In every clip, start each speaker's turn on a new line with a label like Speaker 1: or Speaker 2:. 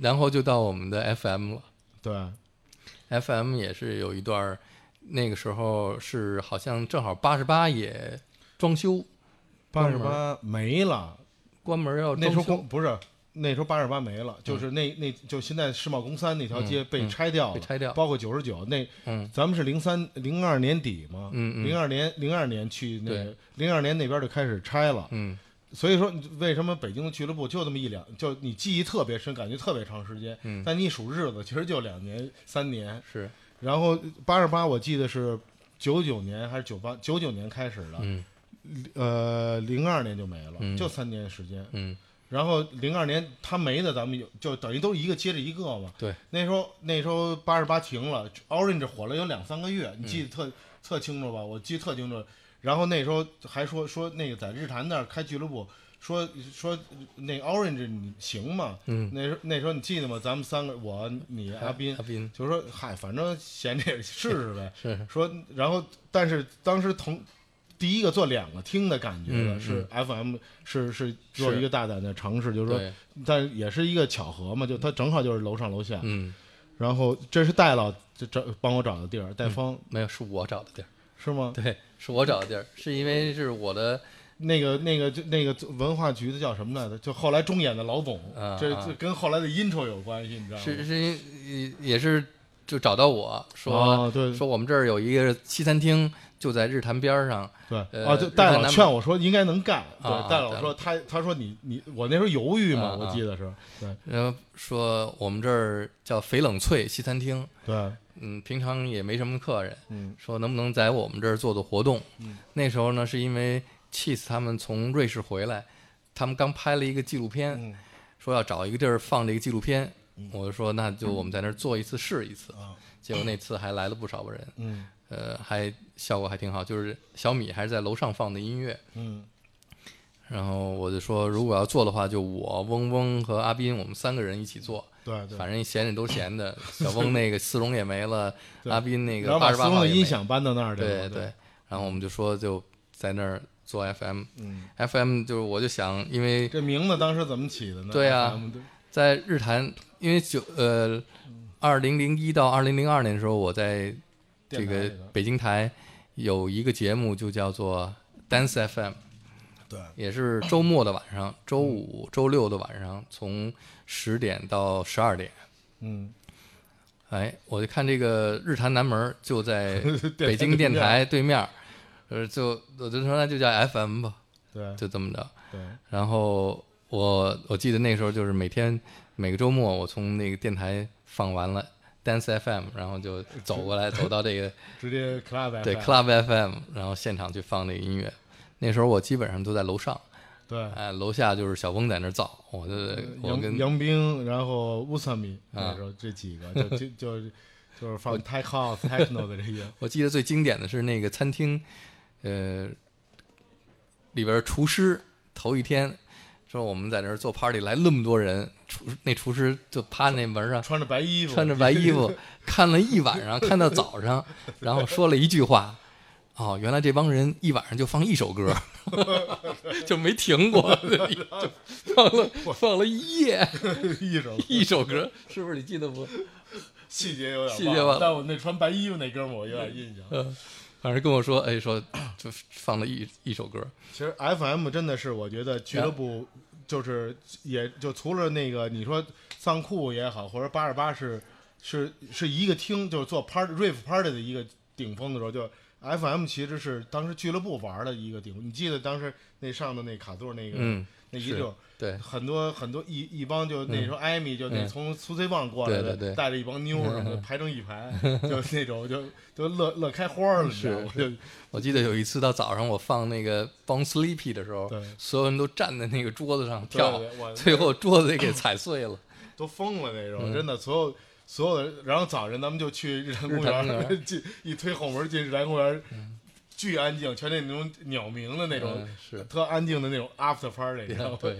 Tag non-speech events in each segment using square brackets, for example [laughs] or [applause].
Speaker 1: 然后就到我们的 FM 了
Speaker 2: 对，
Speaker 1: ，FM 也是有一段儿，那个时候是好像正好八十八也装修，
Speaker 2: 八
Speaker 1: 关
Speaker 2: 十
Speaker 1: 门
Speaker 2: 八没了，
Speaker 1: 关门要
Speaker 2: 那时候
Speaker 1: 呃装修
Speaker 2: 公不是。那时候八十八没了，就是那那就现在世贸宫三那条街被
Speaker 1: 嗯
Speaker 2: 拆掉了，
Speaker 1: 被拆掉
Speaker 2: 包括九十九那
Speaker 1: 嗯，
Speaker 2: 咱们是零三零二年底嘛，
Speaker 1: 嗯嗯
Speaker 2: 零二年零二年去那
Speaker 1: 对
Speaker 2: 零二年那边就开始拆了，
Speaker 1: 嗯
Speaker 2: 所以说你为什么北京的俱乐部就这么一两，就你记忆特别深，感觉特别长时间，
Speaker 1: 嗯
Speaker 2: 但你一数日子，其实就两年三年，
Speaker 1: 是
Speaker 2: 然后八十八我记得是九九年还是九八九九年开始的，
Speaker 1: 嗯
Speaker 2: 呃零二年就没了，
Speaker 1: 嗯
Speaker 2: 就三年时间，
Speaker 1: 嗯
Speaker 2: 然后零二年他没的，咱们有就等于都是一个接着一个嘛。
Speaker 1: 对，
Speaker 2: 那时候那时候八十八停了，Orange 火了有两三个月，你记
Speaker 1: 嗯
Speaker 2: 得特、特清楚吧？我记得特清楚。然后那时候还说说那个在日坛那儿开俱乐部，说说那 Orange 你行吗？
Speaker 1: 嗯，
Speaker 2: 那时候那时候你记得吗？咱们三个我你阿斌
Speaker 1: 阿，斌
Speaker 2: 就是说嗨，反正闲着也试
Speaker 1: [laughs]
Speaker 2: 试呗。
Speaker 1: 是
Speaker 2: 说，然后但是当时同第一个做两个听的感觉的
Speaker 1: 嗯
Speaker 2: 是 FM 是是做
Speaker 1: 是
Speaker 2: 一个大胆的尝试，就是说，
Speaker 1: 对
Speaker 2: 但也是一个巧合嘛，就它正好就是楼上楼下。
Speaker 1: 嗯
Speaker 2: 然后这是戴老这找帮我找的地儿，
Speaker 1: 嗯
Speaker 2: 戴芳、
Speaker 1: 没有是我找的地
Speaker 2: [laughs]
Speaker 1: 儿，
Speaker 2: 是吗？
Speaker 1: 对，是我找的地儿，是因为是我的
Speaker 2: 那个那个就那个文化局的叫什么来着？就后来中演的老总，
Speaker 1: 啊
Speaker 2: 这
Speaker 1: 啊
Speaker 2: 这跟后来的 intro 有关系，你知道吗？
Speaker 1: 是是因也也是就找到我说、
Speaker 2: 啊对
Speaker 1: 说我们这儿有一个西餐厅，就在日坛边儿上，
Speaker 2: 对，
Speaker 1: 呃
Speaker 2: 啊，就
Speaker 1: 日
Speaker 2: 戴
Speaker 1: 坛
Speaker 2: 老
Speaker 1: 南
Speaker 2: 劝
Speaker 1: 门
Speaker 2: 我说应该能干，对，
Speaker 1: 啊
Speaker 2: 戴
Speaker 1: 啊
Speaker 2: 老
Speaker 1: 戴
Speaker 2: 说他他说你你我那时候犹豫嘛，
Speaker 1: 啊
Speaker 2: 我
Speaker 1: 啊
Speaker 2: 记得是，对
Speaker 1: 然后说我们这儿叫翡冷翠西餐厅，
Speaker 2: 对，
Speaker 1: 嗯，平常也没什么客人，
Speaker 2: 嗯
Speaker 1: 说能不能在我们这儿做做活动？
Speaker 2: 嗯
Speaker 1: 那时候呢，是因为 Cheese 他们从瑞士回来，他们刚拍了一个纪录片，
Speaker 2: 嗯
Speaker 1: 说要找一个地儿放这个纪录片，我就说那就我们在那儿做一次试一次，
Speaker 2: 嗯啊
Speaker 1: 结果那次还来了不少个人，
Speaker 2: 嗯
Speaker 1: 呃，还效果还挺好，就是小米还是在楼上放的音乐。
Speaker 2: 嗯。
Speaker 1: 然后我就说，如果要做的话，就我、嗡嗡和阿斌，我们三个人一起做。
Speaker 2: 对对，
Speaker 1: 反正闲着都闲着，小翁那个丝绒也没了，
Speaker 2: 对
Speaker 1: 阿斌那
Speaker 2: 然
Speaker 1: 个
Speaker 2: 后
Speaker 1: 八
Speaker 2: 把
Speaker 1: 十
Speaker 2: 私
Speaker 1: 八
Speaker 2: 用
Speaker 1: 号
Speaker 2: 的
Speaker 1: 也没
Speaker 2: 音响搬到那儿去
Speaker 1: 对
Speaker 2: 了。
Speaker 1: 对，然后我们就说就在那儿做 FM，FM
Speaker 2: 嗯，
Speaker 1: 就是我就想，因为
Speaker 2: 这名字当时怎么起的呢？
Speaker 1: 对啊
Speaker 2: FM 对
Speaker 1: 在日坛，因为九呃，二零零一到二零零二年的时候，我在这
Speaker 2: 电台
Speaker 1: 个
Speaker 2: 里头
Speaker 1: 北京台有一个节目，就叫做 Dance FM，
Speaker 2: 对，
Speaker 1: 也是周末的晚上，
Speaker 2: 嗯
Speaker 1: 周五、周六的晚上，从十点到十二点。
Speaker 2: 嗯，
Speaker 1: 哎，我就看这个日坛南门儿就在
Speaker 2: [laughs] 电
Speaker 1: 北
Speaker 2: 台
Speaker 1: 京电
Speaker 2: 对面
Speaker 1: 台对面儿，呃，就我就说那就叫 FM 吧，
Speaker 2: 对
Speaker 1: 就这么着。
Speaker 2: 对，
Speaker 1: 然后我我记得那时候就是每天每个周末，我从那个电台放完了 Dance FM，然后就走过来走到这个
Speaker 2: 直接 club
Speaker 1: 对
Speaker 2: FM
Speaker 1: Club FM，然后现场去放那个音乐。那时候我基本上都在楼上，
Speaker 2: 对，
Speaker 1: 哎，楼下就是小峰在那儿造，我就我
Speaker 2: 杨
Speaker 1: 跟
Speaker 2: 杨冰，然后乌萨米
Speaker 1: 啊
Speaker 2: 那时候这几
Speaker 1: [laughs]
Speaker 2: 个就就就就是放 tech house techno 的这些，
Speaker 1: 我记得最经典的是那个餐厅，呃，里边厨师头一天说我们在这儿做 party 来那么多人，厨那厨师就趴那门上
Speaker 2: 穿着白衣服，
Speaker 1: 穿着白衣
Speaker 2: [laughs]
Speaker 1: 服看了一晚上，看到早上，然后说了一句话。哦，原来这帮人一晚上就放一首歌， [laughs] 就没停过，就放了放了一夜
Speaker 2: 一首
Speaker 1: 一首歌， [laughs] 是不是？你记得不？
Speaker 2: 细节有点
Speaker 1: 细节
Speaker 2: 忘了
Speaker 1: 忘了
Speaker 2: 但我那穿白衣服那哥们儿我有点印象。
Speaker 1: 嗯，反正跟我说，哎，说就放了一一首歌，
Speaker 2: 其实 FM 真的是我觉得俱乐部就是也就除了那个你说丧酷也好，或者八十八是是是一个厅就是做 party rave party 的一个顶峰的时候，就 FM 其实是当时俱乐部玩的一个顶峰。你记得当时那上的那卡座那个、
Speaker 1: 嗯，
Speaker 2: 那一
Speaker 1: 是
Speaker 2: 溜，
Speaker 1: 对，
Speaker 2: 很多很多一一帮就那时候艾米就那
Speaker 1: 嗯
Speaker 2: 从苏 C 旺过来
Speaker 1: 对对
Speaker 2: 的，
Speaker 1: 对嗯
Speaker 2: 带着一帮妞儿什么的排成
Speaker 1: [laughs]
Speaker 2: 一排，就那种就就乐乐开花了，你知道吗？
Speaker 1: 是我记得有一次到早上我放那个《Bon Sleepy》的时候
Speaker 2: [laughs] 对，
Speaker 1: 所有人都站在那个桌子上
Speaker 2: 对
Speaker 1: 跳
Speaker 2: 对，我
Speaker 1: 最后桌子也给踩碎了。
Speaker 2: 都疯了那
Speaker 1: 嗯
Speaker 2: 种，真的，所有所有的，然后早晨咱们就去日坛公
Speaker 1: 日坛公
Speaker 2: 园， [laughs] 进一推后门进日坛公园，巨安静，全是那种鸟鸣的那种
Speaker 1: 嗯，是，
Speaker 2: [laughs] 特安静的那种 after party，你知道吗？
Speaker 1: 对，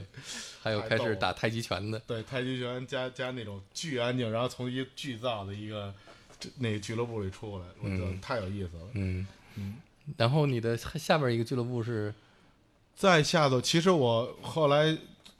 Speaker 1: 还有
Speaker 2: 太
Speaker 1: 开
Speaker 2: 逗
Speaker 1: 始
Speaker 2: 了
Speaker 1: 打太极拳的，
Speaker 2: [laughs] 对，太极拳加加那种巨安静，然后从一个巨燥的一个这那俱乐部里出来，我觉得
Speaker 1: 嗯
Speaker 2: 太有意思了。
Speaker 1: 嗯。然后你的下边一个俱乐部是
Speaker 2: 再下头，其实我后来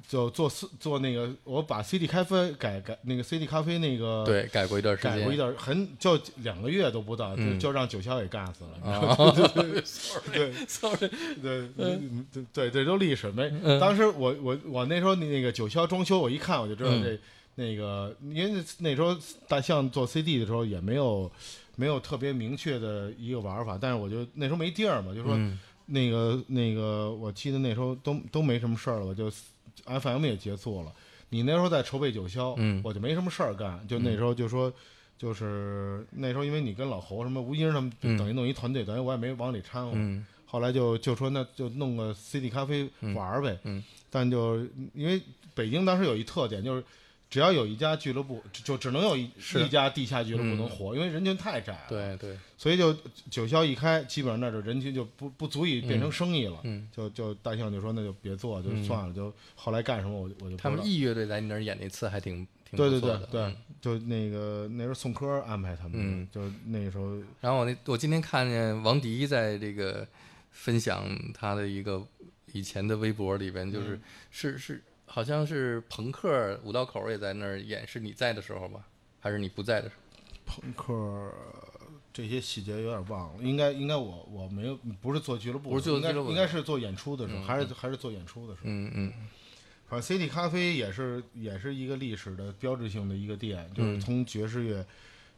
Speaker 2: 就做四做那个，我把 CD 咖啡改改那个 CD 咖啡那个
Speaker 1: 对，改过一段时
Speaker 2: 改过一
Speaker 1: 间，
Speaker 2: 段，很就两个月都不到，就
Speaker 1: 嗯
Speaker 2: 就让九霄给干死了，你知道吗？
Speaker 1: 啊 sorry
Speaker 2: [laughs] 对
Speaker 1: [laughs] sorry，嗯
Speaker 2: 对，嗯对对，这都历史没。当时我我我那时候那个九霄装修，我一看我就知道
Speaker 1: 嗯
Speaker 2: 这、那个，因为那时候大象做 CD 的时候也没有没有特别明确的一个玩法，但是我就那时候没地儿嘛，就说、
Speaker 1: 嗯
Speaker 2: 那个那个，我记得那时候都都没什么事儿了，我就 FM 也结束了。你那时候在筹备九霄，
Speaker 1: 嗯
Speaker 2: 我就没什么事儿干，就那时候就说，就是那时候因为你跟老侯什么吴英他们就
Speaker 1: 嗯
Speaker 2: 等于弄一团队，等于我也没往里掺和。
Speaker 1: 嗯
Speaker 2: 后来就就说那就弄个 CD 咖啡玩儿呗，
Speaker 1: 嗯嗯
Speaker 2: 但就因为北京当时有一特点就是。只要有一家俱乐部，就就只能有一
Speaker 1: 是
Speaker 2: 一家地下俱乐部
Speaker 1: 嗯
Speaker 2: 能火，因为人群太窄了。
Speaker 1: 对 [laughs] 对，
Speaker 2: 所以就九霄一开，基本上那就人群就不不足以变成生意了。
Speaker 1: 嗯
Speaker 2: 就就大象就说那就别做，就算了，就后来干什么我就我就不知道
Speaker 1: 他们 E 乐队来你那儿演那次还挺挺
Speaker 2: 对
Speaker 1: 不
Speaker 2: 对
Speaker 1: 错
Speaker 2: 对
Speaker 1: 的，
Speaker 2: 对
Speaker 1: 嗯，
Speaker 2: 就那个那时候宋柯安排他们的，
Speaker 1: 嗯
Speaker 2: 就那个时候
Speaker 1: 然后我那我今天看见王迪在这个分享他的一个以前的微博里边，
Speaker 2: 嗯
Speaker 1: 就是、是是好像是朋克五道口也在那儿演，是你在的时候吧，还是你不在的时候？
Speaker 2: 朋克呃这些细节有点忘了，应该应该我我没有不是做俱乐部的，
Speaker 1: 不是做
Speaker 2: 应该
Speaker 1: 俱乐部的
Speaker 2: 应该是做演出的时候，
Speaker 1: 嗯
Speaker 2: 还是还是做演出的时候。
Speaker 1: 嗯嗯
Speaker 2: 反正 CD 咖啡也是也是一个历史的标志性的一个店，就是
Speaker 1: 嗯
Speaker 2: 从爵士乐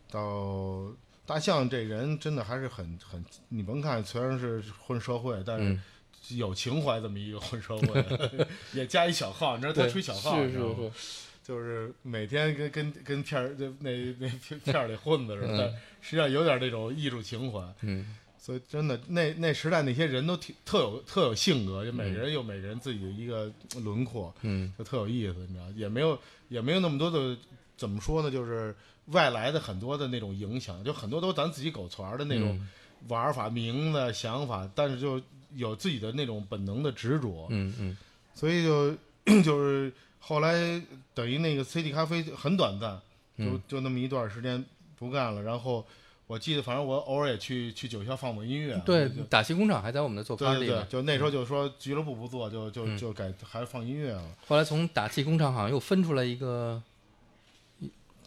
Speaker 2: 到大象这人真的还是很很，你甭看虽然是混社会，但
Speaker 1: 嗯，
Speaker 2: 是有情怀这么一个混社会， [laughs] 也加一小号，你知道他
Speaker 1: 对
Speaker 2: 吹小号，
Speaker 1: 是
Speaker 2: 你知道吗
Speaker 1: 是是，
Speaker 2: 就是每天跟跟跟片儿就那那片片儿里混的似的，
Speaker 1: 嗯
Speaker 2: 但实际上有点那种艺术情怀。
Speaker 1: 嗯
Speaker 2: 所以真的，那那时代那些人都挺特有特有性格，就每个人有每个人自己的一个轮廓。
Speaker 1: 嗯
Speaker 2: 就特有意思，你知道，也没有也没有那么多的怎么说呢，就是外来的很多的那种影响，就很多都咱自己狗传的那
Speaker 1: 嗯
Speaker 2: 种玩法、名字、想法，但是就有自己的那种本能的执着，
Speaker 1: 嗯嗯
Speaker 2: 所以就 [clears throat] 就是后来等于那个 CD 咖啡很短暂，就
Speaker 1: 嗯
Speaker 2: 就那么一段时间不干了，然后。我记得，反正我偶尔也去去九霄放放音乐
Speaker 1: 嗯，
Speaker 2: 啊，
Speaker 1: 对
Speaker 2: 就，
Speaker 1: 打戏工厂还在我们的做
Speaker 2: 对
Speaker 1: party
Speaker 2: 对
Speaker 1: 呢
Speaker 2: 对，就那时候就说俱乐部不做，就就
Speaker 1: 嗯
Speaker 2: 就改还是放音乐了。
Speaker 1: 后来从打气工厂好像又分出来一个，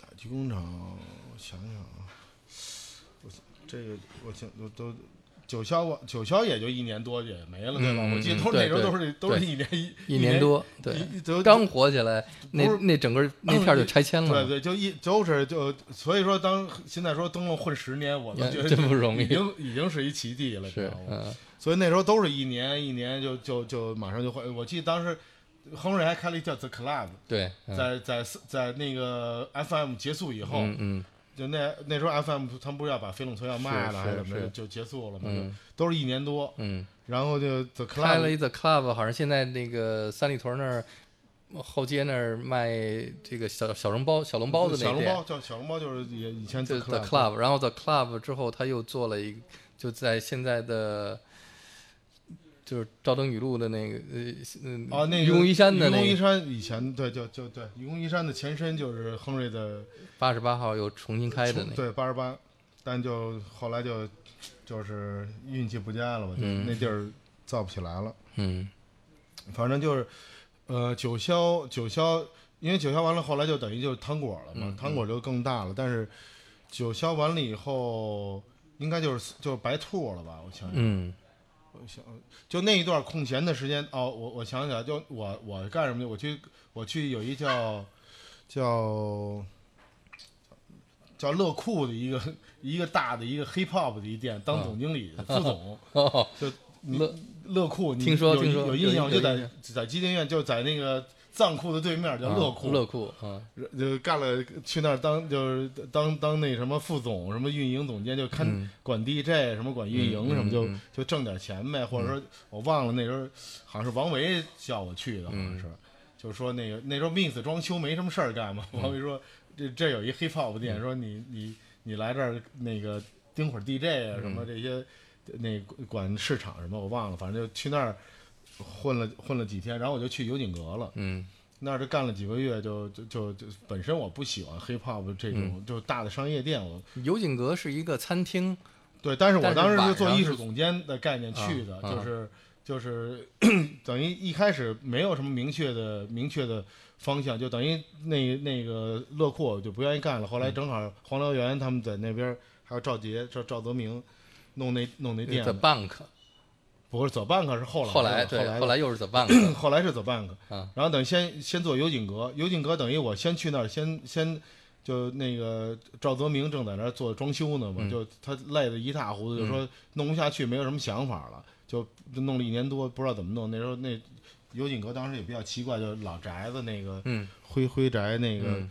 Speaker 2: 打击工厂，我想想啊，我这个我想都都九霄吧，九霄也就一年多也没了，对吧？
Speaker 1: 嗯嗯
Speaker 2: 我记得
Speaker 1: 嗯
Speaker 2: 都是
Speaker 1: 对
Speaker 2: 那时候都是都是
Speaker 1: 对
Speaker 2: 一年一
Speaker 1: 一
Speaker 2: 年
Speaker 1: 年，多，对，
Speaker 2: 一都
Speaker 1: 刚火起来，那
Speaker 2: 不是
Speaker 1: 那整个那片儿就拆迁了
Speaker 2: 对
Speaker 1: 嘛，
Speaker 2: 对，就一都是就所以说当现在说灯笼混十年，我都觉得
Speaker 1: 真不容易
Speaker 2: 已经已经是一奇迹了，你知
Speaker 1: 是
Speaker 2: 道吗？
Speaker 1: 嗯
Speaker 2: 所以那时候都是一年一年就就就马上就换，我记得当时亨瑞还开了一叫 The Club，
Speaker 1: 对，嗯
Speaker 2: 在在在那个 FM 结束以后。
Speaker 1: 嗯嗯
Speaker 2: 就那那时候 FM 他们不是要把飞龙村要卖
Speaker 1: 是
Speaker 2: 了还
Speaker 1: 是
Speaker 2: 是怎么
Speaker 1: 是
Speaker 2: 着，就结束了嘛，
Speaker 1: 嗯
Speaker 2: 就都是一年多，
Speaker 1: 嗯。
Speaker 2: 然后就 The
Speaker 1: 开了
Speaker 2: Club
Speaker 1: 一个 club，好像现在那个三里屯那儿后街那儿卖这个小小笼包、小笼包子
Speaker 2: 小
Speaker 1: 那
Speaker 2: 笼
Speaker 1: 店，
Speaker 2: 包叫小笼包，就是也以前
Speaker 1: 就
Speaker 2: The
Speaker 1: the club。然后 the club 之后，他又做了一个，就在现在的就是赵登禹路的那个呃嗯
Speaker 2: 啊，那个
Speaker 1: 愚公移山的
Speaker 2: 愚公
Speaker 1: 那
Speaker 2: 移
Speaker 1: 个
Speaker 2: 山以前对，就就对，愚公移山的前身就是亨瑞的
Speaker 1: 八十八号又重新开的那个，
Speaker 2: 对八十八，但就后来就就是运气不佳了吧，就
Speaker 1: 嗯
Speaker 2: 那地儿造不起来了。
Speaker 1: 嗯
Speaker 2: 反正就是，呃，九霄九霄，因为九霄完了，后来就等于就是糖果了嘛，
Speaker 1: 嗯
Speaker 2: 糖果就更大了。但是九霄完了以后，应该就是就是白兔了吧？我想想，
Speaker 1: 嗯
Speaker 2: 我想就那一段空闲的时间，哦，我我想起来，就我我干什么去？我去我去有一叫叫叫乐库的一个一个大的一个 hip hop 的一店，当总经理、副总。
Speaker 1: 哦
Speaker 2: 嗯你
Speaker 1: 啊 [laughs] 乐
Speaker 2: 乐库，你
Speaker 1: 听说
Speaker 2: 有
Speaker 1: 听说有
Speaker 2: 有印象？我
Speaker 1: 有
Speaker 2: 就
Speaker 1: 印
Speaker 2: 在
Speaker 1: 象
Speaker 2: 在机电院，就在那个藏库的对面叫乐库，
Speaker 1: 啊乐库啊
Speaker 2: 就干了去那儿当就是当当那什么副总，什么运营总监，就看、
Speaker 1: 嗯
Speaker 2: 管 DJ 什么管运营
Speaker 1: 嗯
Speaker 2: 什么，
Speaker 1: 嗯
Speaker 2: 就
Speaker 1: 嗯
Speaker 2: 就挣点钱呗。或者说我忘了那时候好像是王维叫我去的，好像
Speaker 1: 嗯
Speaker 2: 是，就说那个那时候 Mix 装修没什么事儿干嘛，王维说
Speaker 1: 嗯
Speaker 2: 这这有一 hip hop 店，说你你你来这儿那个盯会儿
Speaker 1: 嗯
Speaker 2: DJ 啊什么这些，那管市场什么我忘了，反正就去那儿混了混了几天，然后我就去油井阁了。
Speaker 1: 嗯
Speaker 2: 那儿就干了几个月，就就就就本身我不喜欢 hip hop 这种、
Speaker 1: 嗯
Speaker 2: 就大的商业店，我
Speaker 1: 油井阁是一个餐厅，
Speaker 2: 对，但是我
Speaker 1: 但是
Speaker 2: 当时
Speaker 1: 晚
Speaker 2: 是做
Speaker 1: 上
Speaker 2: 艺
Speaker 1: 是
Speaker 2: 术总监的概念去的，
Speaker 1: 啊啊
Speaker 2: 就是就是 [coughs] 等于一开始没有什么明确的明确的方向，就等于那那个乐库就不愿意干了。后
Speaker 1: 嗯
Speaker 2: 来正好黄辽源他们在那边，还有赵杰、赵赵泽明，弄那弄那店
Speaker 1: 呃，The，Bank，
Speaker 2: 不是 The Bank 是后来的
Speaker 1: 后来
Speaker 2: 后
Speaker 1: 对，
Speaker 2: 来
Speaker 1: 后
Speaker 2: 的
Speaker 1: 来又是 The Bank，
Speaker 2: [clears throat] 后来是走 bank，、
Speaker 1: 啊
Speaker 2: 然后等于先先做油井阁，油井阁等于我先去那儿，先先就那个赵泽明正在那儿做装修呢嘛，
Speaker 1: 嗯
Speaker 2: 就他累得一塌糊涂，就说弄不下去，没有什么想法了，就就弄了一年多，不知道怎么弄。那时候那油井阁当时也比较奇怪，就是老宅子那个
Speaker 1: 嗯
Speaker 2: 灰灰宅那个，
Speaker 1: 嗯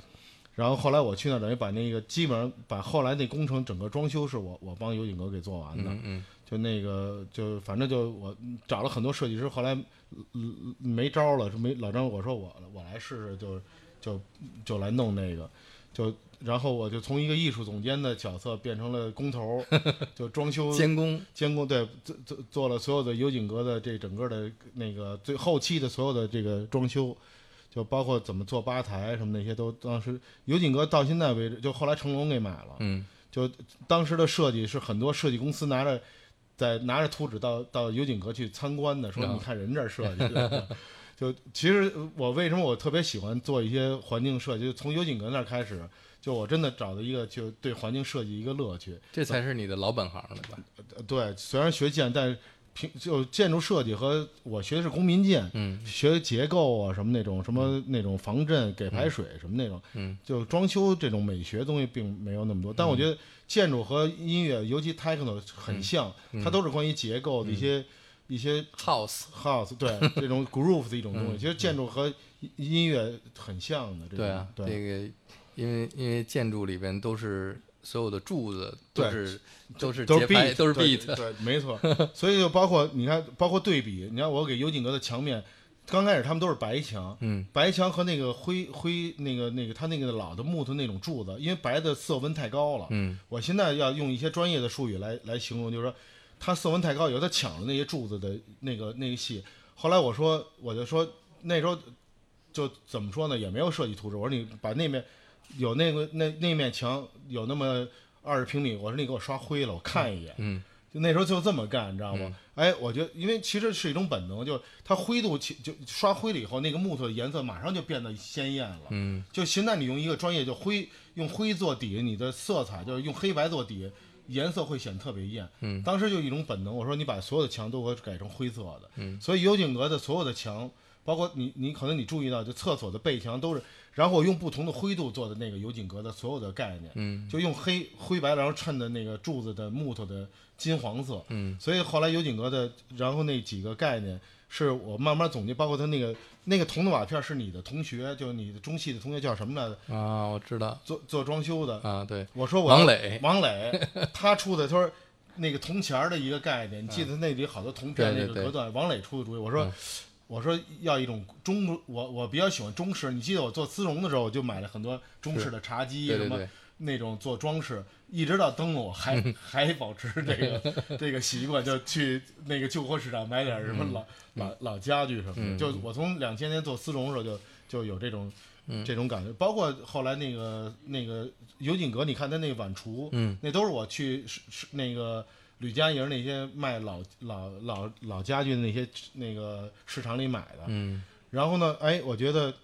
Speaker 2: 然后后来我去那儿，等于把那个基本上把后来那工程整个装修是我我帮油井阁给做完的，
Speaker 1: 嗯嗯，
Speaker 2: 就那个就反正就我找了很多设计师，后来嗯没招儿了，是没老张我说我我来试试就，就就来弄那个，就然后我就从一个艺术总监的角色变成了工头儿，就装修
Speaker 1: 监工嗯
Speaker 2: 监工对做做做了所有的油井阁的这整个的那个最后期的所有的这个装修，就包括怎么做吧台什么那些都当时油井阁到现在为止，就后来成龙给买了，
Speaker 1: 嗯
Speaker 2: 就当时的设计是很多设计公司拿着在拿着图纸到到油井阁去参观的，说
Speaker 1: 啊
Speaker 2: 你看人这儿设计的。就其实我为什么我特别喜欢做一些环境设计，就从油井阁那儿开始，就我真的找到一个就对环境设计一个乐趣。
Speaker 1: 这才是你的老本行了吧？
Speaker 2: 呃对，虽然学建，但是平就建筑设计和我学的是公民建，
Speaker 1: 嗯
Speaker 2: 学结构啊什么那种什么那种防震、给排水什么那种，
Speaker 1: 嗯，
Speaker 2: 就装修这种美学东西并没有那么多，但我觉得建筑和音乐，尤其 techno
Speaker 1: 嗯
Speaker 2: 很像，它都是关于结构的一些、一些
Speaker 1: ，House，
Speaker 2: house 对这种 groove 的一种东西。其实建筑和音音乐很像的，这
Speaker 1: 嗯对
Speaker 2: 种
Speaker 1: 啊，这
Speaker 2: 对
Speaker 1: 个因为因为建筑里边都是所有的柱子都
Speaker 2: 对
Speaker 1: 是都是
Speaker 2: 都
Speaker 1: 节
Speaker 2: 是
Speaker 1: 拍
Speaker 2: beat
Speaker 1: 都是
Speaker 2: 对
Speaker 1: beat， [laughs]
Speaker 2: 对，没错。所以就包括你看，包括对比，你看我给尤金格的墙面，刚开始他们都是白墙，
Speaker 1: 嗯
Speaker 2: 白墙和那个灰灰那个那个它那个老的木头那种柱子，因为白的色温太高了，
Speaker 1: 嗯
Speaker 2: 我现在要用一些专业的术语来来形容，就是说他色温太高，以后他抢了那些柱子的那个那一戏。后来我说，我就说那时候就怎么说呢，也没有设计图纸，我说你把那面有那个那那面墙有那么二十平米，我说你给我刷灰了，我看一眼。
Speaker 1: 嗯
Speaker 2: 就那时候就这么干，你知道吗？哎，我觉得，因为其实是一种本能，就是它灰度其就刷灰了以后，那个木头的颜色马上就变得鲜艳了。
Speaker 1: 嗯，
Speaker 2: 就现在你用一个专业，就灰用灰做底，你的色彩就是用黑白做底，颜色会显得特别艳。
Speaker 1: 嗯，
Speaker 2: 当时就一种本能，我说你把所有的墙都给我改成灰色的。
Speaker 1: 嗯，
Speaker 2: 所以油井阁的所有的墙，包括你你可能你注意到，就厕所的背墙都是，然后我用不同的灰度做的那个油井阁的所有的概念，
Speaker 1: 嗯，
Speaker 2: 就用黑灰白，然后衬的那个柱子的木头的金黄色。
Speaker 1: 嗯，
Speaker 2: 所以后来油井阁的，然后那几个概念。是我慢慢总结，包括他那个那个铜的瓦片是你的同学，就是你的中戏的同学叫什么来着？
Speaker 1: 啊，我知道
Speaker 2: 做做装修的。
Speaker 1: 啊，对，
Speaker 2: 我说我
Speaker 1: 王磊，
Speaker 2: 王磊他出的，他说那个铜钱儿的一个概念，你记得那里好多铜
Speaker 1: 嗯
Speaker 2: 片
Speaker 1: 对对
Speaker 2: 那个
Speaker 1: 对嗯
Speaker 2: 隔断，王磊出的主意。我说、我说要一种中，我我比较喜欢中式。你记得我做丝绒的时候，我就买了很多中式的茶几
Speaker 1: 对
Speaker 2: 什
Speaker 1: 对
Speaker 2: 么
Speaker 1: 对，
Speaker 2: 那种做装饰，一直到灯笼，我还
Speaker 1: 嗯
Speaker 2: 还保持
Speaker 1: [laughs]
Speaker 2: 这个这个习惯，就去那个旧货市场买点儿什么老、老老家具什么的。
Speaker 1: 嗯
Speaker 2: 就我从两千年做丝绒的时候就就有这种。
Speaker 1: 嗯
Speaker 2: 这种感觉，包括后来那个那个油井阁，你看他那碗橱，
Speaker 1: 嗯，
Speaker 2: 那都是我去是是那个吕家营那些卖老老老老家具的那些那个市场里买的。
Speaker 1: 嗯
Speaker 2: 然后呢，哎，我觉得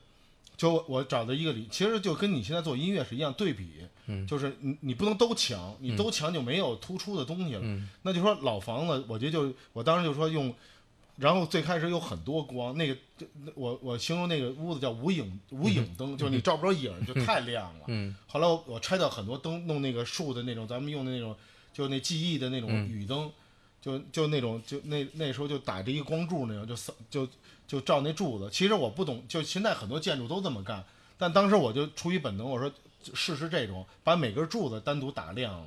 Speaker 2: 就我我找到一个理，其实就跟你现在做音乐是一样对比，
Speaker 1: 嗯
Speaker 2: 就是你你不能都强，你都强就没有突出的东西了。
Speaker 1: 嗯
Speaker 2: 那就说老房子，我觉得就我当时就说用，然后最开始有很多光，那个这我我形容那个屋子叫无影无影灯，就是你照不着影儿，就太亮了。
Speaker 1: 嗯
Speaker 2: 后来我我拆掉很多灯，弄那个树的那种，咱们用的那种，就那记忆的那种
Speaker 1: 嗯
Speaker 2: 雨灯，就就那种就那那时候就打着一个光柱那种，就扫就就照那柱子。其实我不懂，就现在很多建筑都这么干，但当时我就出于本能，我说试试这种，把每根柱子单独打亮了，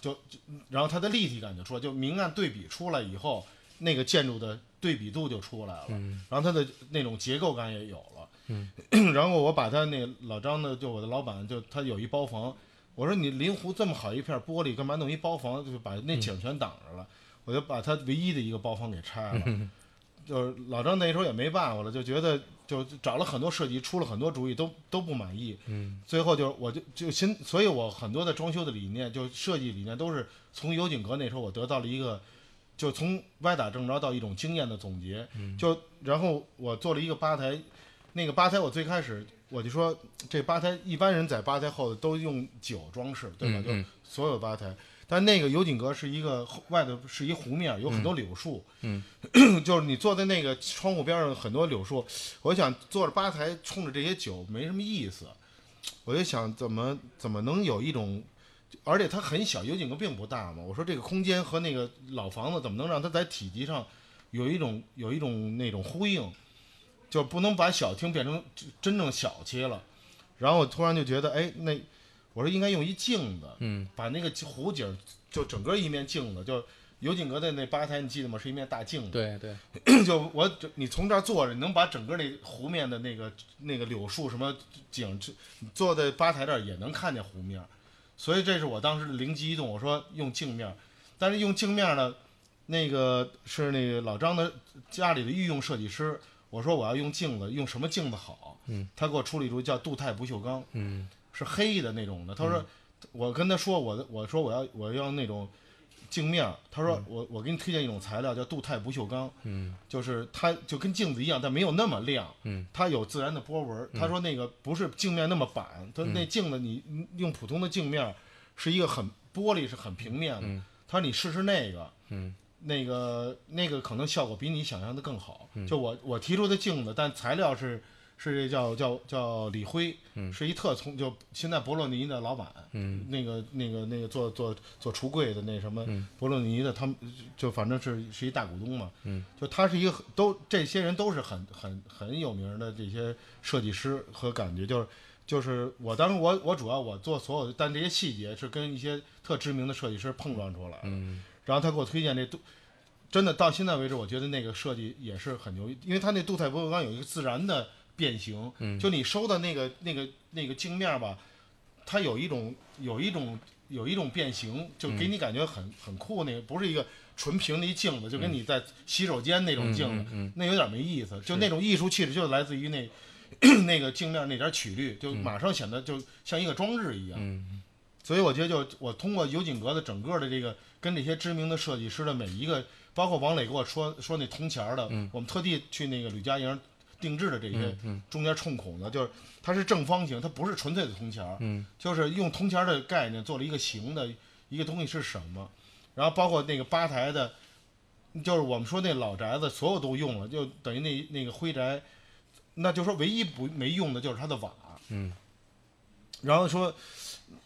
Speaker 2: 就就然后它的立体感就出来，就明暗对比出来以后，那个建筑的对比度就出来了，然后它的那种结构感也有了。然后我把他那老张的，就我的老板，就他有一包房，我说你临湖这么好一片玻璃，干嘛弄一包房？就把那景全挡着了，我就把他唯一的一个包房给拆了。就是老张那时候也没办法了，就觉得就找了很多设计，出了很多主意，都都不满意。
Speaker 1: 嗯，
Speaker 2: 最后就是我就就新，所以我很多的装修的理念，就设计理念都是从油井阁那时候我得到了一个。就从歪打正着到一种经验的总结。
Speaker 1: 嗯
Speaker 2: 就然后我做了一个吧台，那个吧台我最开始我就说这吧台一般人在吧台后头都用酒装饰，对吧？
Speaker 1: 嗯嗯
Speaker 2: 就所有吧台，但那个油井阁是一个外头是一湖面，有很多柳树，
Speaker 1: 嗯
Speaker 2: [clears throat] 就是你坐在那个窗户边上很多柳树，我想坐着吧台冲着这些酒没什么意思，我就想怎么怎么能有一种。而且它很小，油井阁并不大嘛。我说这个空间和那个老房子怎么能让它在体积上有一种有一种那种呼应，就不能把小厅变成真真正小切了。然后我突然就觉得，哎，那我说应该用一镜子，
Speaker 1: 嗯，
Speaker 2: 把那个湖景就整个一面镜子，就油井阁的那吧台，你记得吗？是一面大镜子。
Speaker 1: 对对，
Speaker 2: [clears throat] 就我整你从这儿坐着，你能把整个那湖面的那个那个柳树什么景，这你坐在吧台这儿也能看见湖面儿，所以这是我当时灵机一动，我说用镜面儿，但是用镜面儿呢，那个是那个老张的家里的御用设计师，我说我要用镜子，用什么镜子好？
Speaker 1: 嗯，
Speaker 2: 他给我出了一株叫杜泰不锈钢，
Speaker 1: 嗯
Speaker 2: 是黑的那种的。他说，我跟他说，我的我说我要我要那种镜面儿。他说我、我给你推荐一种材料叫镀钛不锈钢，
Speaker 1: 嗯
Speaker 2: 就是它就跟镜子一样，但没有那么亮，
Speaker 1: 嗯
Speaker 2: 它有自然的波纹儿。他说那个不是镜面那么板，他
Speaker 1: 嗯
Speaker 2: 说那镜子你你用普通的镜面儿是一个很玻璃是很平面的。
Speaker 1: 嗯
Speaker 2: 他说你试试那个，
Speaker 1: 嗯
Speaker 2: 那个那个可能效果比你想象的更好。
Speaker 1: 嗯
Speaker 2: 就我我提出的镜子，但材料是是叫叫叫李辉，
Speaker 1: 嗯
Speaker 2: 是一特从就现在博洛尼的老板，
Speaker 1: 嗯
Speaker 2: 那个那个那个做做做橱柜的那什么、
Speaker 1: 嗯
Speaker 2: 博洛尼的，他们就反正是是一大股东嘛，
Speaker 1: 嗯
Speaker 2: 就他是一个很都这些人都是很很很有名的这些设计师和感觉就是。就是我当时我我主要我做所有的，但这些细节是跟一些特知名的设计师碰撞出来的。
Speaker 1: 嗯
Speaker 2: 然后他给我推荐这镀，真的到现在为止，我觉得那个设计也是很牛，因为它那镀钛不锈钢有一个自然的变形，
Speaker 1: 嗯
Speaker 2: 就你收的那个那个那个镜面吧，它有一种有一种有一种变形，就给
Speaker 1: 嗯
Speaker 2: 你感觉很、很酷，那个不是一个纯平的一镜子，就跟你在洗手间那种镜子，
Speaker 1: 嗯嗯
Speaker 2: 那有点没意思，就那种艺术气质就来自于那。 [coughs] 那个镜面那点曲率，就马上显得就像一个装置一样。
Speaker 1: 嗯
Speaker 2: 所以我觉得就我通过油井阁的整个的这个跟这些知名的设计师的每一个，包括王磊给我说说那铜钱儿的，我们特地去那个吕家营定制的这些
Speaker 1: 嗯嗯
Speaker 2: 中间冲孔的，就是它是正方形，它不是纯粹的铜钱儿，
Speaker 1: 嗯
Speaker 2: 就是用铜钱儿的概念做了一个形的一个东西是什么，然后包括那个吧台的，就是我们说那老宅子所有都用了，就等于那那个灰宅，那就说唯一不没用的就是它的瓦，
Speaker 1: 嗯
Speaker 2: 然后说，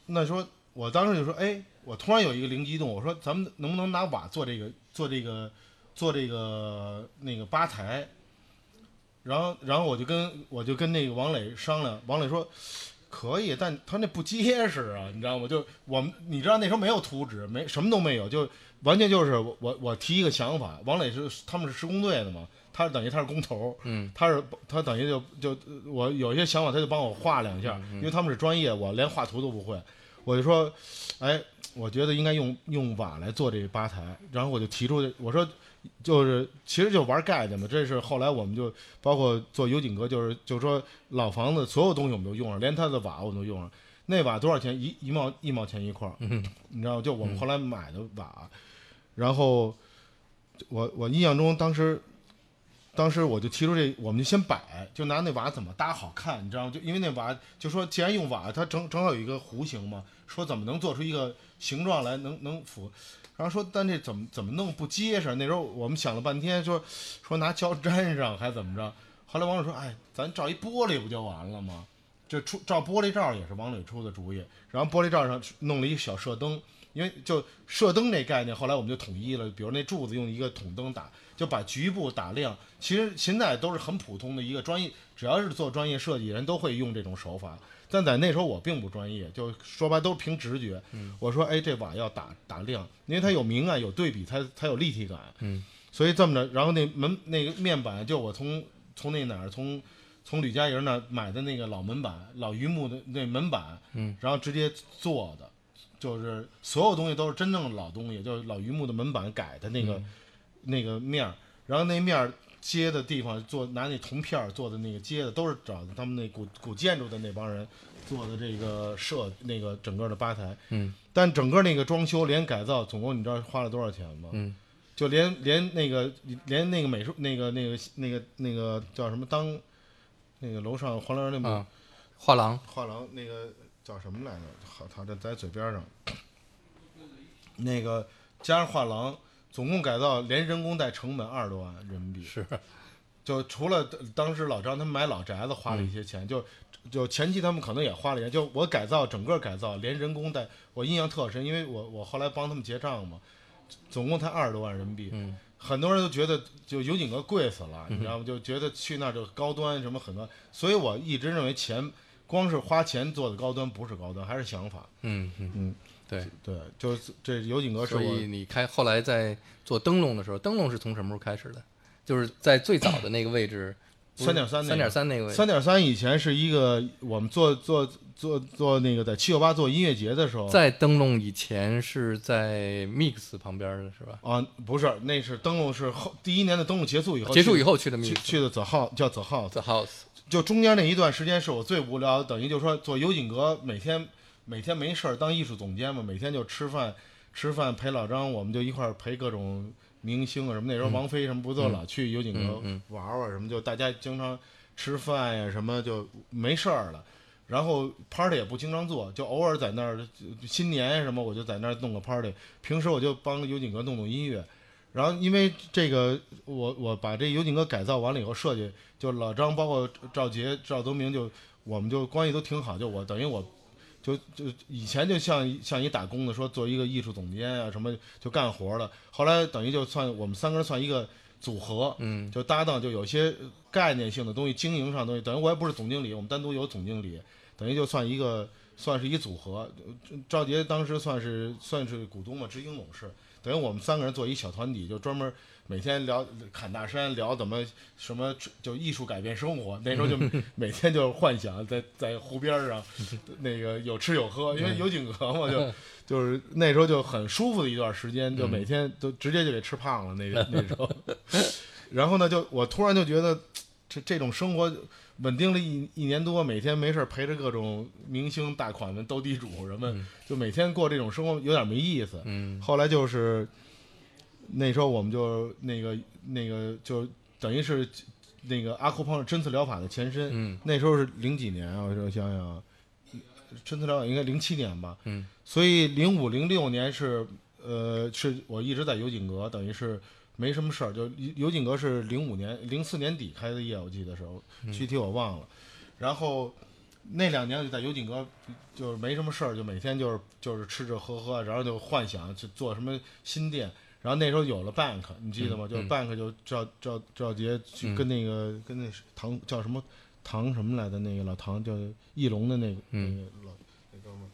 Speaker 2: 那说我当时就说，哎，我突然有一个灵机一动，我说咱们能不能拿瓦做这个做这个做这个那个吧台？然后然后我就跟我就跟那个王磊商量，王磊说可以，但他那不结实啊，你知道吗？就我们你知道那时候没有图纸，没什么都没有，就完全就是我我我提一个想法，王磊是他们是施工队的嘛，他等于他是工头，
Speaker 1: 嗯
Speaker 2: 他是他等于就就我有些想法，他就帮我画两下，因为他们是专业，我连画图都不会。我就说，哎，我觉得应该用用瓦来做这个吧台，然后我就提出，我说就是其实就玩概念嘛，这是后来我们就包括做油井阁，就是就说老房子所有东西我们都用上，连它的瓦我们都用上。那瓦多少钱？一一毛一毛钱一块儿，
Speaker 1: 嗯
Speaker 2: 你知道吗，就我们后来买的瓦，然后我我印象中当时，当时我就提出这，我们就先摆，就拿那瓦怎么搭好看，你知道吗？就因为那瓦就说，既然用瓦，它正正好有一个弧形嘛，说怎么能做出一个形状来能能符，然后说但这怎么怎么弄不结实？那时候我们想了半天，说说拿胶粘上还怎么着？后来王磊说，哎，咱照一玻璃不就完了吗？这出照玻璃罩也是王磊出的主意，然后玻璃罩上弄了一小射灯，因为就射灯这概念，后来我们就统一了，比如那柱子用一个筒灯打，就把局部打亮。其实现在都是很普通的一个专业，只要是做专业设计人都会用这种手法。但在那时候我并不专业，就说白都是凭直觉。我说，哎，这瓦要打打亮，因为它有明暗有对比，才才有立体感。
Speaker 1: 嗯，
Speaker 2: 所以这么着，然后那门那个面板就我从从那哪儿从。从吕家营那儿买的那个老门板，老榆木的那门板，
Speaker 1: 嗯，
Speaker 2: 然后直接做的，就是所有东西都是真正的老东西，就是老榆木的门板改的那个、
Speaker 1: 嗯
Speaker 2: 那个面儿，然后那面儿接的地方做拿那铜片儿做的那个接的，都是找他们那古古建筑的那帮人做的这个设那个整个的吧台，
Speaker 1: 嗯，
Speaker 2: 但整个那个装修连改造，总共你知道花了多少钱吗？
Speaker 1: 嗯，
Speaker 2: 就连连那个连那个美术那个那个那个那个叫什么当那个楼上黄粱那
Speaker 1: 嗯，画廊
Speaker 2: 画廊那个叫什么来着？好，他这在嘴边上，那个加上画廊，总共改造连人工带成本二十多万人民币。
Speaker 1: 是
Speaker 2: [laughs] 就除了当当时老张他们买老宅子花了一些钱，就就前期他们可能也花了一些，就我改造整个改造连人工带，我印象特深，因为我我后来帮他们结账嘛，总共才二十多万人民币。
Speaker 1: 嗯
Speaker 2: 很多人都觉得就有井哥贵死了，你知道吗？就觉得去那儿就高端什么很多，所以我一直认为钱光是花钱做的高端不是高端，还是想法。
Speaker 1: 嗯嗯
Speaker 2: 嗯，
Speaker 1: 对。
Speaker 2: 对，就是这有井哥是
Speaker 1: 所以
Speaker 2: 我
Speaker 1: 你开后来在做灯笼的时候，灯笼是从什么时候开始的？就是在最早的那个位置，
Speaker 2: 三点三
Speaker 1: 三点三那个位置
Speaker 2: 三点三以前是一个我们做做做做那个在七九八做音乐节的时候，
Speaker 1: 在灯笼以前是在 Mix 旁边的是吧？
Speaker 2: 啊不是那是登录是后第一年的登录结束以后
Speaker 1: 结束以
Speaker 2: 后
Speaker 1: 后去的
Speaker 2: 去
Speaker 1: Mix
Speaker 2: 去的 The House 叫 The House，
Speaker 1: The House，
Speaker 2: 就中间那一段时间是我最无聊的，等于就说做有井阁，每天每天没事儿当艺术总监嘛，每天就吃饭吃饭陪老张，我们就一块儿陪各种明星啊什么。那时候王菲什么不就老去有井阁
Speaker 1: 嗯
Speaker 2: 玩玩什么，就大家经常吃饭呀什么就没事儿了。然后 party 也不经常做，就偶尔在那儿就新年什么，我就在那儿弄个 party。平时我就帮有井阁弄弄音乐。然后因为这个，我我把这有井阁改造完了以后，设计就老张包括赵杰、赵泽明就我们就关系都挺好，就我等于我。就就以前就像一像一打工的说做一个艺术总监啊什么就干活了，后来等于就算我们三个人算一个组合，
Speaker 1: 嗯，
Speaker 2: 就搭档就有些概念性的东西、经营上的东西，等于我也不是总经理，我们单独有总经理，等于就算一个算是一组合。呃赵杰当时算是算是股东嘛，执行董事，等于我们三个人做一小团体，就专门每天聊侃大山，聊怎么什么就艺术改变生活。那时候就每天就是幻想在在湖边儿上，那个有吃有喝，因为有井河嘛，就就是那时候就很舒服的一段时间，就每天都直接就给吃胖了那个那时候。 [laughs] 然后呢，就我突然就觉得这这种生活稳定了一一年多，每天没事儿陪着各种明星大款们斗地主什么，就每天过这种生活有点没意思。
Speaker 1: 嗯
Speaker 2: 后来就是那时候我们就那个那个就等于是那个阿库碰针刺疗法的前身，
Speaker 1: 嗯
Speaker 2: 那时候是零几年啊，我就想想啊，针刺疗法应该零七年吧，
Speaker 1: 嗯
Speaker 2: 所以零五零六年是呃是我一直在有井阁，等于是没什么事儿，就有有井阁是零五年零四年底开的业，我记得是，
Speaker 1: 嗯
Speaker 2: 具体我忘了。然后那两年我就在有井阁，就是没什么事儿，就每天就是就是吃吃喝喝，然后就幻想就做什么新店。然后那时候有了 Bank，你记得吗？
Speaker 1: 嗯
Speaker 2: 就是 Bank 就赵赵赵杰去跟那个、跟那唐叫什么唐什么来的那个老唐叫翼龙的那个、
Speaker 1: 嗯
Speaker 2: 那个老那哥们儿，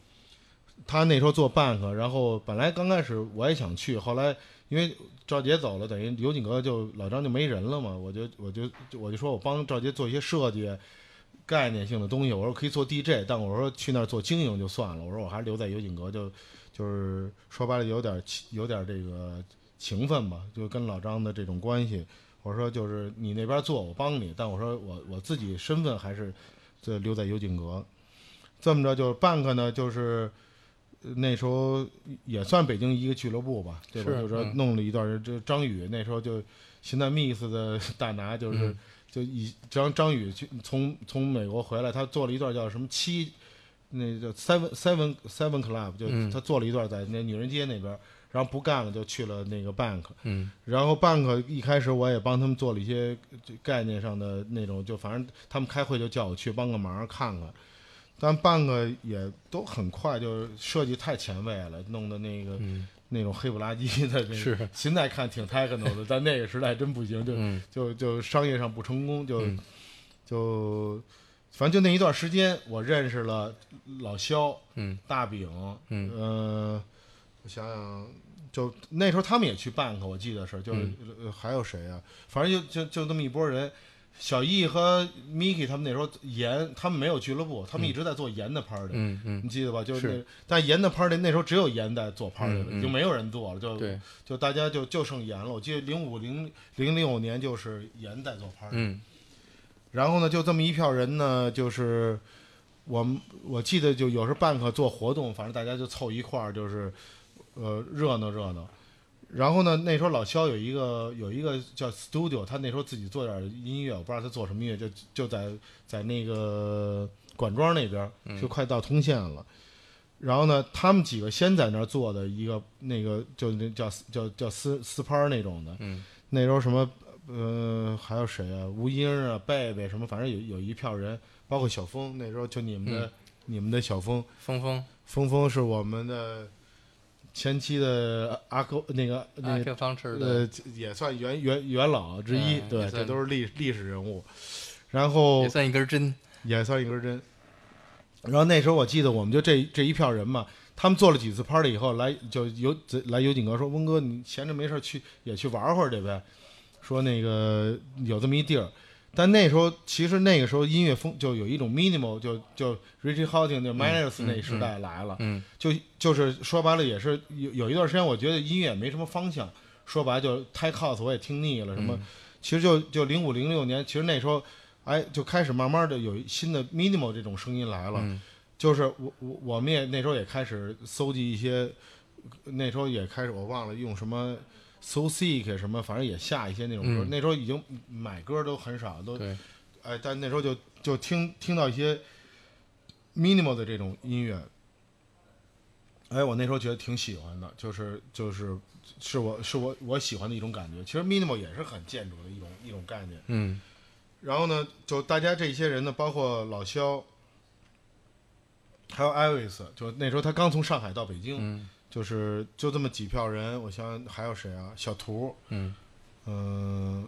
Speaker 2: 他那时候做 Bank，然后本来刚开始我也想去，后来因为赵杰走了，等于刘景阁就老张就没人了嘛，我就我就就我就说我帮赵杰做一些设计。啊概念性的东西，我说可以做 DJ，但我说去那儿做经营就算了，我说我还是留在有井阁，就就是说白了有点情有点这个情分吧，就跟老张的这种关系，我说就是你那边做我帮你，但我说我我自己身份还是这留在有井阁，这么着就是 Bank 呢，就是呃那时候也算北京一个俱乐部吧，对吧？
Speaker 1: 是
Speaker 2: 就是说
Speaker 1: 嗯
Speaker 2: 弄了一段儿，这张宇那时候就现在 Miss 的大拿就是。
Speaker 1: 嗯
Speaker 2: 就以张张宇去从从美国回来，他做了一段叫什么七，那叫 seven seven seven club，就
Speaker 1: 嗯
Speaker 2: 他做了一段在那女人街那边，然后不干了就去了那个 bank，
Speaker 1: 嗯
Speaker 2: 然后 bank 一开始我也帮他们做了一些就概念上的那种，就反正他们开会就叫我去帮个忙看看，但 bank 也都很快就设计太前卫了，弄的那个、
Speaker 1: 嗯
Speaker 2: 那种黑不拉几的那个，
Speaker 1: 是
Speaker 2: 现在看挺 techno 的，但那个时代真不行，就
Speaker 1: 嗯
Speaker 2: 就就商业上不成功，就、
Speaker 1: 嗯
Speaker 2: 就反正就那一段时间，我认识了老肖、
Speaker 1: 嗯
Speaker 2: 大饼，
Speaker 1: 嗯
Speaker 2: 呃，我想想，就那时候他们也去 bank，我记得是，就是、
Speaker 1: 嗯
Speaker 2: 呃还有谁啊？反正就就就那么一拨人。小易和 Miki 他们那时候盐，他们没有俱乐部，他们一直在做盐的 party，、
Speaker 1: 嗯嗯，
Speaker 2: 你记得吧？就是那，但盐的 party 那时候只有盐在做 party 了，
Speaker 1: 嗯嗯
Speaker 2: 已经没有人做了，就
Speaker 1: 对，
Speaker 2: 就大家就就剩盐了。我记得零五零零六年就是盐在做 party，、
Speaker 1: 嗯
Speaker 2: 然后呢，就这么一票人呢，就是我们我记得就有时候办个做活动，反正大家就凑一块儿，就是呃热闹热闹。然后呢，那时候老肖有一个有一个叫 studio，他那时候自己做点音乐，我不知道他做什么音乐，就就在在那个管庄那边，就快到通县了。然后呢，他们几个先在那儿做的一个那个就那叫叫叫撕撕拍儿那种的，
Speaker 1: 嗯
Speaker 2: 那时候什么呃还有谁啊，吴英啊、贝贝什么，反正有有一票人，包括小峰，那时候就你
Speaker 1: 嗯
Speaker 2: 们的、你们的小峰，
Speaker 1: 峰峰
Speaker 2: 峰峰是我们的前期的阿哥那个那个
Speaker 1: ，IQ 方吃的
Speaker 2: 呃，也算元元元老之一，
Speaker 1: 嗯也
Speaker 2: 对，
Speaker 1: 算
Speaker 2: 这都是历历史人物，然后
Speaker 1: 也算一根针，
Speaker 2: 也算一根针。然后那时候我记得，我们就这这一票人嘛，他们做了几次 party 以后，来就有这来有景哥说：“翁哥，你闲着没事儿去也去玩会儿去呗。”说那个有这么一地儿，但那时候其实那个时候音乐风就有一种 minimal，就就 Richie Hawtin 就 Minus
Speaker 1: 嗯
Speaker 2: 那时代来了，
Speaker 1: 嗯
Speaker 2: 就就是说白了也是有有一段时间，我觉得音乐也没什么方向，说白了就 t a k house 我也听腻了，什
Speaker 1: 嗯
Speaker 2: 么、其实就就零五零六年，其实那时候哎就开始慢慢的有新的 minimal 这种声音来了，
Speaker 1: 嗯
Speaker 2: 就是我我我们也那时候也开始搜集一些，那时候也开始我忘了用什么 so seek 什么，反正也下一些那种歌，
Speaker 1: 嗯
Speaker 2: 那时候已经买歌都很少，都
Speaker 1: 对，
Speaker 2: 哎，但那时候就就听听到一些 minimal 的这种音乐，哎，我那时候觉得挺喜欢的，就是就是是我是我我喜欢的一种感觉。其实 minimal 也是很建筑的一种一种概念。
Speaker 1: 嗯
Speaker 2: 然后呢，就大家这些人呢，包括老肖，还有艾维斯，就那时候他刚从上海到北京，
Speaker 1: 嗯
Speaker 2: 就是就这么几票人，我想想还有谁啊？小图，
Speaker 1: 嗯
Speaker 2: 嗯、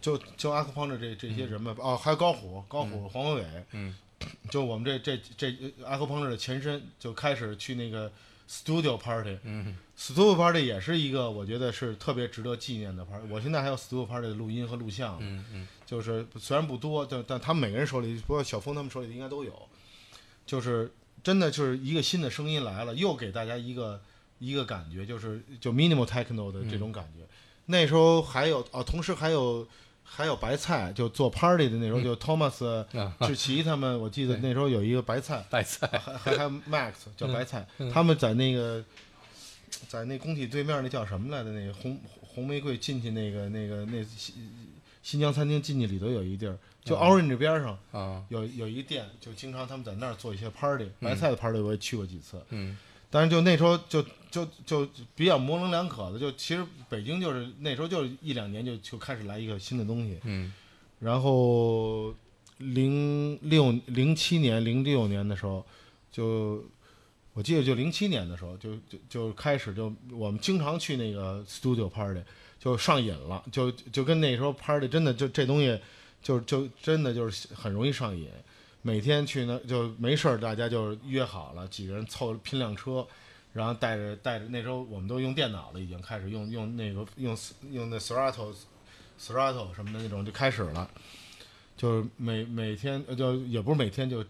Speaker 2: 就就阿克方的这这些人吧，哦，还有高虎，高虎、黄文伟，
Speaker 1: 嗯，
Speaker 2: 就我们这这这呃 Echo Punk 的前身就开始去那个 Studio Party。
Speaker 1: 嗯
Speaker 2: Studio Party 也是一个我觉得是特别值得纪念的 party。我现在还有 Studio Party 的录音和录像，
Speaker 1: 嗯嗯，
Speaker 2: 就是虽然不多，但但他们每个人手里，包括小峰他们手里应该都有。就是真的就是一个新的声音来了，又给大家一个一个感觉，就是就 minimal techno 的
Speaker 1: 嗯
Speaker 2: 这种感觉。那时候还有啊，同时还有还有白菜，就做 party 的那时候，就 Thomas、
Speaker 1: 嗯啊，
Speaker 2: 志奇他们，我记得
Speaker 1: 对
Speaker 2: 那时候有一个白菜，
Speaker 1: 白菜，
Speaker 2: 还还还有 Max 叫白菜
Speaker 1: 嗯，
Speaker 2: 他们在那个在那工体对面那叫什么来着？那个红红玫瑰进去那个那个那新新疆餐厅进去里头有一地儿，就
Speaker 1: 嗯
Speaker 2: Orange 边上
Speaker 1: 啊，
Speaker 2: 有有一店，就经常他们在那儿做一些 party，白菜的 party 我也去过几次，
Speaker 1: 嗯
Speaker 2: 但是就那时候就就就比较模棱两可的，就其实北京就是那时候就是一两年就就开始来一个新的东西，
Speaker 1: 嗯
Speaker 2: 然后零六零七年零六年的时候，就我记得就零七年的时候，就就就开始就我们经常去那个 studio party，就上瘾了，就就跟那时候 party 真的就这东西就就真的就是很容易上瘾。每天去那就没事儿，大家就约好了，几个人凑拼辆车，然后带着带着那时候我们都用电脑了，已经开始用用那个用用那 Serato Serato 什么的那种就开始了，就是每每天呃就也不是每天就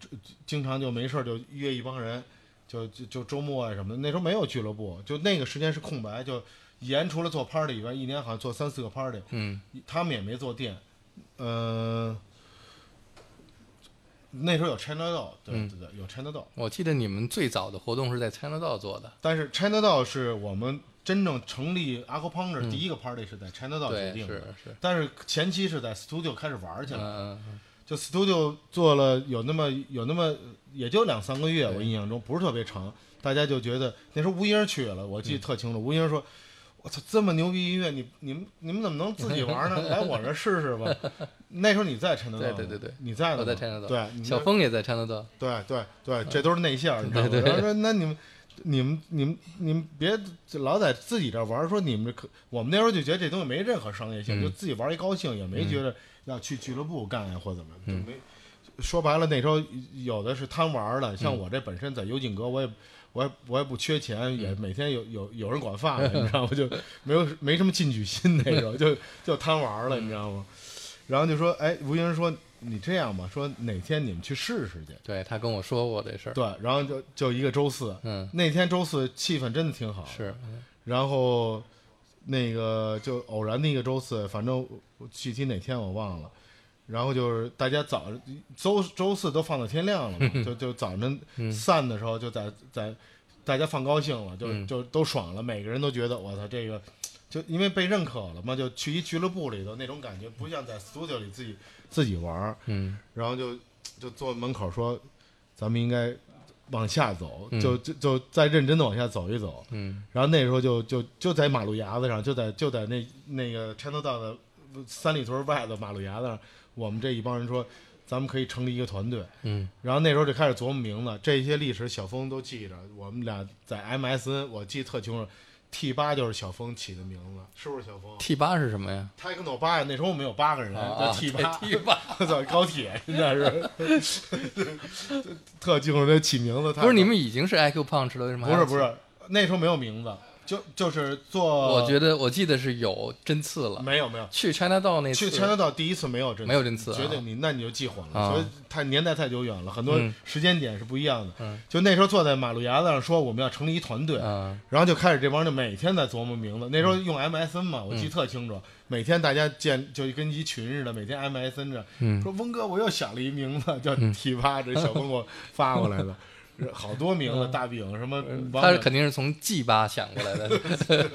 Speaker 2: 经常就没事儿就约一帮人，就就就周末啊什么的。那时候没有俱乐部，就那个时间是空白，就盐除了做 party 以外，一年好像做三四个 party，
Speaker 1: 嗯
Speaker 2: 他们也没做店，呃，那时候有 China Doll，对
Speaker 1: 嗯
Speaker 2: 对对，有 China Doll，
Speaker 1: 我记得你们最早的活动是在 China 道做的，
Speaker 2: 但是 China Doll 是我们真正成立 a c o p u n c t u r 第一个 party 是在 China Doll 决
Speaker 1: 嗯对，
Speaker 2: 定的
Speaker 1: 是，是，
Speaker 2: 但是前期是在 Studio 开始玩去了。
Speaker 1: 嗯嗯
Speaker 2: 就 studio 做了有那么有那么也就两三个月，
Speaker 1: 对
Speaker 2: 我印象中不是特别长，大家就觉得那时候吴英儿去了，我
Speaker 1: 嗯
Speaker 2: 记得特清楚，吴英儿说。我操，这么牛逼音乐，你你们你们怎么能自己玩呢？来我这试试吧。
Speaker 1: [laughs]
Speaker 2: 那时候你在陈德道，
Speaker 1: 对对对对，
Speaker 2: 你在的吗，
Speaker 1: 我在陈德道
Speaker 2: 对，
Speaker 1: 嗯，
Speaker 2: 你
Speaker 1: 小
Speaker 2: 那
Speaker 1: 峰也在 China 道，
Speaker 2: 对对对，这都是内线儿，你知道吗？
Speaker 1: 嗯对对
Speaker 2: 然后说那你们。你们你们你们别老在自己这玩儿，说你们这可我们那时候就觉得这东西没任何商业性，
Speaker 1: 嗯
Speaker 2: 就自己玩儿一高兴，也没觉得要去俱乐部干呀或怎么，
Speaker 1: 嗯
Speaker 2: 就没说白了那时候有的是贪玩儿的，
Speaker 1: 嗯
Speaker 2: 像我这本身在有景阁，我也我也我也不缺钱，
Speaker 1: 嗯
Speaker 2: 也每天有有有人管
Speaker 1: [laughs]
Speaker 2: 饭了，你知道吗？就没有没什么进取心那种，就就贪玩儿
Speaker 1: 嗯
Speaker 2: 了，你知道吗？然后就说，哎，吴英儿说你这样吧，说哪天你们去试试去。
Speaker 1: 对他跟我说过这事儿，
Speaker 2: 对，然后就就一个周四，
Speaker 1: 嗯，
Speaker 2: 那天周四气氛真的挺好，
Speaker 1: 是，
Speaker 2: 然后那个就偶然的一个周四，反正我具体哪天我忘了。然后就是大家早周周四都放到天亮了嘛，
Speaker 1: [laughs]
Speaker 2: 就就早晨散的时候就在在大家放高兴了，就
Speaker 1: 嗯
Speaker 2: 就都爽了，每个人都觉得我操这个就因为被认可了嘛，就去一俱乐部里头那种感觉，不像在 studio 里自己自己玩儿，
Speaker 1: 嗯
Speaker 2: 然后就就坐门口说，咱们应该往下走，
Speaker 1: 嗯
Speaker 2: 就就就再认真的往下走一走。
Speaker 1: 嗯
Speaker 2: 然后那时候就就就在马路牙子上，就在就在那那个 China 道的三里屯外的马路牙子上，我们这一帮人说，咱们可以成立一个团队。
Speaker 1: 嗯
Speaker 2: 然后那时候就开始琢磨名字，这些历史小峰都记着。我们俩在 MSN，我记得特清楚，T 八就是小峰起的名字，是不是小峰
Speaker 1: ，T 八是什么呀？
Speaker 2: ？Techno 八呀，那时候我们有八个人哎叫 T 八，
Speaker 1: 啊
Speaker 2: [laughs]
Speaker 1: T 八
Speaker 2: 我操，高铁真的是，特清楚这起名字。他
Speaker 1: 不是你们已经是 IQ Punch 了，为什么？
Speaker 2: 不是不，呃是，那时候没有名字，就就是做，
Speaker 1: 我觉得我记得是有针刺了，
Speaker 2: 没有没有。
Speaker 1: 去 China 道那次
Speaker 2: 去 China 岛第一次没有针刺，
Speaker 1: 没有针刺啊
Speaker 2: 绝对你那你就记混了，
Speaker 1: 啊
Speaker 2: 所以太年代太久远了，很多
Speaker 1: 嗯
Speaker 2: 时间点是不一样的。
Speaker 1: 嗯
Speaker 2: 就那时候坐在马路牙子上说我们要成立一团队，
Speaker 1: 嗯
Speaker 2: 然后就开始这帮人就每天在琢磨名字。那时候用 MSN 嘛，
Speaker 1: 嗯
Speaker 2: 我记得特清楚，每天大家见就跟一群似的，每天 MSN 着
Speaker 1: 嗯
Speaker 2: 说峰哥我又想了一名字叫
Speaker 1: 嗯
Speaker 2: T 八，这小峰给我发过来
Speaker 1: [laughs]
Speaker 2: 的。好多名字，大饼什么，
Speaker 1: 嗯
Speaker 2: 王
Speaker 1: 他
Speaker 2: 者
Speaker 1: 是肯定是从 G 八想过来
Speaker 2: [laughs]
Speaker 1: 的，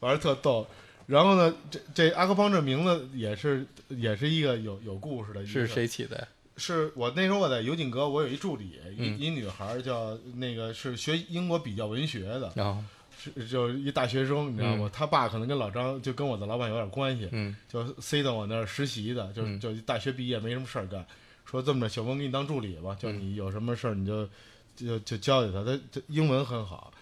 Speaker 2: 玩的特逗。然后呢，这这阿克邦这名字也是也是一个有有故事的一个，
Speaker 1: 是谁起的？
Speaker 2: 是我那时候我在尤景阁，我有一助理，
Speaker 1: 嗯
Speaker 2: 一一女孩儿叫那个是学英国比较文学的，
Speaker 1: 然后，
Speaker 2: 是就是一大学生，你知道吗？她爸可能跟老张就跟我的老板有点关系，
Speaker 1: 嗯
Speaker 2: 就塞到我那儿实习的，就
Speaker 1: 嗯
Speaker 2: 就大学毕业没什么事儿干，说这么着，小峰给你当助理吧，
Speaker 1: 嗯
Speaker 2: 就你有什么事儿你就就就教教他，他他英文很好。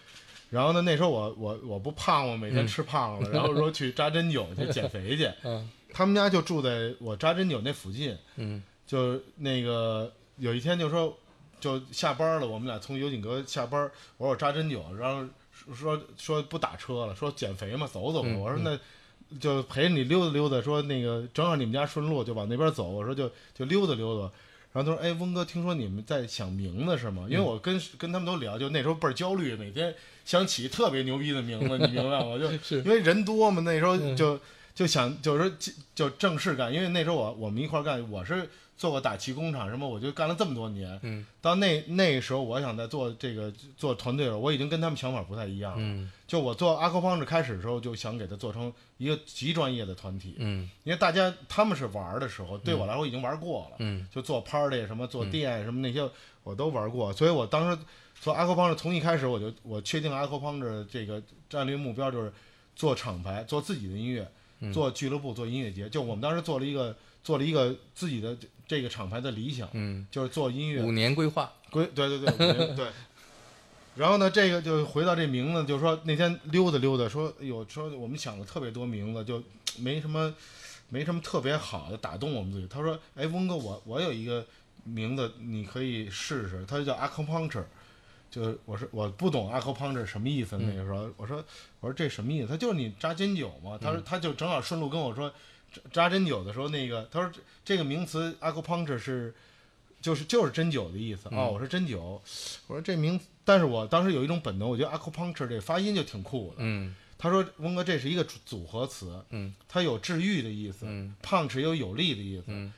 Speaker 2: 然后呢，那时候我我我不胖吗？每天吃胖了，然后说去扎针灸去减肥去。
Speaker 1: [laughs] 嗯
Speaker 2: 他们家就住在我扎针灸那附近，
Speaker 1: 嗯
Speaker 2: 就那个有一天就说，就下班了，我们俩从油井阁下班，我说我扎针灸，然后说说说不打车了，说减肥嘛，走走吧。
Speaker 1: 嗯
Speaker 2: 我说那就陪着你溜达溜达，说那个正好你们家顺路，就往那边走。我说就就溜达溜达。然后他说：“哎，翁哥，听说你们在想名字是吗？因为我跟、跟他们都聊，就那时候倍儿焦虑，每天想起特别牛逼的名字，你明白吗？就是因为人多嘛，那时候就、就想就是说就就正式干，因为那时候我我们一块儿干，我是做过打气工厂什么，我就干了这么多年。
Speaker 1: 嗯
Speaker 2: 到那那时候，我想在做这个做团队了，我已经跟他们想法不太一样了。
Speaker 1: 嗯
Speaker 2: 就我做阿克方式开始的时候，就想给它做成一个极专业的团体，
Speaker 1: 嗯
Speaker 2: 因为大家他们是玩儿的时候，对我来说已经玩过了。
Speaker 1: 嗯
Speaker 2: 就做 party 什么做店什么那些我都玩过，所以我当时做 a c u p u n c 从一开始我就我确定 a c u p u n c 这个战略目标就是做厂牌，做自己的音乐，
Speaker 1: 嗯
Speaker 2: 做俱乐部，做音乐节。就我们当时做了一个做了一个自己的这这个厂牌的理想，
Speaker 1: 嗯，
Speaker 2: 就是做音乐
Speaker 1: 五年规划，
Speaker 2: 归对对对，我觉得对。然后呢，这个就回到这名字，就说那天溜达溜达，说哎呦，说我们想了特别多名字，就没什么没什么特别好的打动我们自己。他说，哎，翁哥，我我有一个名字，你可以试试，它就叫 acupuncture。就是我是我不懂 acupuncture 什么意思，那个时候我说我说这什么意思？他就是你扎针灸嘛。他说他就正好顺路跟我说，扎扎针灸的时候那个他说这这个名词 acupuncture 是就是就是针灸的意思
Speaker 1: 嗯
Speaker 2: 哦。我说针灸，我说这名，但是我当时有一种本能，我觉得 acupuncture 这发音就挺酷的。
Speaker 1: 嗯
Speaker 2: 他说翁哥这是一个组组合词，
Speaker 1: 嗯
Speaker 2: 它有治愈的意思
Speaker 1: 嗯
Speaker 2: ，punch 也有有力的意思，
Speaker 1: 嗯，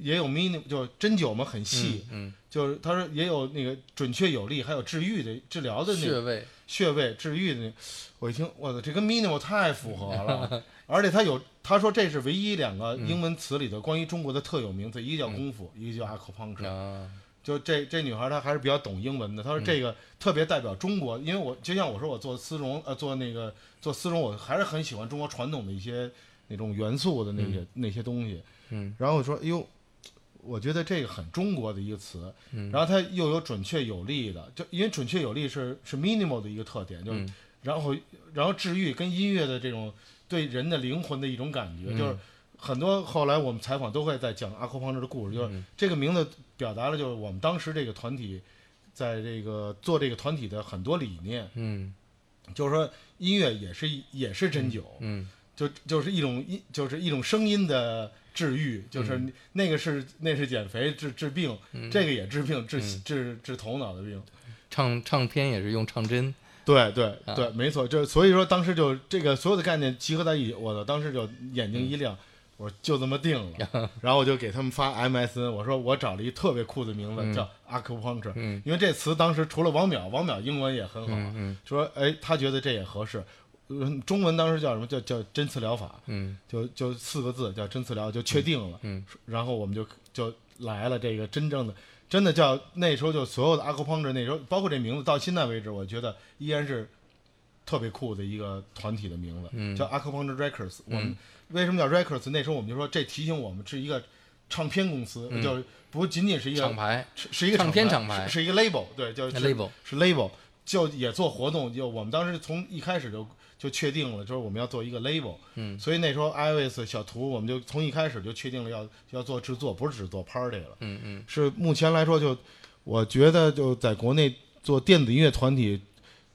Speaker 2: 也有 meaning 就是针灸嘛很细，
Speaker 1: 嗯，
Speaker 2: 就是他说也有那个准确有力，还有治愈的治疗哦的那
Speaker 1: 穴
Speaker 2: 个
Speaker 1: 位，
Speaker 2: 穴位治愈的那个。我一听，我操，这跟 meaning 我太符
Speaker 1: [laughs]
Speaker 2: 合了，而且他有他说这是唯一两个
Speaker 1: 嗯
Speaker 2: 英文词里头关于中国的特有名字，一个叫功夫，一个叫 acupuncture。
Speaker 1: 啊，
Speaker 2: 就这这女孩她还是比较懂英文
Speaker 1: 嗯
Speaker 2: 的，她说这个特别代表中国，因为我就像我说我做丝绒呃做那个做丝绒，我还是很喜欢中国传统的一些那种元素的那些、那些东西。
Speaker 1: 嗯
Speaker 2: 然后我说，哎呦，我觉得这个很中国的一个词，
Speaker 1: 嗯
Speaker 2: 然后它又有准确有力的，就因为准确有力是是 minimal 的一个特点，就是、
Speaker 1: 嗯
Speaker 2: 然后然后治愈跟音乐的这种对人的灵魂的一种感觉，就是
Speaker 1: 嗯
Speaker 2: 很多后来我们采访都会在讲阿库方志的故事，就是
Speaker 1: 嗯
Speaker 2: 这个名字表达了就是我们当时这个团体在这个做这个团体的很多理念，
Speaker 1: 嗯
Speaker 2: 就是说音乐也是一也是针灸，
Speaker 1: 嗯
Speaker 2: 就就是一种一就是一种声音的治愈，就是
Speaker 1: 嗯
Speaker 2: 你那个是那是减肥治治病，这个也治病治、
Speaker 1: 嗯
Speaker 2: 治治头脑的病。
Speaker 1: 唱唱片也是用唱针，
Speaker 2: 对对
Speaker 1: 啊
Speaker 2: 对，没错，这所以说当时就这个所有的概念集合在一起，我操，当时就眼睛一亮，我说就这么定了，然后我就给他们发 MSN，我说我找了一特别酷的名字、叫 acupuncture，、因为这词当时除了王淼，王淼英文也很好，就说哎，他觉得这也合适。嗯，中文当时叫什么？叫叫针刺疗法，
Speaker 1: 嗯，
Speaker 2: 就就四个字叫针刺疗，就确定了，嗯，然后我们就就来了这个真正的，真的叫那时候就所有的 acupuncture 那时候，包括这名字到现在为止，我觉得依然是特别酷的一个团体的名字，
Speaker 1: 嗯
Speaker 2: 叫 Acupuncture Records。我们为什么叫 Records？那时候我们就说，这提醒我们是一个唱片公司，就是不仅仅是一
Speaker 1: 厂
Speaker 2: 个
Speaker 1: 牌
Speaker 2: 是是一个
Speaker 1: 嗯唱片
Speaker 2: 厂
Speaker 1: 厂牌
Speaker 2: 是是一个 label，对，就是
Speaker 1: label
Speaker 2: 是 label，就也做活动。就我们当时从一开始就就确定了，就是我们要做一个 label。嗯，所以那时候 iOS 小图，我们就从一开始就确定了要要做制作，不是只做 party 了。嗯嗯，是目前来说就，我觉得就在国内做电子音乐团体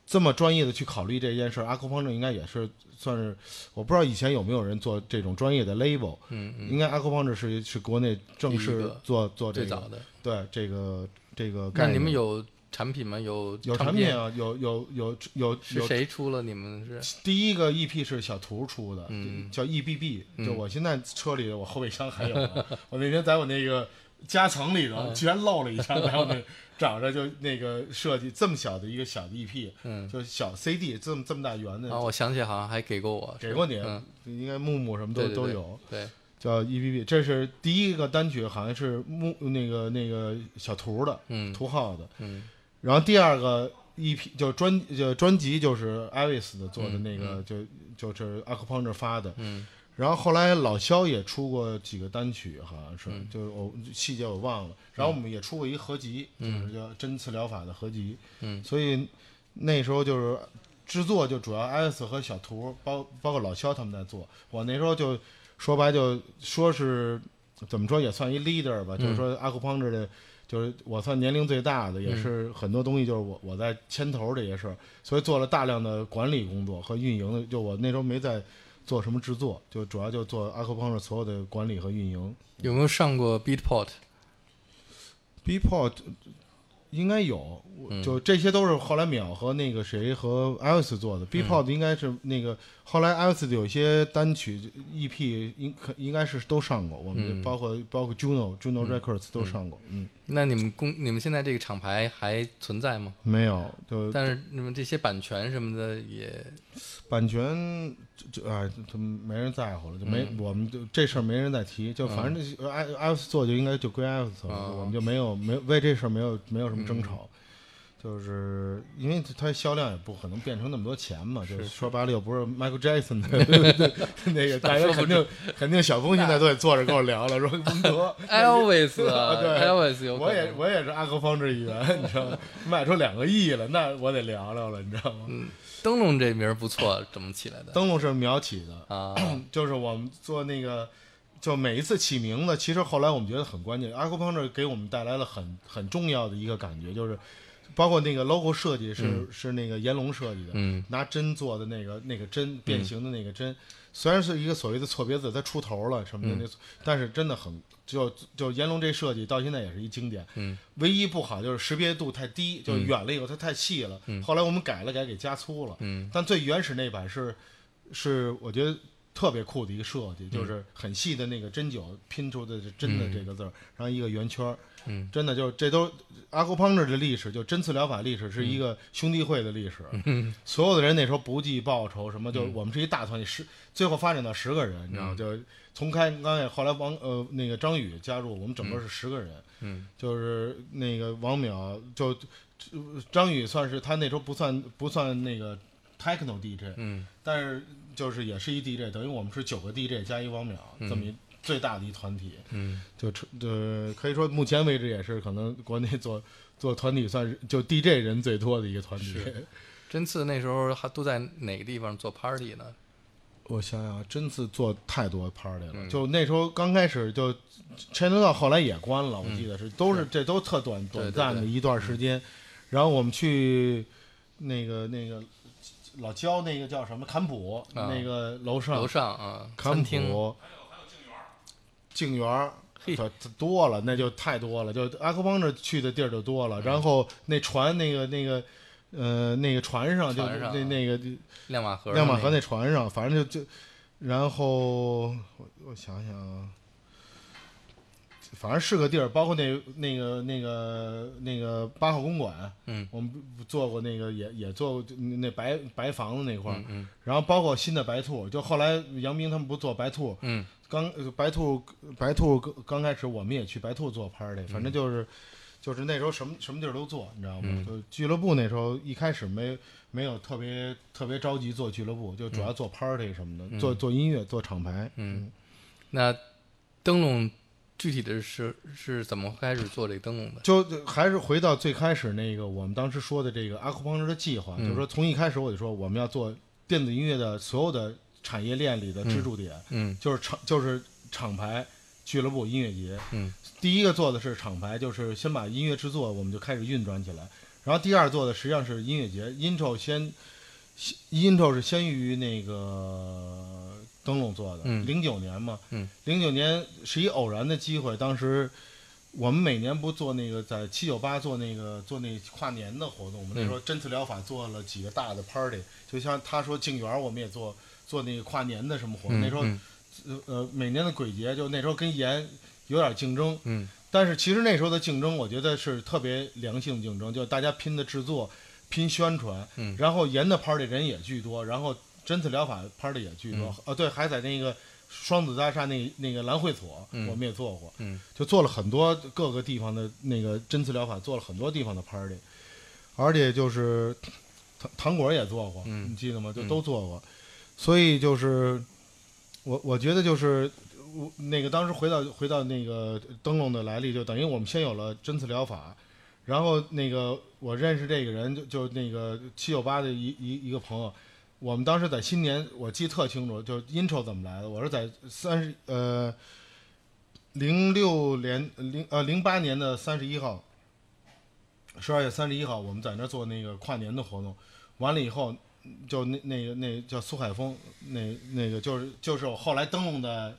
Speaker 2: 这么专业的去考虑这件事儿，阿克方正应该也是算是，我不知道以前有没有人做这种专业的 label。嗯嗯，应该阿克方正是是国内正
Speaker 1: 第一
Speaker 2: 式
Speaker 1: 个
Speaker 2: 做做哦这
Speaker 1: 最
Speaker 2: 个
Speaker 1: 早的。
Speaker 2: 对这个这个概
Speaker 1: 那
Speaker 2: 念。
Speaker 1: 你们有产品吗？有
Speaker 2: 有
Speaker 1: 唱
Speaker 2: 产
Speaker 1: 片
Speaker 2: 品啊？有有有有
Speaker 1: 是
Speaker 2: 有。
Speaker 1: 谁出了？你们是
Speaker 2: 第一个 EP 是小图出的，
Speaker 1: 嗯
Speaker 2: 叫 EBB，就我现在车里的我后备箱还有呢。我那天在我那个夹层里头
Speaker 1: 嗯
Speaker 2: 居然漏了一张，然后那找着就那个设计这么小的一个小的 EP，
Speaker 1: 嗯
Speaker 2: 就是小 CD 这么这么大圆的
Speaker 1: 啊，，我想起好像还给过我，
Speaker 2: 嗯给过你
Speaker 1: 嗯，
Speaker 2: 应该木木什么
Speaker 1: 对
Speaker 2: 都
Speaker 1: 对
Speaker 2: 都
Speaker 1: 对
Speaker 2: 有。
Speaker 1: 对，
Speaker 2: 叫 EBB，这是第一个单曲，好像是木那个那个小图的，
Speaker 1: 嗯
Speaker 2: 图号的，
Speaker 1: 嗯，
Speaker 2: 然后第二个 EP 就专就专辑就是 Iris 的做的那个，就就是 Acupuncture 发的，
Speaker 1: 嗯，
Speaker 2: 然后后来老肖也出过几个单曲，好像是，
Speaker 1: 嗯
Speaker 2: 就是我细节我忘了，然后我们也出过一合集，就是叫针刺疗法的合集，
Speaker 1: 嗯，
Speaker 2: 所以那时候就是制作就主要 Iris 和小图，包包括老肖他们在做，我那时候就说白就说是怎么说也算一 leader 吧，就是说 Acupuncture 的。就是我算年龄最大的，也是很多东西就是我我在牵头这些事儿，所以做了大量的管理工作和运营的。就我那时候没在做什么制作，就主要就做 acupuncture 所有的管理和运营。
Speaker 1: 有没有上过 Beatport？
Speaker 2: Bport 应该有，我就这些都是后来淼和那个谁和 iOS 做的。Bport 应该是那个后来 iOS 的有些单曲 EP 应可应该是都上过，我们包括包括 Juno Juno Records 都上过。嗯，
Speaker 1: 那你们公你们现在这个厂牌还存在吗？
Speaker 2: 没有，就
Speaker 1: 但是你们这些版权什么的
Speaker 2: [laughs]
Speaker 1: 也
Speaker 2: 版权就就哎，他没人在乎了，就没、
Speaker 1: 嗯
Speaker 2: 我们就这事儿没人再提，就哎反正这 i i s 做就应该就归 i s 做，
Speaker 1: 哦
Speaker 2: 我们就没有没有为这事儿没有没有什么争吵，
Speaker 1: 嗯
Speaker 2: 就是因为它销量也不可能变成那么多钱嘛，就是说白了又不是 Michael Jackson
Speaker 1: [laughs]
Speaker 2: 的那个，大家肯定肯定小峰现在都得坐着跟我聊了，说文德
Speaker 1: Elvis 啊
Speaker 2: 对
Speaker 1: ，Elvis 哎有可
Speaker 2: 我也
Speaker 1: 能。
Speaker 2: 我也是阿克方志一员，你知道吗？卖出两个亿了，那我得聊聊了，你知道吗？
Speaker 1: 嗯灯笼这名儿不错，怎么起来的？
Speaker 2: 灯笼是苗起的，
Speaker 1: 啊，
Speaker 2: 就是我们做那个，就每一次起名字，其实后来我们觉得很关键。acupuncture 给我们带来了很很重要的一个感觉，就是包括那个 logo 设计是、是那个炎龙设计的，
Speaker 1: 嗯
Speaker 2: 拿针做的那个那个针变形的那个针，虽然是一个所谓的错别字，它出头了什么
Speaker 1: 嗯
Speaker 2: 的，那、但是真的很就就炎龙这设计到现在也是一经典。
Speaker 1: 嗯，
Speaker 2: 唯一不好就是识别度太低，就远了以后它太细了。后来我们改了改，给加粗了。
Speaker 1: 嗯，
Speaker 2: 但最原始那版是是我觉得。特别酷的一个设计，
Speaker 1: 嗯
Speaker 2: 就是很细的那个针灸拼出的“针”的这个字儿，然后一个圆圈儿，
Speaker 1: 嗯，
Speaker 2: 真的就是这都阿古胖这的历史，就针刺疗法历史
Speaker 1: 嗯
Speaker 2: 是一个兄弟会的历史，所有的人那时候不计报酬，什么
Speaker 1: 嗯
Speaker 2: 就我们是一大团体，十最后发展到十个人，你知道吗？就从开刚才后来王呃那个张宇加入，我们整个是十个人，
Speaker 1: 嗯，
Speaker 2: 就是那个王淼就呃张宇算是他那时候不算不算那个 techno DJ，
Speaker 1: 嗯，
Speaker 2: 但是就是也是一 DJ，等于我们是九个 DJ 加一王淼这么一最大的一团体，
Speaker 1: 嗯，
Speaker 2: 就出呃可以说目前为止也是可能国内做做团体算是就 DJ 人最多的一个团体。
Speaker 1: 针刺那时候还都在哪个地方做 party 呢？
Speaker 2: 我想想，啊，真是做太多 party 了。
Speaker 1: 嗯
Speaker 2: 就那时候刚开始就 Channel 道后来也关了，我记得是，都是这都特短
Speaker 1: 嗯对对嗯
Speaker 2: 短暂的一段时间。然后我们去那个那个老焦那个叫什么坎普、
Speaker 1: 啊
Speaker 2: 那个楼上
Speaker 1: 楼上啊，
Speaker 2: 坎
Speaker 1: 餐厅。
Speaker 2: 普，静园儿
Speaker 1: 嘿
Speaker 2: 它它多了，那就太多了，就阿克邦这去的地儿就多
Speaker 1: 嗯
Speaker 2: 了。然后那船那个那个呃那个船上就
Speaker 1: 船上
Speaker 2: 那那个
Speaker 1: 亮马河，
Speaker 2: 亮马河那船上，反正就就，然后我我想想啊，反正是个地儿，包括那那个那个那个八号公馆，
Speaker 1: 嗯，
Speaker 2: 我们不做过那个也也做过就那白白房子那块儿，
Speaker 1: 嗯嗯
Speaker 2: 然后包括新的白兔，就后来杨斌他们不做白兔，
Speaker 1: 嗯
Speaker 2: 刚呃白兔白兔刚刚开始我们也去白兔做 party，反正就是、就是那时候什么什么地儿都做，你知道吗？
Speaker 1: 嗯
Speaker 2: 就俱乐部那时候一开始没没有特别特别着急做俱乐部，就主要做 party 什么的，
Speaker 1: 嗯
Speaker 2: 做做音乐做厂牌。
Speaker 1: 嗯，那灯笼具体的是是怎么开始做这灯笼的？
Speaker 2: 就就还是回到最开始那个我们当时说的这个阿库邦车的计划，
Speaker 1: 嗯
Speaker 2: 就是说从一开始我就说我们要做电子音乐的所有的产业链里的支柱点，
Speaker 1: 嗯
Speaker 2: 就是厂就是厂牌、俱乐部、音乐节。
Speaker 1: 嗯，
Speaker 2: 第一个做的是厂牌，就是先把音乐制作我们就开始运转起来。然后第二做的实际上是音乐节，intro 先先，intro 是先于那个灯笼做的，
Speaker 1: 嗯
Speaker 2: 零九年嘛，
Speaker 1: 嗯，
Speaker 2: 零九年是一偶然的机会，当时。我们每年不做那个在七九八做那个做那跨年的活动，我们那
Speaker 1: 嗯
Speaker 2: 时候针刺疗法做了几个大的 party，、就像他说静园，我们也做做那个跨年的什么活动，
Speaker 1: 嗯
Speaker 2: 那时候
Speaker 1: 嗯
Speaker 2: 呃呃，每年的鬼节，就那时候跟盐有点竞争，
Speaker 1: 嗯
Speaker 2: 但是其实那时候的竞争，我觉得是特别良性竞争，就大家拼的制作、拼宣传，
Speaker 1: 嗯
Speaker 2: 然后盐的 party 人也居多，然后针刺疗法 party 也居多，
Speaker 1: 嗯
Speaker 2: 呃，对，还在那个双子大厦那那个蓝会所，
Speaker 1: 嗯
Speaker 2: 我们也做过，
Speaker 1: 嗯
Speaker 2: 就做了很多各个地方的那个针刺疗法，做了很多地方的 party，而且就是糖糖果也做过，
Speaker 1: 嗯
Speaker 2: 你记得吗？就
Speaker 1: 嗯
Speaker 2: 都做过，所以就是我我觉得就是我那个当时回到回到那个灯笼的来历，就等于我们先有了针刺疗法，然后那个我认识这个人，就就那个七九八的一一一个朋友，我们当时在新年，我记得特清楚，就 intro 怎么来的，我是在三十呃零六年零呃零八年的三十一号，十二月三十一号，我们在那儿做那个跨年的活动，完了以后。就那那个那叫苏海峰，那那个就是就是我后来灯笼的，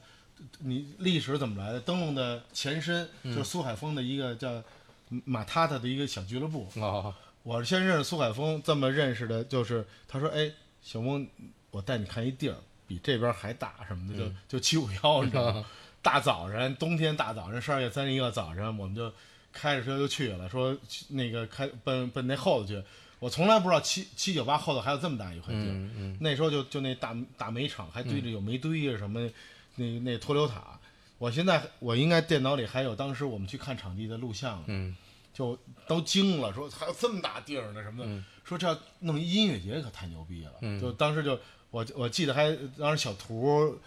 Speaker 2: 你历史怎么来的？灯笼的前身就是苏海峰的一个叫马塔塔的一个小俱乐部。
Speaker 1: 哦
Speaker 2: 我是先认识苏海峰，这么认识的，就是他说：“哎，小峰，我带你看一地儿，比这边还大什么的，
Speaker 1: 嗯
Speaker 2: 就就七五幺，你
Speaker 1: [laughs]
Speaker 2: 知道吗？大早晨，冬天大早晨，十二月三十一号早晨，我们就开着车就去了，说去那个开奔奔那后头去。我从来不知道七七九八后头还有这么大一块地儿。
Speaker 1: 嗯嗯
Speaker 2: 那时候就就那大大煤场还堆着有煤堆啊什么，那那脱硫塔。我现在我应该电脑里还有当时我们去看场地的录像呢，
Speaker 1: 嗯
Speaker 2: 就都惊了，说还有这么大地儿呢什么的，
Speaker 1: 嗯
Speaker 2: 说这要弄一音乐节可太牛逼了。
Speaker 1: 嗯
Speaker 2: 就当时就我我记得还当时小图，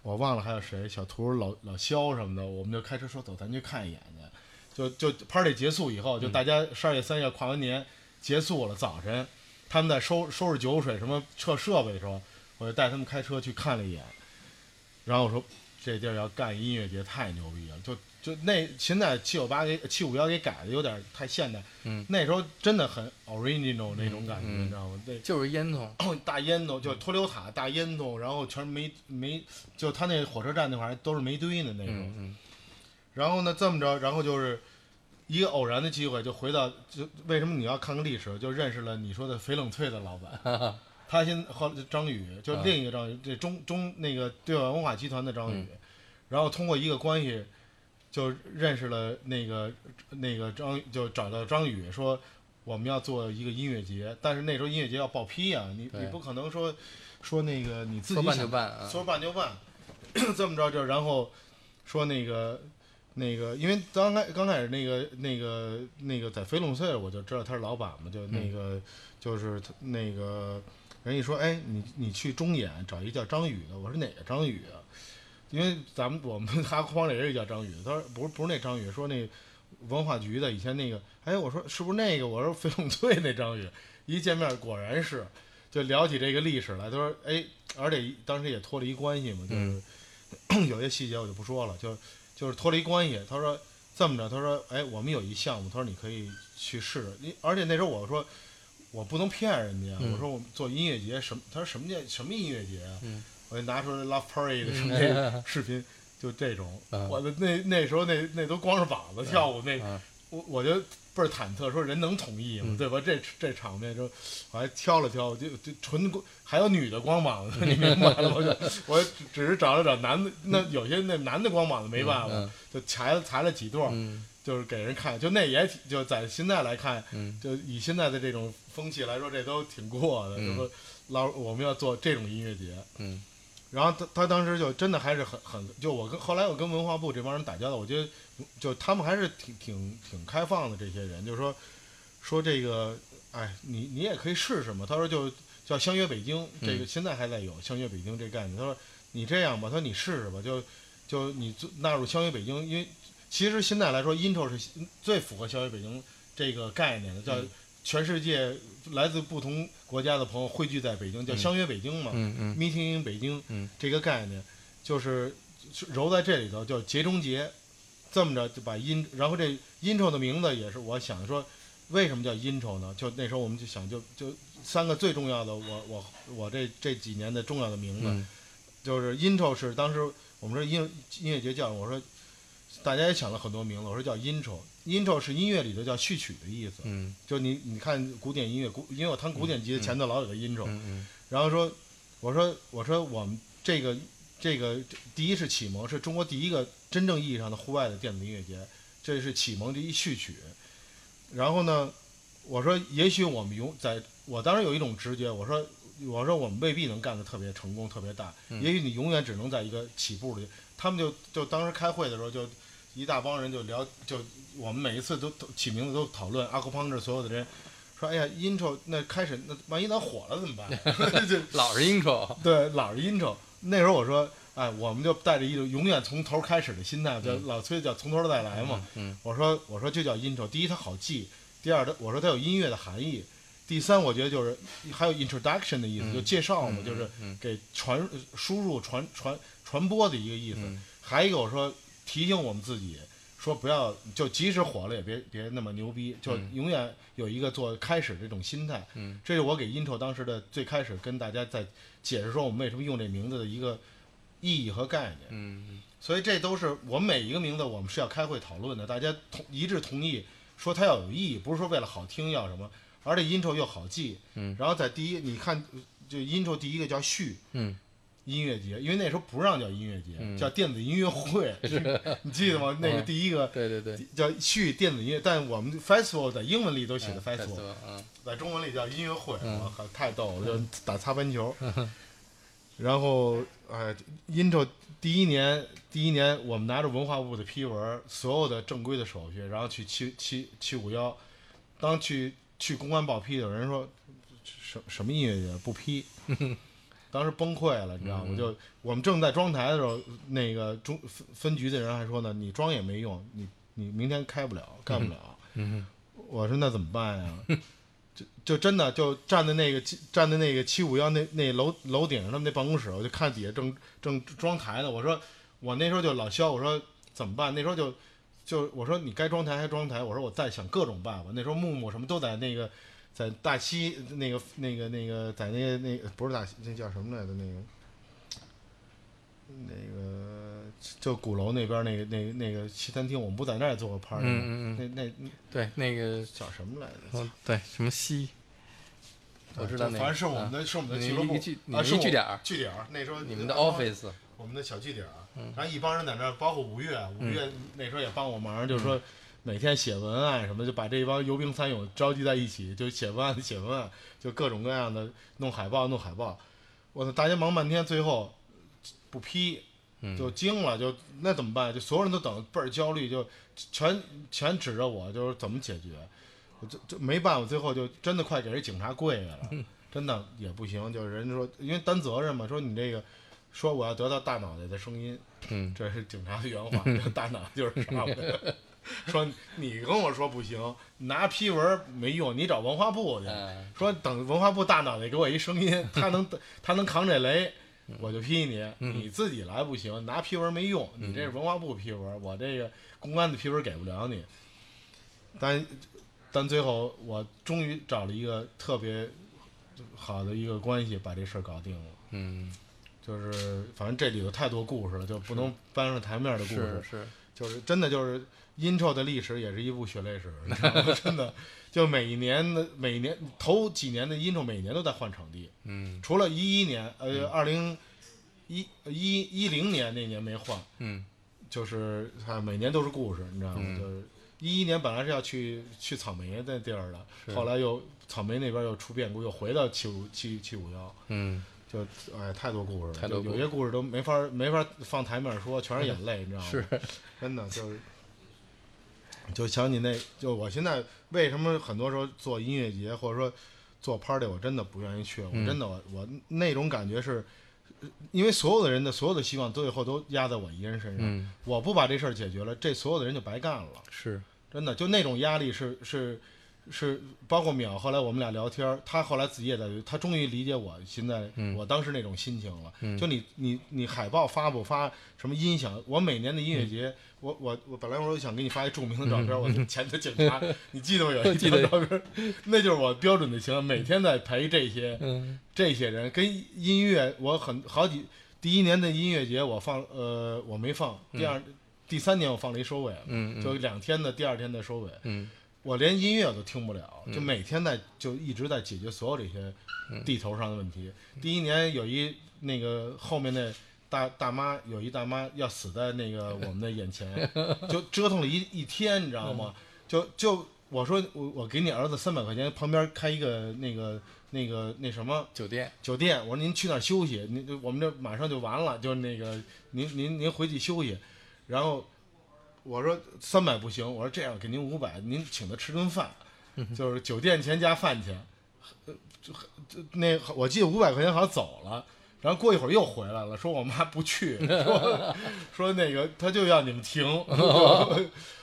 Speaker 2: 我忘了还有谁，小图老老肖什么的，我们就开车说走，咱去看一眼去。就就 party 结束以后，
Speaker 1: 嗯
Speaker 2: 就大家十二月三月跨完年结束了，早晨他们在收收拾酒水什么撤设备的时候，我就带他们开车去看了一眼，然后我说这地儿要干音乐节太牛逼了，就就那现在七九八给七五幺给改的有点太现代，
Speaker 1: 嗯
Speaker 2: 那时候真的很 original 那种感觉，
Speaker 1: 嗯
Speaker 2: 你知道吗？那
Speaker 1: 就是烟囱。
Speaker 2: 哦大烟囱，就脱硫塔大烟囱，然后全是煤煤，就他那火车站那块儿都是煤堆呢那种。
Speaker 1: 嗯嗯
Speaker 2: 然后呢，这么着，然后就是一个偶然的机会，就回到就为什么你要看个历史，就认识了你说的翡冷翠的老板，
Speaker 1: [laughs]
Speaker 2: 他先后来就张宇，就
Speaker 1: 啊
Speaker 2: 另一个张宇，这中中那个对外文化集团的张宇，
Speaker 1: 嗯
Speaker 2: 然后通过一个关系就认识了那个那个张，就找到张宇说。我们要做一个音乐节，但是那时候音乐节要报批啊，你
Speaker 1: 对
Speaker 2: 你不可能说说那个你自己
Speaker 1: 说办
Speaker 2: 想
Speaker 1: 就办啊。
Speaker 2: 说办就办， [clears throat] 这么着就然后说那个那个，因为刚开刚开始那个那个那个在飞龙翠我就知道他是老板嘛，就
Speaker 1: 嗯
Speaker 2: 那个、就是他那个人一说，哎，你你去中演找一叫张宇的，我说哪个张宇啊？因为咱们我们哈库邦里人也叫张宇，他说不是不是那张宇，说那文化局的以前那个，哎，我说是不是那个？我说飞龙翠那张宇，一见面果然是，就聊起这个历史来，他说哎，而且当时也脱离关系嘛，就是、
Speaker 1: 嗯
Speaker 2: [clears throat] 有些细节我就不说了，就是就是脱离关系。他说这么着，他说哎，我们有一项目，他说你可以去试试。你而且那时候我说我不能骗人家，
Speaker 1: 嗯
Speaker 2: 我说我们做音乐节什么？他说什么叫什么音乐节啊？
Speaker 1: 嗯
Speaker 2: 我就拿出来 Love Parade 什么那
Speaker 1: [laughs]
Speaker 2: 个视频，就这种，
Speaker 1: 嗯
Speaker 2: 我的那那时候那那都光着膀子跳舞那。
Speaker 1: 嗯
Speaker 2: 我我就倍儿忐忑，说人能同意吗？对吧？这这场面就，我还挑了挑，就就纯光还有女的光膀子，你明白了？我就我只是找了找男的，那有些那男的光膀子没办法，
Speaker 1: 嗯
Speaker 2: 就裁了裁了几对儿，
Speaker 1: 嗯
Speaker 2: 就是给人看，就那也挺就在现在来看，
Speaker 1: 嗯
Speaker 2: 就以现在的这种风气来说，这都挺过的。
Speaker 1: 嗯
Speaker 2: 就说老我们要做这种音乐节，
Speaker 1: 嗯
Speaker 2: 然后他他当时就真的还是很很，就我跟后来我跟文化部这帮人打交道，我觉得就他们还是挺挺挺开放的这些人，就是说说这个，哎，你你也可以试试嘛。他说就叫相约北京，这
Speaker 1: 嗯
Speaker 2: 个现在还在有相约北京这概念。他说你这样吧，他说你试试吧，就就你做纳入相约北京，因为其实现在来说，intro 是最符合相约北京这个概念的，叫
Speaker 1: 嗯
Speaker 2: 全世界来自不同国家的朋友汇聚在北京，叫
Speaker 1: 嗯
Speaker 2: 相约北京嘛。
Speaker 1: 嗯嗯
Speaker 2: Meeting in 北京，
Speaker 1: 嗯
Speaker 2: 这个概念就是是揉在这里头，叫节中节，这么着就把音，然后这 intro 的名字也是我想说，为什么叫 intro 呢？就那时候我们就想就就三个最重要的，我我我这这几年的重要的名字，
Speaker 1: 嗯
Speaker 2: 就是 intro 是当时我们说音音乐节叫我说，大家也想了很多名字，我说叫 intro，intro 是音乐里头叫序曲的意思，
Speaker 1: 嗯
Speaker 2: 就你你看古典音乐古，因为我弹古典吉他前头老有个 intro，、
Speaker 1: 嗯
Speaker 2: 然后说，我说我说我们这个这个第一是启蒙，是中国第一个真正意义上的户外的电子音乐节，这是启蒙这一序曲。然后呢，我说也许我们永在我当时有一种直觉，我说我说我们未必能干得特别成功、特别大，
Speaker 1: 嗯
Speaker 2: 也许你永远只能在一个起步里。他们就就当时开会的时候就。一大帮人就聊，就我们每一次都都起名字都讨论阿库邦这所有的人，说哎呀，intro 那开始那万一咱火了怎么
Speaker 1: [laughs]
Speaker 2: 办？ [laughs] 就
Speaker 1: 老是 intro，
Speaker 2: 对，老是 intro。那时候我说，哎，我们就带着一种永远从头开始的心态，叫、老崔叫从头再来嘛。
Speaker 1: 嗯
Speaker 2: 我说我说就叫 intro，第一它好记，第二它我说它有音乐的含义，第三我觉得就是还有 introduction 的意思，
Speaker 1: 嗯
Speaker 2: 就介绍嘛，
Speaker 1: 嗯
Speaker 2: 就是
Speaker 1: 嗯
Speaker 2: 给传呃输入传传传播的一个意思。
Speaker 1: 嗯
Speaker 2: 还有一个我说提醒我们自己。说不要，就即使火了也别别那么牛逼，就
Speaker 1: 嗯
Speaker 2: 永远有一个做开始这种心态。
Speaker 1: 嗯
Speaker 2: 这是我给 intro 当时的最开始跟大家在解释说我们为什么用这名字的一个意义和概念。
Speaker 1: 嗯
Speaker 2: 所以这都是我们每一个名字我们是要开会讨论的，大家同一致同意说它要有意义，不是说为了好听要什么，而且 intro 又好记。
Speaker 1: 嗯，
Speaker 2: 然后在第一，你看就 intro 第一个叫序。
Speaker 1: 嗯
Speaker 2: 音乐节，因为那时候不让叫音乐节，
Speaker 1: 嗯
Speaker 2: 叫电子音
Speaker 1: [laughs]
Speaker 2: 乐会，你记得吗？那个
Speaker 1: 嗯
Speaker 2: 第一个、
Speaker 1: 对对对，
Speaker 2: 叫序电子音乐，但我们 festival 在英文里都写的 festival，、
Speaker 1: 嗯
Speaker 2: 在中文里叫音乐会，
Speaker 1: 嗯
Speaker 2: 我靠，太逗了，就打擦
Speaker 1: [laughs]
Speaker 2: 边球。然后，哎，intro 第一年，第一年我们拿着文化部的批文，所有的正规的手续，然后去七七七五幺，当去去公安报批的，有人说什什么音乐节不
Speaker 1: [laughs]
Speaker 2: 批，当时崩溃了，你知道吗？
Speaker 1: 嗯
Speaker 2: 我就我们正在装台的时候，那个中分分局的人还说呢，你装也没用，你你明天开不了，干不了。
Speaker 1: 嗯
Speaker 2: 我说那怎么办呀？ [laughs] 就就真的就站在那个七站在那个七五幺那那楼楼顶上他们那办公室，我就看底下正正装台呢。我说我那时候就老肖，我说怎么办？那时候就就我说你该装台还装台，我说我再想各种办法。那时候木木什么都在那个在大西那个那个那个在那个那个不是大西那叫什么来着那个那个就鼓楼那边那个那个那个西餐厅，我们不在那儿也做过 party 吗？
Speaker 1: 嗯嗯嗯，
Speaker 2: 那那
Speaker 1: 对那个
Speaker 2: 叫什么来着？啊
Speaker 1: 嗯对什么西，啊我知道那个，
Speaker 2: 反正是我们的，是我们的俱乐部
Speaker 1: 你一据你
Speaker 2: 啊，
Speaker 1: 一
Speaker 2: 是我
Speaker 1: 据点儿
Speaker 2: 据点儿那时候
Speaker 1: 啊你们的 office，嗯
Speaker 2: 我们的小据点儿，然后一帮人在那儿，包括吴越，吴越那时候也帮我忙，
Speaker 1: 嗯
Speaker 2: 就是说每天写文案什么，就把这帮游兵三勇召集在一起，就写文案写文案，就各种各样的弄海报弄海报，我操，大家忙半天，最后不批。
Speaker 1: 嗯
Speaker 2: 就惊了，就那怎么办？就所有人都等，倍儿焦虑，就全全指着我，就是怎么解决？我就就没办法，最后就真的快给人警察跪下了，
Speaker 1: 嗯
Speaker 2: 真的也不行。就是人家说，因为担责任嘛，说你这个，说我要得到大脑袋的声音，
Speaker 1: 嗯
Speaker 2: 这是警察的原话，这大脑就是上的。 [laughs] 说你跟我说不行，拿批文儿没用，你找文化部去。
Speaker 1: 嗯
Speaker 2: 说等文化部大脑袋给我一声音，他能他能扛这雷，我就批你。你自己来不行，拿批文没用，你这是文化部批文，我这个公安的批文给不了你。但但最后我终于找了一个特别好的一个关系，把这事儿搞定了。
Speaker 1: 嗯
Speaker 2: 就是反正这里有太多故事了，就不能搬上台面的故
Speaker 1: 是
Speaker 2: 事。
Speaker 1: 是
Speaker 2: 就是真的就是 intro 的历史也是一部血泪史，你知道吗？ [laughs] 真的，就每一年的每一年头几年的 intro 每年都在换场地，
Speaker 1: 嗯
Speaker 2: 除了一一年，呃，二零一一一零年那年没换，
Speaker 1: 嗯
Speaker 2: 就是看每年都是故事，你知道吗？
Speaker 1: 嗯
Speaker 2: 就是一一年本来是要去去草莓那地儿
Speaker 1: 是
Speaker 2: 的，后来又草莓那边又出变故，又回到七五七七五幺，
Speaker 1: 嗯，
Speaker 2: 就哎太多故事了，
Speaker 1: 太多
Speaker 2: 就
Speaker 1: 故
Speaker 2: 有
Speaker 1: 事
Speaker 2: 些故事都没法没法放台面说，全是眼泪，你知道吗？
Speaker 1: 哦是，
Speaker 2: 真的就是。就想起那，就我现在为什么很多时候做音乐节或者说做 party，我真的不愿意去，我
Speaker 1: 嗯
Speaker 2: 真的我我那种感觉是，因为所有的人的所有的希望最后都压在我一个人身上，
Speaker 1: 嗯
Speaker 2: 我不把这事儿解决了，这所有的人就白干了。
Speaker 1: 是，
Speaker 2: 真的，就那种压力是是是，包括淼后来我们俩聊天儿，他后来自己也在，他终于理解我现在、
Speaker 1: 嗯
Speaker 2: 我当时那种心情了。
Speaker 1: 嗯
Speaker 2: 就你你你海报发不发什么音响？我每年的音乐节，
Speaker 1: 嗯
Speaker 2: 我我我本来我想给你发一著名的照片，我就前头检
Speaker 1: [laughs]
Speaker 2: 查，你记得吗？有一
Speaker 1: 记
Speaker 2: 张
Speaker 1: 得
Speaker 2: 照片，那就是我标准的情况，每天在陪这些。
Speaker 1: 嗯
Speaker 2: 这些人跟音乐，我很好几第一年的音乐节我放呃我没放，第二、第三年我放了一收尾，
Speaker 1: 嗯
Speaker 2: 就两天的第二天的收尾，
Speaker 1: 嗯
Speaker 2: 我连音乐我都听不了，
Speaker 1: 嗯
Speaker 2: 就每天在就一直在解决所有这些地头上的问题。
Speaker 1: 嗯
Speaker 2: 第一年有一那个后面那大大妈有一大妈要死在那个我们的眼前，
Speaker 1: [laughs]
Speaker 2: 就折腾了一一天，你知道
Speaker 1: 嗯
Speaker 2: 吗？就就我说我我给你儿子三百块钱，旁边开一个那个那个那什么。
Speaker 1: 酒店，
Speaker 2: 酒店，我说您去那儿休息，您我们这马上就完了，就是那个您您您回去休息，然后我说三百不行，我说这样给您五百，您请他吃顿饭，就是酒店钱加饭钱，呃这这那我记得五百块钱好像走了。然后过一会儿又回来了，说我妈不去，说说那个他就要你们停，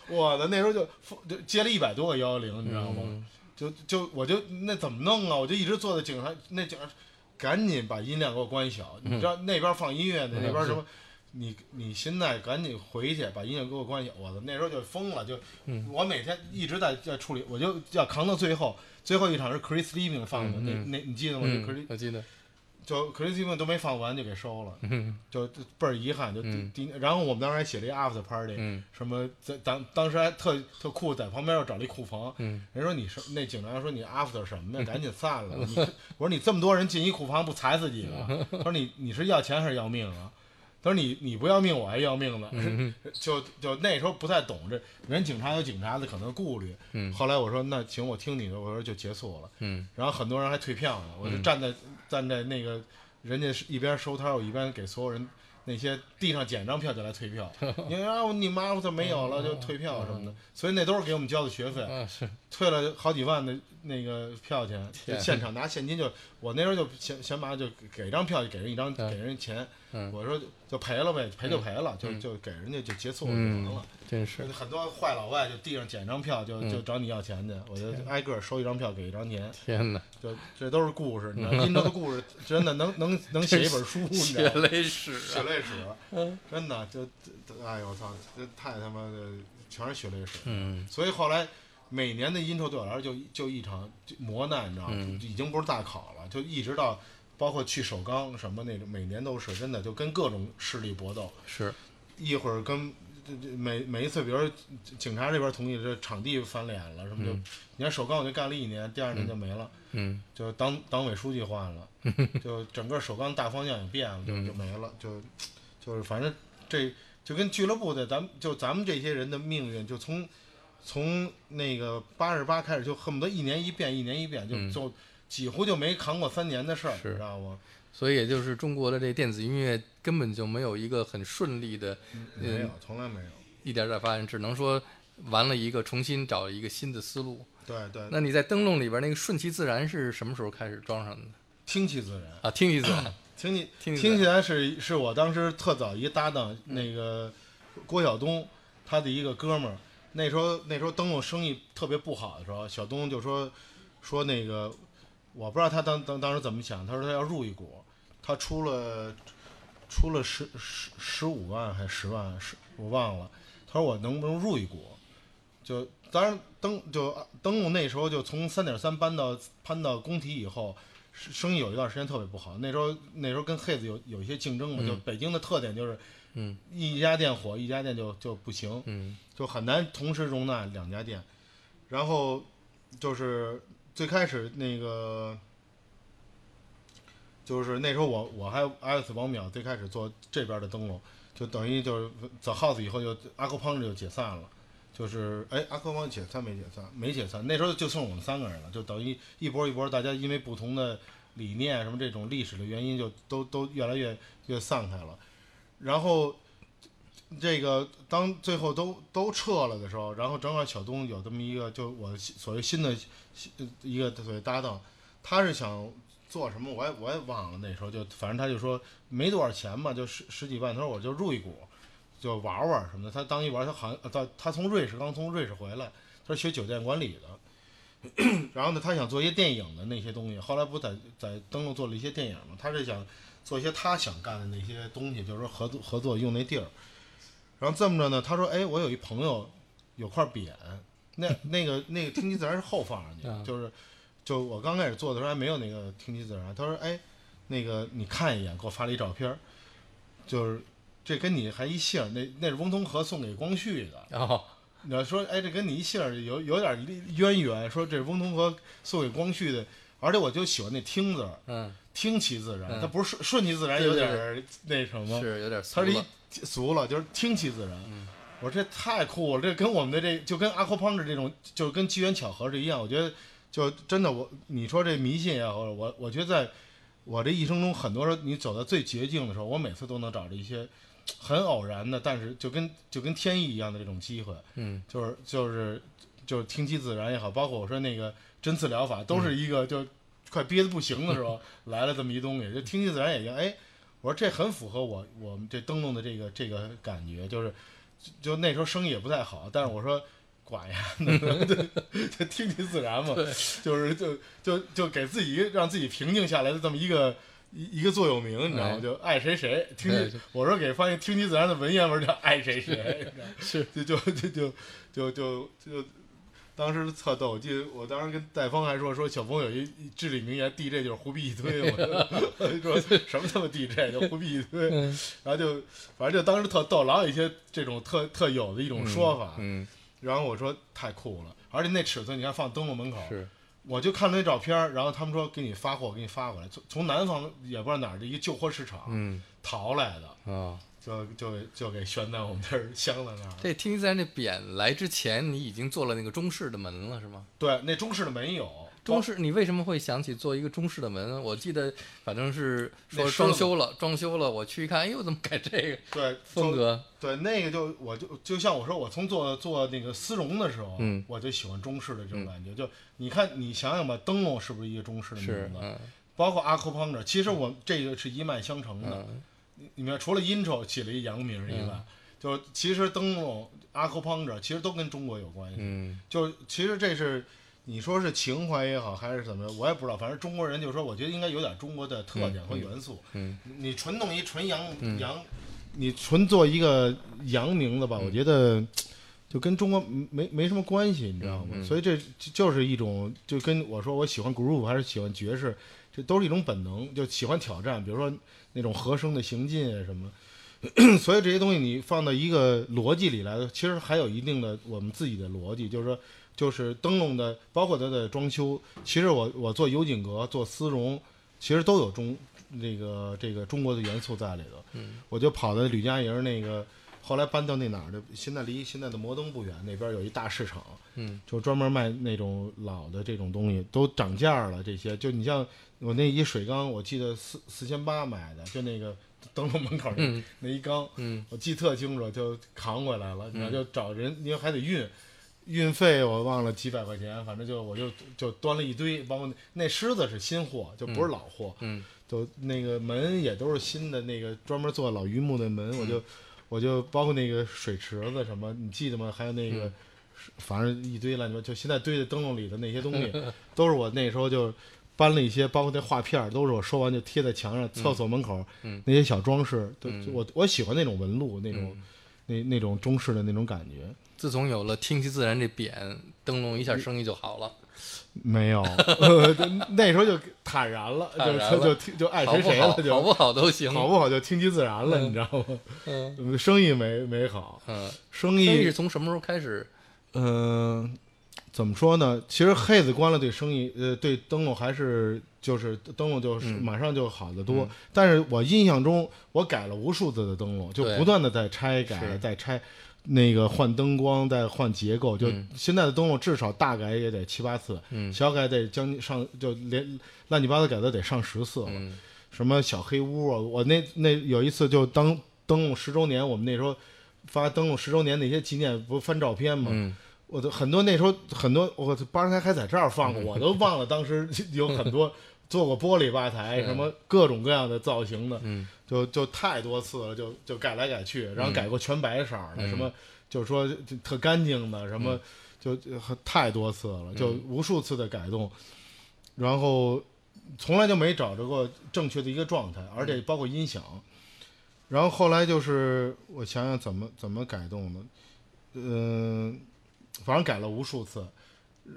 Speaker 2: 我的那时候就就接了一百多个幺幺零，你知道吗？就就我就那怎么弄啊？我就一直坐在警察那警察，赶紧把音量给我关小。你知道那边放音乐呢，
Speaker 1: 嗯
Speaker 2: 那边什么？你你现在赶紧回去把音乐给我关小。我操，那时候就疯了，就、
Speaker 1: 嗯
Speaker 2: 我每天一直在在处理，我就要扛到最后。最后一场是 Chris Living 放的，
Speaker 1: 嗯嗯
Speaker 2: 那那你记得吗？就 Chris
Speaker 1: 嗯，我记得，
Speaker 2: 就 Chris Living 都没放完就给收了，
Speaker 1: 嗯
Speaker 2: 就就倍儿遗憾。就第、
Speaker 1: 嗯
Speaker 2: 第，然后我们当时还写了一 After Party，、
Speaker 1: 嗯
Speaker 2: 什么在当当时还特特酷，在旁边又找了一库房。
Speaker 1: 嗯
Speaker 2: 人说你是那警察说你 after 什
Speaker 1: [laughs]
Speaker 2: 么呀？赶紧散了！你我说你这么多人进一库房不踩死几个？他说你你是要钱还是要命啊？他说你你不要命我还要命呢，
Speaker 1: 嗯
Speaker 2: [laughs] 就就那时候不太懂这人警察有警察的可能顾虑。
Speaker 1: 嗯
Speaker 2: 后来我说那行我听你的，我说就结束了。
Speaker 1: 嗯
Speaker 2: 然后很多人还退票呢，我就站在、站在那个人家是一边收摊儿，我一边给所有人那些地上捡张票就来退
Speaker 1: [laughs]
Speaker 2: 票。你说啊你妈我怎么没有了就退票什么
Speaker 1: 嗯
Speaker 2: 的，所以那都是给我们交的学费。
Speaker 1: 啊是，
Speaker 2: 退了好几万的那个票钱，就
Speaker 1: 天
Speaker 2: 现场拿现金就，我那时候就想想把就给张票就给人一张
Speaker 1: 嗯
Speaker 2: 给人钱，
Speaker 1: 嗯
Speaker 2: 我说就赔了呗，赔就赔了，
Speaker 1: 嗯
Speaker 2: 就就给人家就结束了就完
Speaker 1: 嗯
Speaker 2: 了。，
Speaker 1: 真是，
Speaker 2: 很多坏老外就地上捡张票就
Speaker 1: 嗯
Speaker 2: 就找你要钱去，我就挨个收一张票给一张钱，
Speaker 1: 天哪，
Speaker 2: 就这都是故事，你
Speaker 1: [laughs]
Speaker 2: 知道，印度的故事真的能能能写一本书，你知道吗。
Speaker 1: 泪史啊
Speaker 2: 血泪
Speaker 1: 嗯
Speaker 2: 史，真的就，就哎呦我操，这太他妈的全是血泪史。
Speaker 1: 嗯
Speaker 2: 所以后来每年的 intro 对我来说就就一场磨难，你知道吗？
Speaker 1: 嗯
Speaker 2: 就已经不是大考了，就一直到包括去首钢什么那种，每年都是真的就跟各种势力搏斗，
Speaker 1: 是，
Speaker 2: 一会儿跟。这这每每一次，比如说警察这边同意，这场地翻脸了什么就，
Speaker 1: 嗯
Speaker 2: 你看首钢我就干了一年，第二年就没了，
Speaker 1: 嗯
Speaker 2: 就党党委书记换
Speaker 1: [laughs]
Speaker 2: 了，就整个首钢大方向也变了，就
Speaker 1: 嗯
Speaker 2: 就没了，就就是反正这就跟俱乐部的咱们就咱们这些人的命运，就从从那个八十八开始，就恨不得一年一变，一年一变，就、
Speaker 1: 嗯
Speaker 2: 就几乎就没扛过三年的事儿，
Speaker 1: 是
Speaker 2: 你知道吗？
Speaker 1: 所以也就是中国的这电子音乐根本就没有一个很顺利的，
Speaker 2: 没有，从来没有。
Speaker 1: 一点点发展，只能说完了一个，重新找一个新的思路。
Speaker 2: 对对，
Speaker 1: 那你在灯笼里边那个顺其自然是什么时候开始装上的呢？
Speaker 2: 听其自然。
Speaker 1: 啊，听一次，
Speaker 2: 听你
Speaker 1: 听起来
Speaker 2: 起来是是我当时特早一搭档那个郭晓东，他的一个哥们儿。那时候那时候灯笼生意特别不好的时候，小东就说说那个，我不知道他当当当时怎么想，他说他要入一股，他出了出了十十十五万还是十万，十我忘了。他说我能不能入一股？就当然灯就灯笼那时候就从三点三搬到搬到工体以后，生生意有一段时间特别不好。那时候那时候跟 Haze 有有一些竞争嘛，就北京的特点就是
Speaker 1: 嗯
Speaker 2: 一家店火，一家店就就不行，
Speaker 1: 嗯
Speaker 2: 就很难同时容纳两家店。然后就是最开始那个，就是那时候我我还有 Alex 王淼最开始做这边的灯笼，就等于就是 The House 以后就阿克胖就解散了。就是哎，阿克邦解散没解散？没解散。那时候就剩我们三个人了，就等于一波一波，大家因为不同的理念什么这种历史的原因，就都都越来越越散开了。然后这个当最后都都撤了的时候，然后正好小东有这么一个，就我所谓新的新一个所谓搭档，他是想做什么，我也我也忘了。那时候就反正他就说没多少钱嘛，就十十几万，他说我就入一股，就玩玩什么的。他当一玩，他好像他他从瑞士刚从瑞士回来，他是学酒店管理的。然后呢，他想做一些电影的那些东西，后来不在在登陆做了一些电影嘛，他是想做一些他想干的那些东西，就是说合作合作用那地儿。然后这么着呢，他说：“哎，我有一朋友有块匾，那那个那个听其自然是后放上去，
Speaker 1: 啊
Speaker 2: 就是就我刚开始做的时候还没有那个听其自然。他说：哎，那个你看一眼，给我发了一照片儿，就是这跟你还一姓儿，那那是翁同龢送给光绪的。
Speaker 1: 哦
Speaker 2: 你要说，哎，这跟你一姓儿有有点渊源，说这是翁同龢送给光绪的，而且我就喜欢那听字儿，
Speaker 1: 嗯
Speaker 2: 听其自然，
Speaker 1: 嗯
Speaker 2: 它不是顺顺其自然，有
Speaker 1: 对
Speaker 2: 点
Speaker 1: 对
Speaker 2: 儿那什么。
Speaker 3: 是有点俗
Speaker 2: 他是
Speaker 3: 了嗯
Speaker 2: 一，俗了，就是听其自然。我说这太酷了，这跟我们的这就跟阿 q u 的这种，就跟机缘巧合是一样。我觉得就真的我你说这迷信也好，我我觉得在我这一生中，很多时候你走到最捷径的时候，我每次都能找着一些很偶然的，但是就跟就跟天意一样的这种机会，
Speaker 1: 嗯
Speaker 2: 就是就是就是听其自然也好，包括我说那个针刺疗法，都是
Speaker 3: 嗯
Speaker 2: 一个就快憋得不行的时候来了这么一东西，就听其自然也一样。哎，我说这很符合我我们这灯笼的这个这个感觉，就是就就那时候生意也不太好，但是我说。管呀，那 [laughs] 就听其自然嘛，就是就就就给自己让自己平静下来的这么一个一一个座右铭，你知道吗？
Speaker 1: 哎
Speaker 2: 就爱谁谁，听
Speaker 1: 对
Speaker 2: 其我说给翻译听其自然的文言文叫爱谁谁，你知道吗
Speaker 1: [laughs] 是
Speaker 2: 就就就就就就就当时特逗，我记得我当时跟戴峰还说说小峰有一一至理名言，DJ 就是胡逼一堆，
Speaker 1: [laughs]
Speaker 2: 我就我就说什么他妈 DJ 就胡逼一堆，
Speaker 1: 嗯
Speaker 2: 然后就反正就当时特逗，老有一些这种特特有的一种说法，
Speaker 1: 嗯
Speaker 2: 然后我说太酷了，而且那尺寸你看放灯笼门口，
Speaker 1: 是
Speaker 2: 我就看了那照片儿，然后他们说给你发货，给你发过来，从从南方也不知道哪儿的一个旧货市场
Speaker 1: 嗯
Speaker 2: 淘来的，
Speaker 1: 啊，
Speaker 2: 就就给就给悬在我们这儿镶在那儿了。
Speaker 1: 这听其自然这匾来之前，你已经做了那个中式的门了是吗？
Speaker 2: 对，那中式的没有，
Speaker 1: 中式，你为什么会想起做一个中式的门？啊我记得反正是说
Speaker 2: 那收
Speaker 1: 装
Speaker 2: 了
Speaker 1: 修了，装修了，我去一看，哎呦，怎么改这个
Speaker 2: 对
Speaker 1: 风，格？
Speaker 2: 就对那个就我就就像我说，我从做做那个丝绒的时候，
Speaker 1: 嗯
Speaker 2: 我就喜欢中式的这种感觉。就你看，你想想吧，灯笼是不是一个中式的
Speaker 1: 是
Speaker 2: 名，字？
Speaker 1: 嗯
Speaker 2: 包括阿克邦的，其实我这个是一脉相承的。
Speaker 1: 嗯
Speaker 2: 你你们除了 intro 起了一洋名以外，就是其实灯笼、阿克邦的，其实都跟中国有关系。
Speaker 1: 嗯
Speaker 2: 就是其实这是你说是情怀也好，还是怎么，我也不知道。反正中国人就说，我觉得应该有点中国的特点和元素。
Speaker 1: 嗯
Speaker 2: 你纯弄一纯洋洋，你纯做一个洋名字吧，
Speaker 1: 嗯
Speaker 2: 我觉得就跟中国没没什么关系，你知道吗？
Speaker 1: 嗯嗯
Speaker 2: 所以这就就是一种，就跟我说我喜欢 groove 还是喜欢爵士，这都是一种本能，就喜欢挑战，比如说那种和声的行进啊什么。 [coughs] 所以这些东西你放到一个逻辑里来，其实还有一定的我们自己的逻辑，就是说，就是灯笼的，包括它的装修，其实我我做油锦阁、做丝绒，其实都有中那个这个中国的元素在里头。
Speaker 1: 嗯
Speaker 2: 我就跑到吕家营那个，后来搬到那哪儿的，现在离现在的摩登不远，那边有一大市场，
Speaker 1: 嗯
Speaker 2: 就专门卖那种老的这种东西，都涨价了。这些就你像我那一水缸，我记得四四千八买的，就那个灯笼门口那、
Speaker 1: 嗯
Speaker 2: 那一缸，
Speaker 1: 嗯
Speaker 2: 我记特清楚，就扛回来了，然后
Speaker 1: 嗯
Speaker 2: 就找人，因为还得运，运费我忘了几百块钱，反正就我就就端了一堆，包括那那狮子是新货，就不是老货，
Speaker 1: 嗯
Speaker 2: 就那个门也都是新的，那个专门做老榆木的门，我
Speaker 1: 嗯
Speaker 2: 就我就包括那个水池子什么，你记得吗？还有那
Speaker 1: 嗯
Speaker 2: 个，反正一堆乱七八，就现在堆在灯笼里的那些东
Speaker 1: [laughs]
Speaker 2: 西，都是我那时候就搬了一些，包括那画片儿，都是我收完就贴在墙上，厕所门口、
Speaker 1: 嗯
Speaker 2: 那些小装饰，都、
Speaker 1: 嗯
Speaker 2: 就我我喜欢那种纹路，那种、
Speaker 1: 嗯
Speaker 2: 那那种中式的那种感觉。
Speaker 1: 自从有了“听其自然”这匾，灯笼一下生意就好了。[laughs]
Speaker 2: 没有，呃那时候就坦然了，
Speaker 1: 坦然
Speaker 2: 就
Speaker 1: 了
Speaker 2: 就听就爱
Speaker 1: 好
Speaker 2: 谁
Speaker 1: 不
Speaker 2: 谁
Speaker 1: 好
Speaker 2: 了，就
Speaker 1: 好不好都行。
Speaker 2: 好不好就听其自然了，你知道吗？
Speaker 1: 嗯
Speaker 2: 嗯生意没没好，
Speaker 1: 嗯，
Speaker 2: 生
Speaker 1: 生意
Speaker 2: 意
Speaker 1: 是从什么时候开始？
Speaker 2: 嗯，怎么说呢？其实黑子关了对生意，呃，对灯笼还是就是灯笼就是
Speaker 1: 嗯
Speaker 2: 马上就好得多。但是我印象中，我改了无数次的灯笼，就
Speaker 1: 对
Speaker 2: 不断的在拆改，
Speaker 1: 是
Speaker 2: 在拆。那个换灯光，再换结构，就
Speaker 1: 嗯
Speaker 2: 现在的灯笼至少大改也得七八次，
Speaker 1: 嗯
Speaker 2: 小改得将近上，就连乱七八糟改的得上十次了。
Speaker 1: 嗯
Speaker 2: 什么小黑屋啊，我那那有一次就当灯笼十周年，我们那时候发灯笼十周年那些纪念，不是翻照片嘛，
Speaker 1: 嗯，
Speaker 2: 我都很多那时候很多我吧台还在这儿放过，
Speaker 1: [laughs]
Speaker 2: 我都忘了当时有很多做过玻璃吧台，什么各种各样的造型的，
Speaker 1: 嗯
Speaker 2: 就就太多次了，就就改来改去，然后改过全白色儿的，
Speaker 1: 嗯
Speaker 2: 什么就是说就特干净的，什么就
Speaker 1: 嗯
Speaker 2: 就太多次了，就无数次的改动，然后从来就没找着过正确的一个状态，而
Speaker 1: 嗯
Speaker 2: 且包括音响。然后后来就是我想想怎么怎么改动的，嗯、反正改了无数次。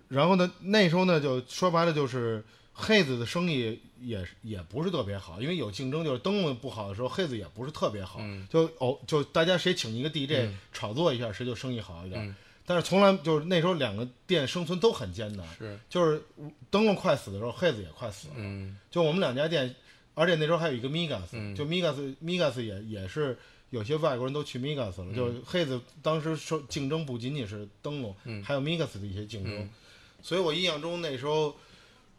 Speaker 2: 然后呢，那时候呢，就说白了就是黑子的生意也也不是特别好，因为有竞争，就是灯笼不好的时候，黑子也不是特别好，
Speaker 1: 嗯
Speaker 2: 就偶、就大家谁请一个 DJ、
Speaker 1: 嗯
Speaker 2: 炒作一下，谁就生意好一点。
Speaker 1: 嗯
Speaker 2: 但是从来就是那时候两个店生存都很艰难，
Speaker 1: 是
Speaker 2: 就是灯笼快死的时候，黑子也快死了。
Speaker 1: 嗯
Speaker 2: 就我们两家店，而且那时候还有一个 Migas，、
Speaker 1: 嗯
Speaker 2: 就 Migas Migas 也也是有些外国人都去 Migas
Speaker 1: 嗯
Speaker 2: 了，就黑子当时说竞争不仅仅是灯笼，
Speaker 1: 嗯
Speaker 2: 还有 Migas 的一些竞争，
Speaker 1: 嗯
Speaker 2: 所以我印象中那时候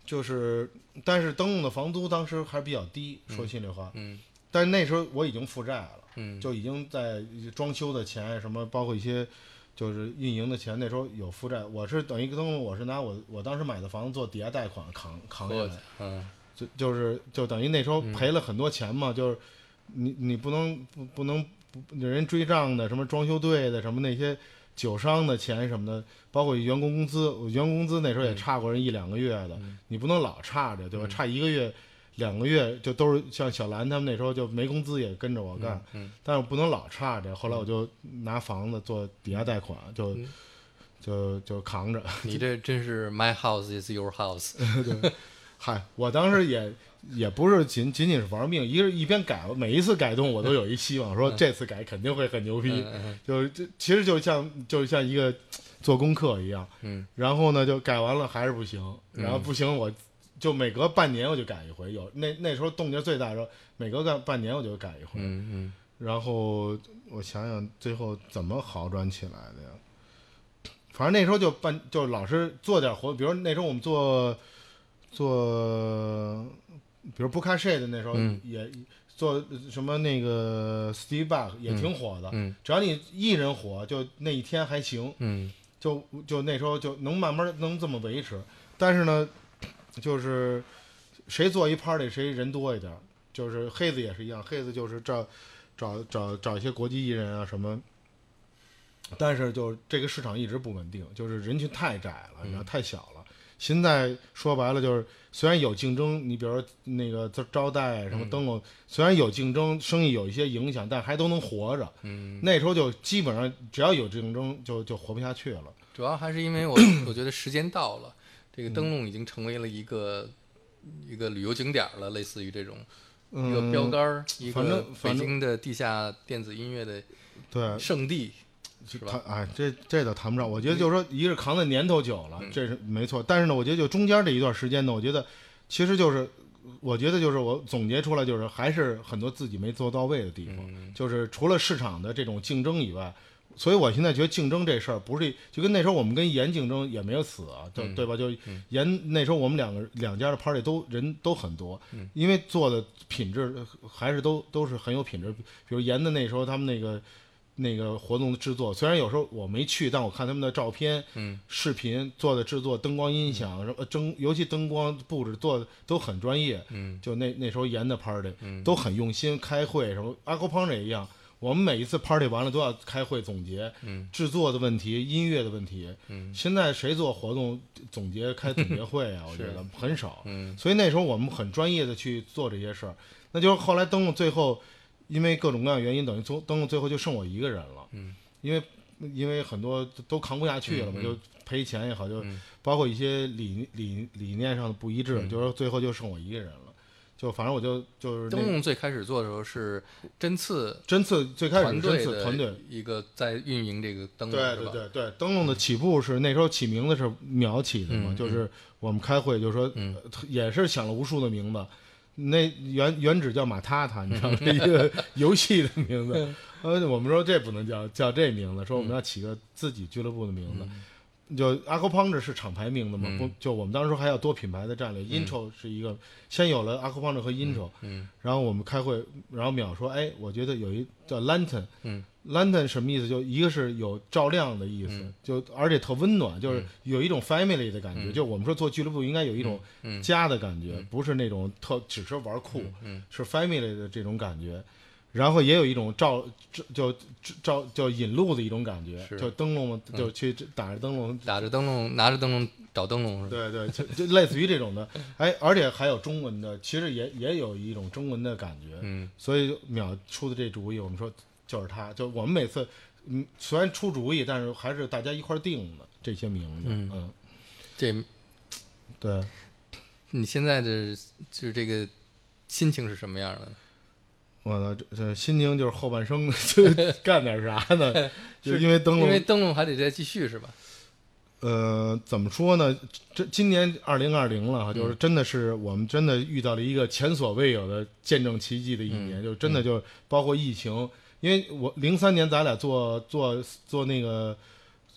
Speaker 2: 就是，但是灯笼的房租当时还比较低，说心里话，
Speaker 1: 嗯
Speaker 2: 但是那时候我已经负债了。
Speaker 1: 嗯，
Speaker 2: 就已经在装修的钱什么，包括一些就是运营的钱，那时候有负债。我是等于灯笼，我是拿我我当时买的房子做抵押贷款扛扛下
Speaker 1: 我
Speaker 2: 来，
Speaker 1: 嗯
Speaker 2: 就就是就等于那时候赔了很多钱嘛，就是你你不能不不能不人追账的，什么装修队的，什么那些酒商的钱什么的，包括员工工资，我员工工资那时
Speaker 1: 嗯
Speaker 2: 候也差过人一两个月的，你不能老差着，对吧？差一个月。两个月就都是像小兰他们那时候就没工资也跟着我干，
Speaker 1: 嗯
Speaker 2: 但是不能老差着。后来我就拿房子做抵押贷款，就、
Speaker 1: 嗯
Speaker 2: 就就扛着。
Speaker 1: 你这真是 my house is your house，
Speaker 2: [laughs] 嗨，我当时也也不是仅仅仅是玩命，一个是一边改，每一次改动我都有一希望，说这次改肯定会很牛逼。
Speaker 1: 嗯
Speaker 2: 就是这其实就像就像一个做功课一样，
Speaker 1: 嗯
Speaker 2: 然后呢就改完了还是不行，然后不行我。就每隔半年我就改一回，有那那时候动静最大的时候，每隔干半年我就改一回。
Speaker 1: 嗯
Speaker 2: 然后我想想最后怎么好转起来的呀？反正那时候就办，就老是做点活，比如那时候我们做做，比如不看 shade 那时候
Speaker 1: 嗯
Speaker 2: 也、做什么那个 Steve Bach 也挺火的，
Speaker 1: 嗯
Speaker 2: 只要你一人火，就那一天还行，
Speaker 1: 嗯
Speaker 2: 就就那时候就能慢慢能这么维持。但是呢，就是谁做一 party 谁人多一点儿，就是黑子也是一样，黑子就是找找找找一些国际艺人啊什么。但是就这个市场一直不稳定，就是人群太窄了，然后太小了。现在说白了就是，虽然有竞争，你比如说那个招招待什么灯笼，虽然有竞争，生意有一些影响，但还都能活着。
Speaker 1: 嗯，
Speaker 2: 那时候就基本上只要有竞争就就活不下去了。
Speaker 1: 主要还是因为
Speaker 2: [coughs]
Speaker 1: 我我觉得时间到了，这个灯笼已经成为了一个。一个旅游景点了，类似于这种一个
Speaker 2: 嗯，
Speaker 1: 标杆儿，一
Speaker 2: 反
Speaker 1: 个
Speaker 2: 正
Speaker 1: 北
Speaker 2: 反正
Speaker 1: 京的地下电子音乐的
Speaker 2: 对，
Speaker 1: 圣地，是吧嗯
Speaker 2: 他哎，这这倒谈不上。我觉得就是说，一是扛的年头久了，这是没错。但是呢，我觉得就中间这一段时间呢，我觉得其实就是，我觉得就是我总结出来就是还是很多自己没做到位的地方，
Speaker 1: 嗯
Speaker 2: 就是除了市场的这种竞争以外。所以，我现在觉得竞争这事儿不是就跟那时候我们跟严竞争也没有死啊，
Speaker 1: 嗯
Speaker 2: 对、对吧？就严那时候我们两个两家的 party 都人都很多，
Speaker 1: 嗯
Speaker 2: 因为做的品质还是都都是很有品质。比如严的那时候他们那个那个活动的制作，虽然有时候我没去，但我看他们的照片、
Speaker 1: 嗯、
Speaker 2: 视频做的制作、灯光、音响，什么呃灯，尤其灯光布置做的都很专业。
Speaker 1: 嗯，
Speaker 2: 就那那时候严的 party，、
Speaker 1: 嗯
Speaker 2: 都很用心，开会什么，阿哥胖也一样。我们每一次 party 完了都要开会总结，
Speaker 1: 嗯，
Speaker 2: 制作的问题、音乐的问题，
Speaker 1: 嗯，
Speaker 2: 现在谁做活动总结开总结会
Speaker 1: [laughs]
Speaker 2: 啊？我觉得很少，
Speaker 1: 嗯，
Speaker 2: 所以那时候我们很专业的去做这些事儿，那就是后来灯笼最后因为各种各样的原因，等于从灯笼最后就剩我一个人了，嗯，因为因为很多都扛不下去了
Speaker 1: 嗯
Speaker 2: 嘛，
Speaker 1: 嗯
Speaker 2: 就赔钱也好，就
Speaker 1: 嗯
Speaker 2: 包括一些理理理念上的不一致，
Speaker 1: 嗯
Speaker 2: 就是最后就剩我一个人了。就反正我就就是
Speaker 1: 灯
Speaker 2: 那
Speaker 1: 笼最开始做的时候是针刺
Speaker 2: 针刺最开始
Speaker 1: 团
Speaker 2: 是
Speaker 1: 队
Speaker 2: 针刺团
Speaker 1: 的
Speaker 2: 队，
Speaker 1: 一个在运营这个灯笼
Speaker 2: 对
Speaker 1: 是
Speaker 2: 对
Speaker 1: 吧？
Speaker 2: 对对，灯笼的起步是那时候起名字是淼起的嘛，
Speaker 1: 嗯
Speaker 2: 就是我们开会就说、
Speaker 1: 嗯
Speaker 2: 呃也是想了无数的名字，那原原址叫马塔
Speaker 1: [laughs]
Speaker 2: 塔，你知道吗？一个游戏的名字，
Speaker 1: 嗯
Speaker 2: 呃，我们说这不能叫叫这名字，说我们要起个自己俱乐部的名字。就 a q u a p u n c t u r 是厂牌名字嘛？
Speaker 1: 嗯
Speaker 2: 不，就我们当时还有多品牌的战略。Intro 是一个，先有了 a q u a p u n c t u r 和 Intro，、
Speaker 1: 嗯
Speaker 2: 然后我们开会，然后淼说：“哎，我觉得有一叫 lantern，
Speaker 1: 嗯
Speaker 2: ，lantern 什么意思？就一个是有照亮的意思，
Speaker 1: 嗯
Speaker 2: 就而且特温暖，就是有一种 family 的感觉。
Speaker 1: 嗯
Speaker 2: 就我们说做俱乐部应该有一种
Speaker 1: 嗯
Speaker 2: 家的感觉，不是那种特只是玩酷，
Speaker 1: 嗯
Speaker 2: 是 family 的这种感觉。然后也有一种照就照就引路的一种感觉，
Speaker 1: 是嗯
Speaker 2: 就灯笼就去打着灯笼
Speaker 1: 打着灯笼，拿着灯笼找灯笼是吧？
Speaker 2: 对对，就就类似于这种的，哎，而且还有中文的，其实也也有一种中文的感觉，
Speaker 1: 嗯，
Speaker 2: 所以淼出的这主意，我们说就是他，就我们每次，嗯，虽然出主意，但是还是大家一块儿定的这些名字，
Speaker 1: 嗯
Speaker 2: 嗯，
Speaker 1: 这
Speaker 2: 对，
Speaker 1: 你现在的就是这个心情是什么样的？
Speaker 2: 我的这这心情就是后半生就干点啥呢？
Speaker 1: [laughs]
Speaker 2: 就是因为灯
Speaker 1: 因为
Speaker 2: 笼，
Speaker 1: 灯笼还得再继续是吧？
Speaker 2: 呃，怎么说呢？这今年二零二零了哈，
Speaker 1: 嗯
Speaker 2: 就是真的是我们真的遇到了一个前所未有的见证奇迹的一
Speaker 1: 嗯
Speaker 2: 年，就真的就包括疫情，因为我零三年咱俩做做做那个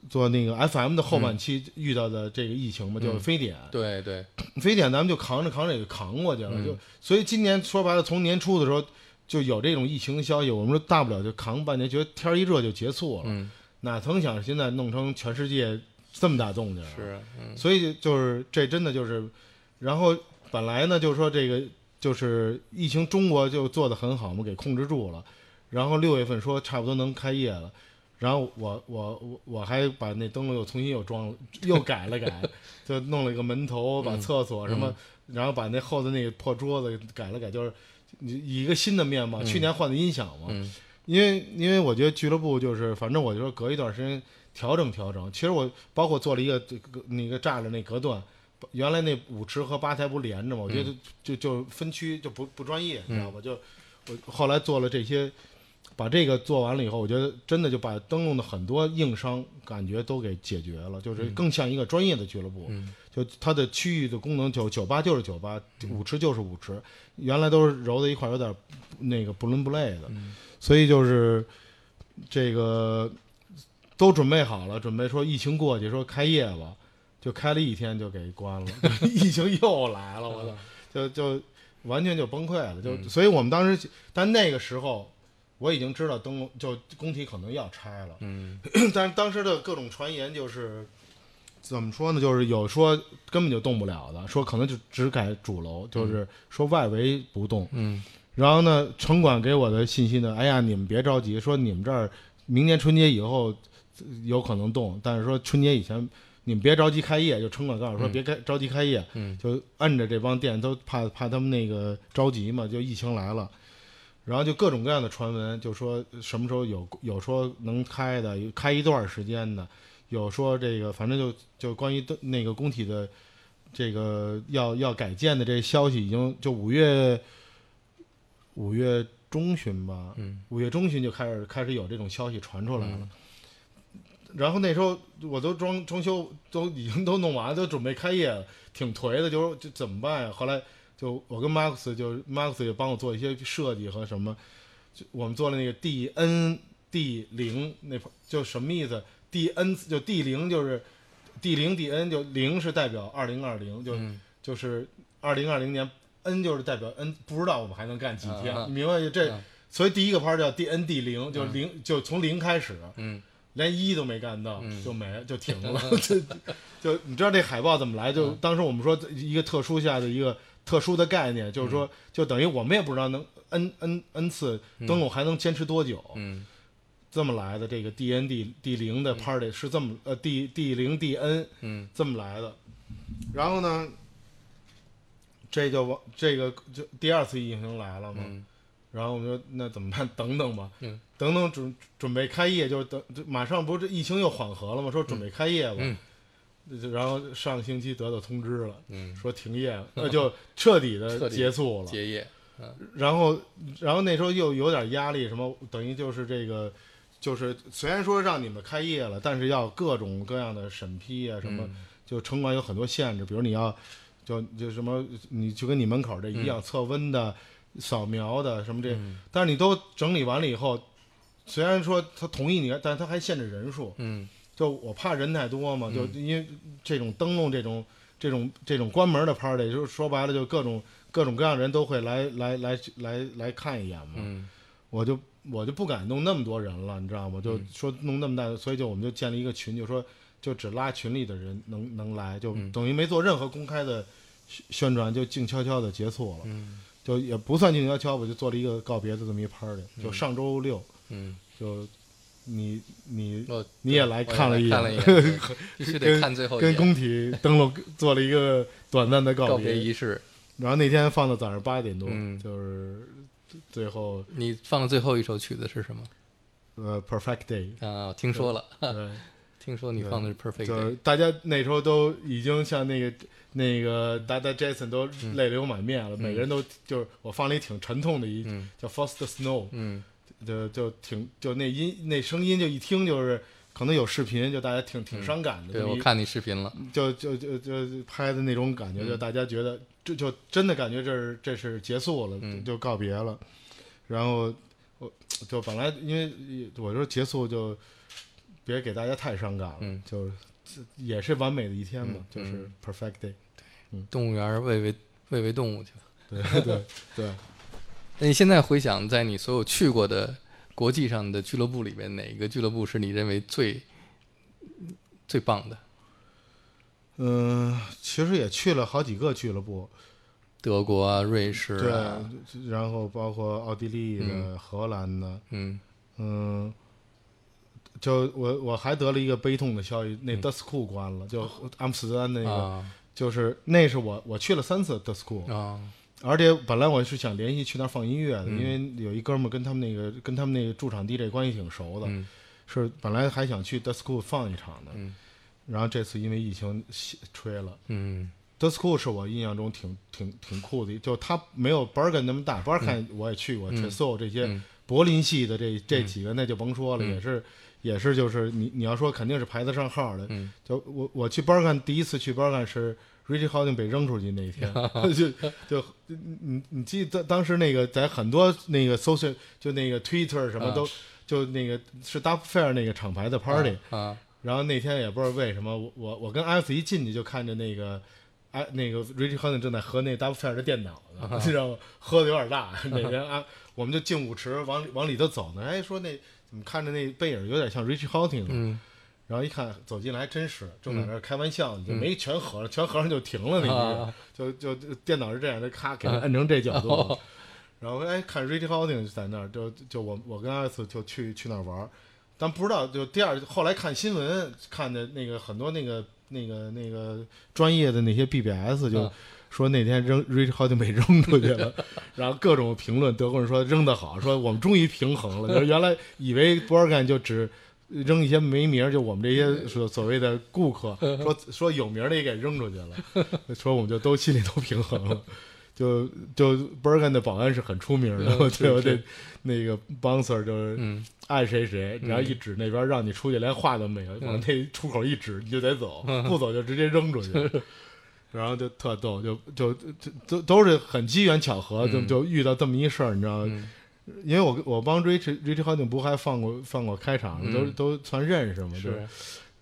Speaker 2: 做那个 FM 的
Speaker 1: 嗯
Speaker 2: 后半期遇到的这个疫情嘛，就是非典，
Speaker 1: 对对，
Speaker 2: 非典咱们就扛着扛着也就扛过去了，
Speaker 1: 嗯
Speaker 2: 就所以今年说白了，从年初的时候就有这种疫情的消息，我们说大不了就扛半年，觉得天儿一热就结束了，
Speaker 1: 嗯，
Speaker 2: 哪曾想现在弄成全世界这么大动静啊，
Speaker 1: 是，嗯
Speaker 2: 所以就是这真的就是，然后本来呢就是说这个就是疫情中国就做得很好嘛，给控制住了，然后六月份说差不多能开业了。然后我我我我还把那灯笼又重新又装了，又改 [laughs] 了改，就弄了一个门头，把厕所什
Speaker 1: 嗯
Speaker 2: 么，然后把那后头那个破桌子改了改，就是以一个新的面貌。去年换的音响嘛，
Speaker 1: 嗯
Speaker 2: 因为因为我觉得俱乐部就是，反正我就说隔一段时间调整调整。其实我包括做了一个这个那个栅栏那隔断，原来那舞池和吧台不连着嘛，我觉得就就就分区就不不专业，你知道吧？就我后来做了这些，把这个做完了以后，我觉得真的就把灯笼的很多硬伤感觉都给解决了，就是更像一个专业的俱乐部。
Speaker 1: 嗯
Speaker 2: 就它的区域的功能，就酒吧就是酒吧，舞池就是舞池，原来都是揉在一块儿，有点那个不伦不类的，所以就是这个都准备好了，准备说疫情过去，说开业吧，就开了一天就给关了， [laughs] 疫情又来了，我操，就就完全就崩溃了，就、所以我们当时，但那个时候我已经知道灯笼就工体可能要拆了，
Speaker 1: 嗯
Speaker 2: 但是当时的各种传言就是，怎么说呢？就是有说根本就动不了的，说可能就只改主楼，就是说外围不动。
Speaker 1: 嗯
Speaker 2: 然后呢，城管给我的信息呢，哎呀，你们别着急，说你们这儿明年春节以后呃有可能动，但是说春节以前你们别着急开业，就城管告诉我说
Speaker 1: 嗯
Speaker 2: 别开、着急开业，
Speaker 1: 嗯
Speaker 2: 就摁着这帮店都怕怕他们那个着急嘛，就疫情来了，然后就各种各样的传闻，就说什么时候有有说能开的，有开一段时间的，有说这个反正就就关于灯那个工体的这个要要改建的这消息已经就五月五月中旬吧，
Speaker 1: 嗯
Speaker 2: 五月中旬就开始开始有这种消息传出来了。然后那时候我都装装修都已经都弄完了，都准备开业了，挺颓的，就是这怎么办呀？后来就我跟 Max 就 Max 也帮我做一些设计和什么，就我们做了那个 D N D 零那块就什么意思？D N 就 D 零就是 D 零 D N 就零是代表二零二零，就
Speaker 1: 嗯
Speaker 2: 就是二零二零年 N 就是代表 N，不知道我们还能干几天，
Speaker 1: 啊啊
Speaker 2: 你明白就这。
Speaker 1: 啊
Speaker 2: 所以第一个拍儿叫 D N D 零，就零、就从零开始，
Speaker 1: 嗯
Speaker 2: 连一都没干到，
Speaker 1: 嗯
Speaker 2: 就没就停
Speaker 1: [laughs]
Speaker 2: 了。就就你知道这海报怎么来？
Speaker 1: 嗯
Speaker 2: 就当时我们说一个特殊下的一个特殊的概念，就是
Speaker 1: 嗯
Speaker 2: 说，就等于我们也不知道能 N N N 次灯笼还能坚持多久。
Speaker 1: 嗯
Speaker 2: 这么来的这个 D N D D 零的 party 是这么呃 D D 零 D N
Speaker 1: 嗯
Speaker 2: 这么来的，然后呢，这就往这个就第二次疫情来了嘛，
Speaker 1: 嗯
Speaker 2: 然后我们说那怎么办？等等吧，
Speaker 1: 嗯
Speaker 2: 等等准准备开业，就是等就马上不是这疫情又缓和了吗？说准备开业吧，
Speaker 1: 嗯
Speaker 2: 就然后上星期得到通知了，
Speaker 1: 嗯，
Speaker 2: 说停业，
Speaker 1: [laughs]
Speaker 2: 那就彻底
Speaker 1: 彻
Speaker 2: 的
Speaker 1: 底
Speaker 2: 结束了。
Speaker 1: 结业，
Speaker 2: 然后，然后那时候又有点压力，什么等于就是这个，就是虽然说让你们开业了，但是要各种各样的审批啊，什么、就城管有很多限制，比如你要就就什么，你就跟你门口这一样，测温的、扫描的什么这，但是你都整理完了以后，虽然说他同意你，但是他还限制人数，
Speaker 1: 嗯
Speaker 2: 就我怕人太多嘛，就因为这种灯笼这种这种这种关门的 party，就是说白了就各种各种各样的人都会来来来来来看一眼嘛，
Speaker 1: 嗯
Speaker 2: 我就我就不敢弄那么多人了，你知道吗？就说弄那么大，所以就我们就建立一个群，就说就只拉群里的人能能来，就
Speaker 1: 嗯
Speaker 2: 等于没做任何公开的宣宣传，就静悄悄的结束了，
Speaker 1: 嗯
Speaker 2: 就也不算静悄悄，我就做了一个告别的这么一 party，就上周六
Speaker 1: 嗯，
Speaker 2: 就你你
Speaker 1: 我
Speaker 2: 你也来看了
Speaker 1: 我
Speaker 2: 一
Speaker 1: 也
Speaker 2: 眼
Speaker 1: 来看了一眼，对
Speaker 2: [laughs]
Speaker 1: 必须得
Speaker 2: 跟
Speaker 1: 看最哦后一
Speaker 2: 跟
Speaker 1: 眼
Speaker 2: 工体登录做了一个短暂的告
Speaker 1: 告
Speaker 2: 别，
Speaker 1: 别仪式。
Speaker 2: 然后那天放到早上八点多，
Speaker 1: 嗯
Speaker 2: 就是最后
Speaker 1: 你放的最后一首曲子是什么？
Speaker 2: 呃 perfect day，
Speaker 1: [laughs] 啊，我听说了，
Speaker 2: 对，
Speaker 1: 听说你放的是 Perfect
Speaker 2: 就是
Speaker 1: Day。
Speaker 2: 大家那时候都已经像那个那个达达 Jason 都
Speaker 1: 嗯
Speaker 2: 泪流满面了，每个人都就是我放了一挺沉痛的一、
Speaker 1: 嗯
Speaker 2: 叫 First Snow，
Speaker 1: 嗯
Speaker 2: 就就挺就那音那声音就一听就是可能有视频，就大家挺挺伤感的，
Speaker 1: 嗯对，
Speaker 2: 这么
Speaker 1: 我
Speaker 2: 一
Speaker 1: 看你视频了，
Speaker 2: 就就就就拍的那种感觉，
Speaker 1: 嗯
Speaker 2: 就大家觉得这就真的感觉这是这是结束了，
Speaker 1: 嗯
Speaker 2: 就就告别了。然后我就本来因为我说结束就别给大家太伤感了，
Speaker 1: 嗯
Speaker 2: 就是这也是完美的一天嘛，
Speaker 1: 嗯
Speaker 2: 就是 perfect
Speaker 1: [laughs]
Speaker 2: day。
Speaker 1: 动物园儿喂喂喂喂动物去了。[laughs]
Speaker 2: 对对对，
Speaker 1: 那你现在回想，在你所有去过的国际上的俱乐部里边，哪个俱乐部是你认为最最棒的？
Speaker 2: 嗯、其实也去了好几个俱乐部，
Speaker 1: 德国啊，瑞士
Speaker 2: 对
Speaker 1: 啊，，
Speaker 2: 然后包括奥地利的、
Speaker 1: 嗯
Speaker 2: 荷兰的，
Speaker 1: 嗯
Speaker 2: 嗯，就我我还得了一个悲痛的消息，那 The School 关了，就阿姆斯特丹那个，
Speaker 1: 嗯哦啊
Speaker 2: 就是那是我我去了三次 The School，、
Speaker 1: 啊，
Speaker 2: 而且本来我是想联系去那儿放音乐的，
Speaker 1: 嗯
Speaker 2: 因为有一哥们儿跟他们那个跟他们那个驻场 DJ 关系挺熟的，
Speaker 1: 嗯
Speaker 2: 是本来还想去 The School 放一场的，
Speaker 1: 嗯
Speaker 2: 然后这次因为疫情 [laughs] 歇吹了。
Speaker 1: 嗯
Speaker 2: The School 是我印象中挺挺挺酷的，就它没有 Bergen 那么大，Bergen 我也去过 t r e s o 这些
Speaker 1: 嗯
Speaker 2: 柏林系的这这几个那就甭说了，也是也是就是你你要说肯定是排得上号的
Speaker 1: 嗯。
Speaker 2: 就我我去 Bergen 第一次去 Bergen 是 Richie Hawtin 被扔出去那
Speaker 1: [laughs]
Speaker 2: 一天，就就你你你记得当时那个在很多那个 social 就那个 Twitter 什么
Speaker 1: 啊
Speaker 2: 都就那个是 d u b f a i r 那个厂牌的 party，
Speaker 1: 啊，
Speaker 2: 然后那天也不知道为什么，我我我跟 F 一进去就看着那个，哎，那个 Richie Hunt 正在和那 d u b f i r 的电脑
Speaker 1: 啊
Speaker 2: 呢，你知道吗？喝的有点大，那人啊，我们就进舞池往里往里头走呢，哎，说那怎么看着那背影有点像 Richie Hunt 呢？
Speaker 1: 嗯
Speaker 2: 然后一看走进来还真是，正在那儿开玩笑，你就没全合上，全合上就停了，那个
Speaker 1: 嗯啊
Speaker 2: 就就就电脑是这样的，咔给它摁成这角度
Speaker 1: 哦
Speaker 2: 了。然后哎，看 Richie Hawtin 在那儿，就就我我跟 Alex 就去去那儿玩儿，但不知道就第二后来看新闻看的那个很多那个那个那个专业的那些 BBS 就
Speaker 1: 啊
Speaker 2: 说那天扔 Richie Hawtin 被扔出去
Speaker 1: [laughs]
Speaker 2: 了，然后各种评论，德国人说扔得好，说我们终于平衡了，就是原来以为博尔干就只。扔一些没名儿，就我们这
Speaker 1: 嗯
Speaker 2: 些所所谓的顾客，说说有名儿的也给扔出去了， [laughs] 说我们就都心里都平衡了。就就 Bergen 的保安是很出名的，
Speaker 1: 嗯
Speaker 2: 我
Speaker 1: 是
Speaker 2: [laughs] 对我
Speaker 1: 是
Speaker 2: 这那个 bouncer 就是
Speaker 1: 嗯
Speaker 2: 爱谁谁，然后一指那边让你出去，连话都没有，
Speaker 1: 嗯
Speaker 2: 往那出口一指你就得走，不走就直接扔出
Speaker 1: 嗯
Speaker 2: 去。 [laughs] 然后就特逗，就就就都都是很机缘巧合，就
Speaker 1: 嗯
Speaker 2: 就遇到这么一事儿，你知道吗？
Speaker 1: 嗯
Speaker 2: 因为我我帮 Rich Rich Hawtin 不还放过放过开场，
Speaker 1: 嗯
Speaker 2: 都都算认识嘛，就是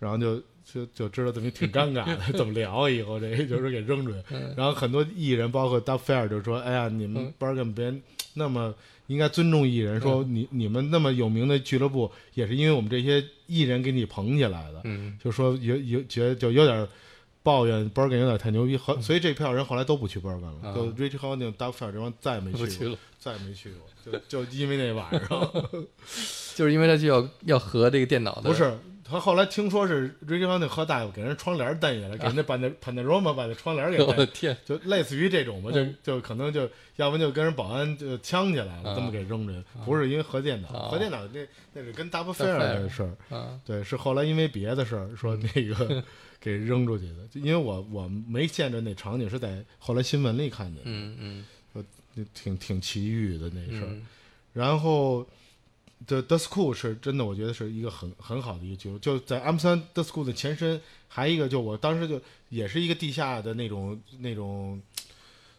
Speaker 2: 然后就就就知道怎么挺尴尬的， [laughs] 怎么聊以后这就是给扔出去。
Speaker 1: 嗯
Speaker 2: 然后很多艺人，包括大菲尔，就说：“哎呀，你们
Speaker 1: 嗯
Speaker 2: Bergen 别那么应该尊重艺人，说你你们那么有名的俱乐部，也是因为我们这些艺人给你捧起来的。
Speaker 1: 嗯
Speaker 2: 就说有有觉得就有点抱怨 Bergen 有点太牛逼，和所以这票人后来都不去 Bergen 了，
Speaker 1: 嗯啊
Speaker 2: 就 Rich h o w d i n g 大菲尔这帮再也没
Speaker 1: 不
Speaker 2: 去
Speaker 1: 去
Speaker 2: 过，
Speaker 1: 了，
Speaker 2: 再也没去过，就就因为那晚上。
Speaker 1: [laughs] 就是因为他就要要和这个电脑的
Speaker 2: 不是他后来听说是 Ricky Martin 喝大了，给人窗帘蹬下来，给
Speaker 1: 啊
Speaker 2: 人家把那 Panorama 把那
Speaker 1: [laughs]
Speaker 2: 窗帘给
Speaker 1: 我的
Speaker 2: 蹬，
Speaker 1: 天，
Speaker 2: 就类似于这种吧，就
Speaker 1: 嗯
Speaker 2: 就可能就要不然就跟人保安就呛起来了，
Speaker 1: 啊
Speaker 2: 这么给扔人，不是因为核电脑，
Speaker 1: 啊
Speaker 2: 核电脑那那是跟 Double Fair 的事儿，
Speaker 1: 啊，
Speaker 2: 对，是后来因为别的事儿说
Speaker 1: 嗯
Speaker 2: 那个 [laughs] 给扔出去的，就因为我我没见着那场景，是在后来新闻里看见的，
Speaker 1: 嗯嗯
Speaker 2: 就挺挺奇遇的那事儿。
Speaker 1: 嗯，
Speaker 2: 然后的 The School 是真的，我觉得是一个很很好的一个俱乐部，就在 M 三 The School 的前身，还一个就我当时就也是一个地下的那种那种。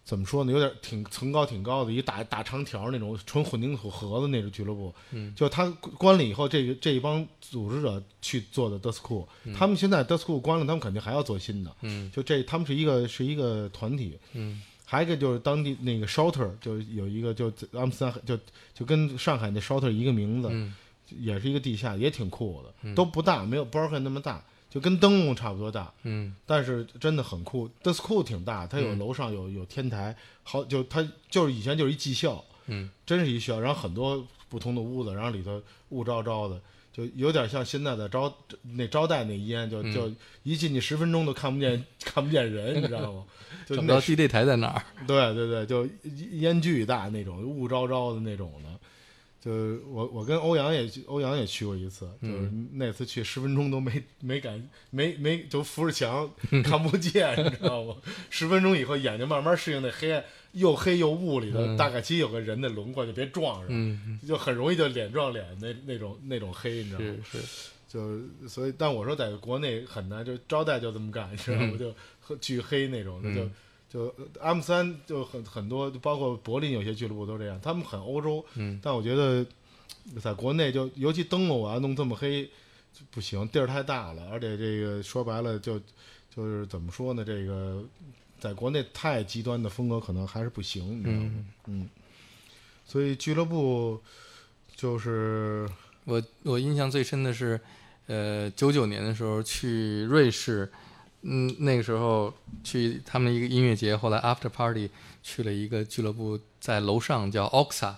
Speaker 2: 怎么说呢？有点挺层高挺高的，一大大长条那种纯混凝土盒子那种俱乐部。
Speaker 1: 嗯，
Speaker 2: 就他关了以后，这个这一帮组织者去做的 The School，、他们现在 The School 关了，他们肯定还要做新的。
Speaker 1: 嗯
Speaker 2: 就这，他们是一个是一个团体，
Speaker 1: 嗯，
Speaker 2: 还有一个就是当地那个 shelter，就是有一个就阿姆斯特丹就就跟上海那 shelter 一个名字，
Speaker 1: 嗯
Speaker 2: 也是一个地下，也挺酷的，都不大，没有 Broken 那么大，就跟灯笼差不多大，
Speaker 1: 嗯
Speaker 2: 但是真的很酷。The school 挺大，它有楼上有有天台，好就它就是以前就是一技校，
Speaker 1: 嗯
Speaker 2: 真是一学校，然后很多不同的屋子，然后里头雾昭昭的，就有点像现在的招那招待那烟，
Speaker 1: 嗯
Speaker 2: 就就一进去十分钟都看不见看不见人，你知道
Speaker 1: [laughs]
Speaker 2: 吗？就
Speaker 1: 找不
Speaker 2: 那
Speaker 1: 到地对台在哪儿，
Speaker 2: 对对对，就一烟巨大那种，雾昭昭的那种的。就是我我跟欧阳也去欧阳也去过一次，就是那次去十分钟都没没敢没没就扶着墙看不见，你知道吗？十分钟以后眼睛慢慢适应那黑暗又黑又雾里头，大概其有个人的轮廓，就别撞上，
Speaker 1: 嗯，
Speaker 2: 就很容易就脸撞脸那那种那种黑，你知道吗？
Speaker 1: 嗯是是，
Speaker 2: 就是所以，但我说在国内很难，就招待就这么干，你知道吗？就很巨黑那种，
Speaker 1: 嗯
Speaker 2: 就就 M 三就很很多，就包括柏林有些俱乐部都这样，他们很欧洲，
Speaker 1: 嗯
Speaker 2: 但我觉得在国内就尤其灯笼我要弄这么黑就不行，地儿太大了，而且这个说白了就就是怎么说呢，这个在国内太极端的风格可能还是不行，你知道吗？
Speaker 1: 嗯，
Speaker 2: 嗯，所以俱乐部就是
Speaker 1: 我我印象最深的是，呃，九九年的时候去瑞士，嗯，那个时候去他们一个音乐节，后来 after party 去了一个俱乐部，在楼上叫 Oxa，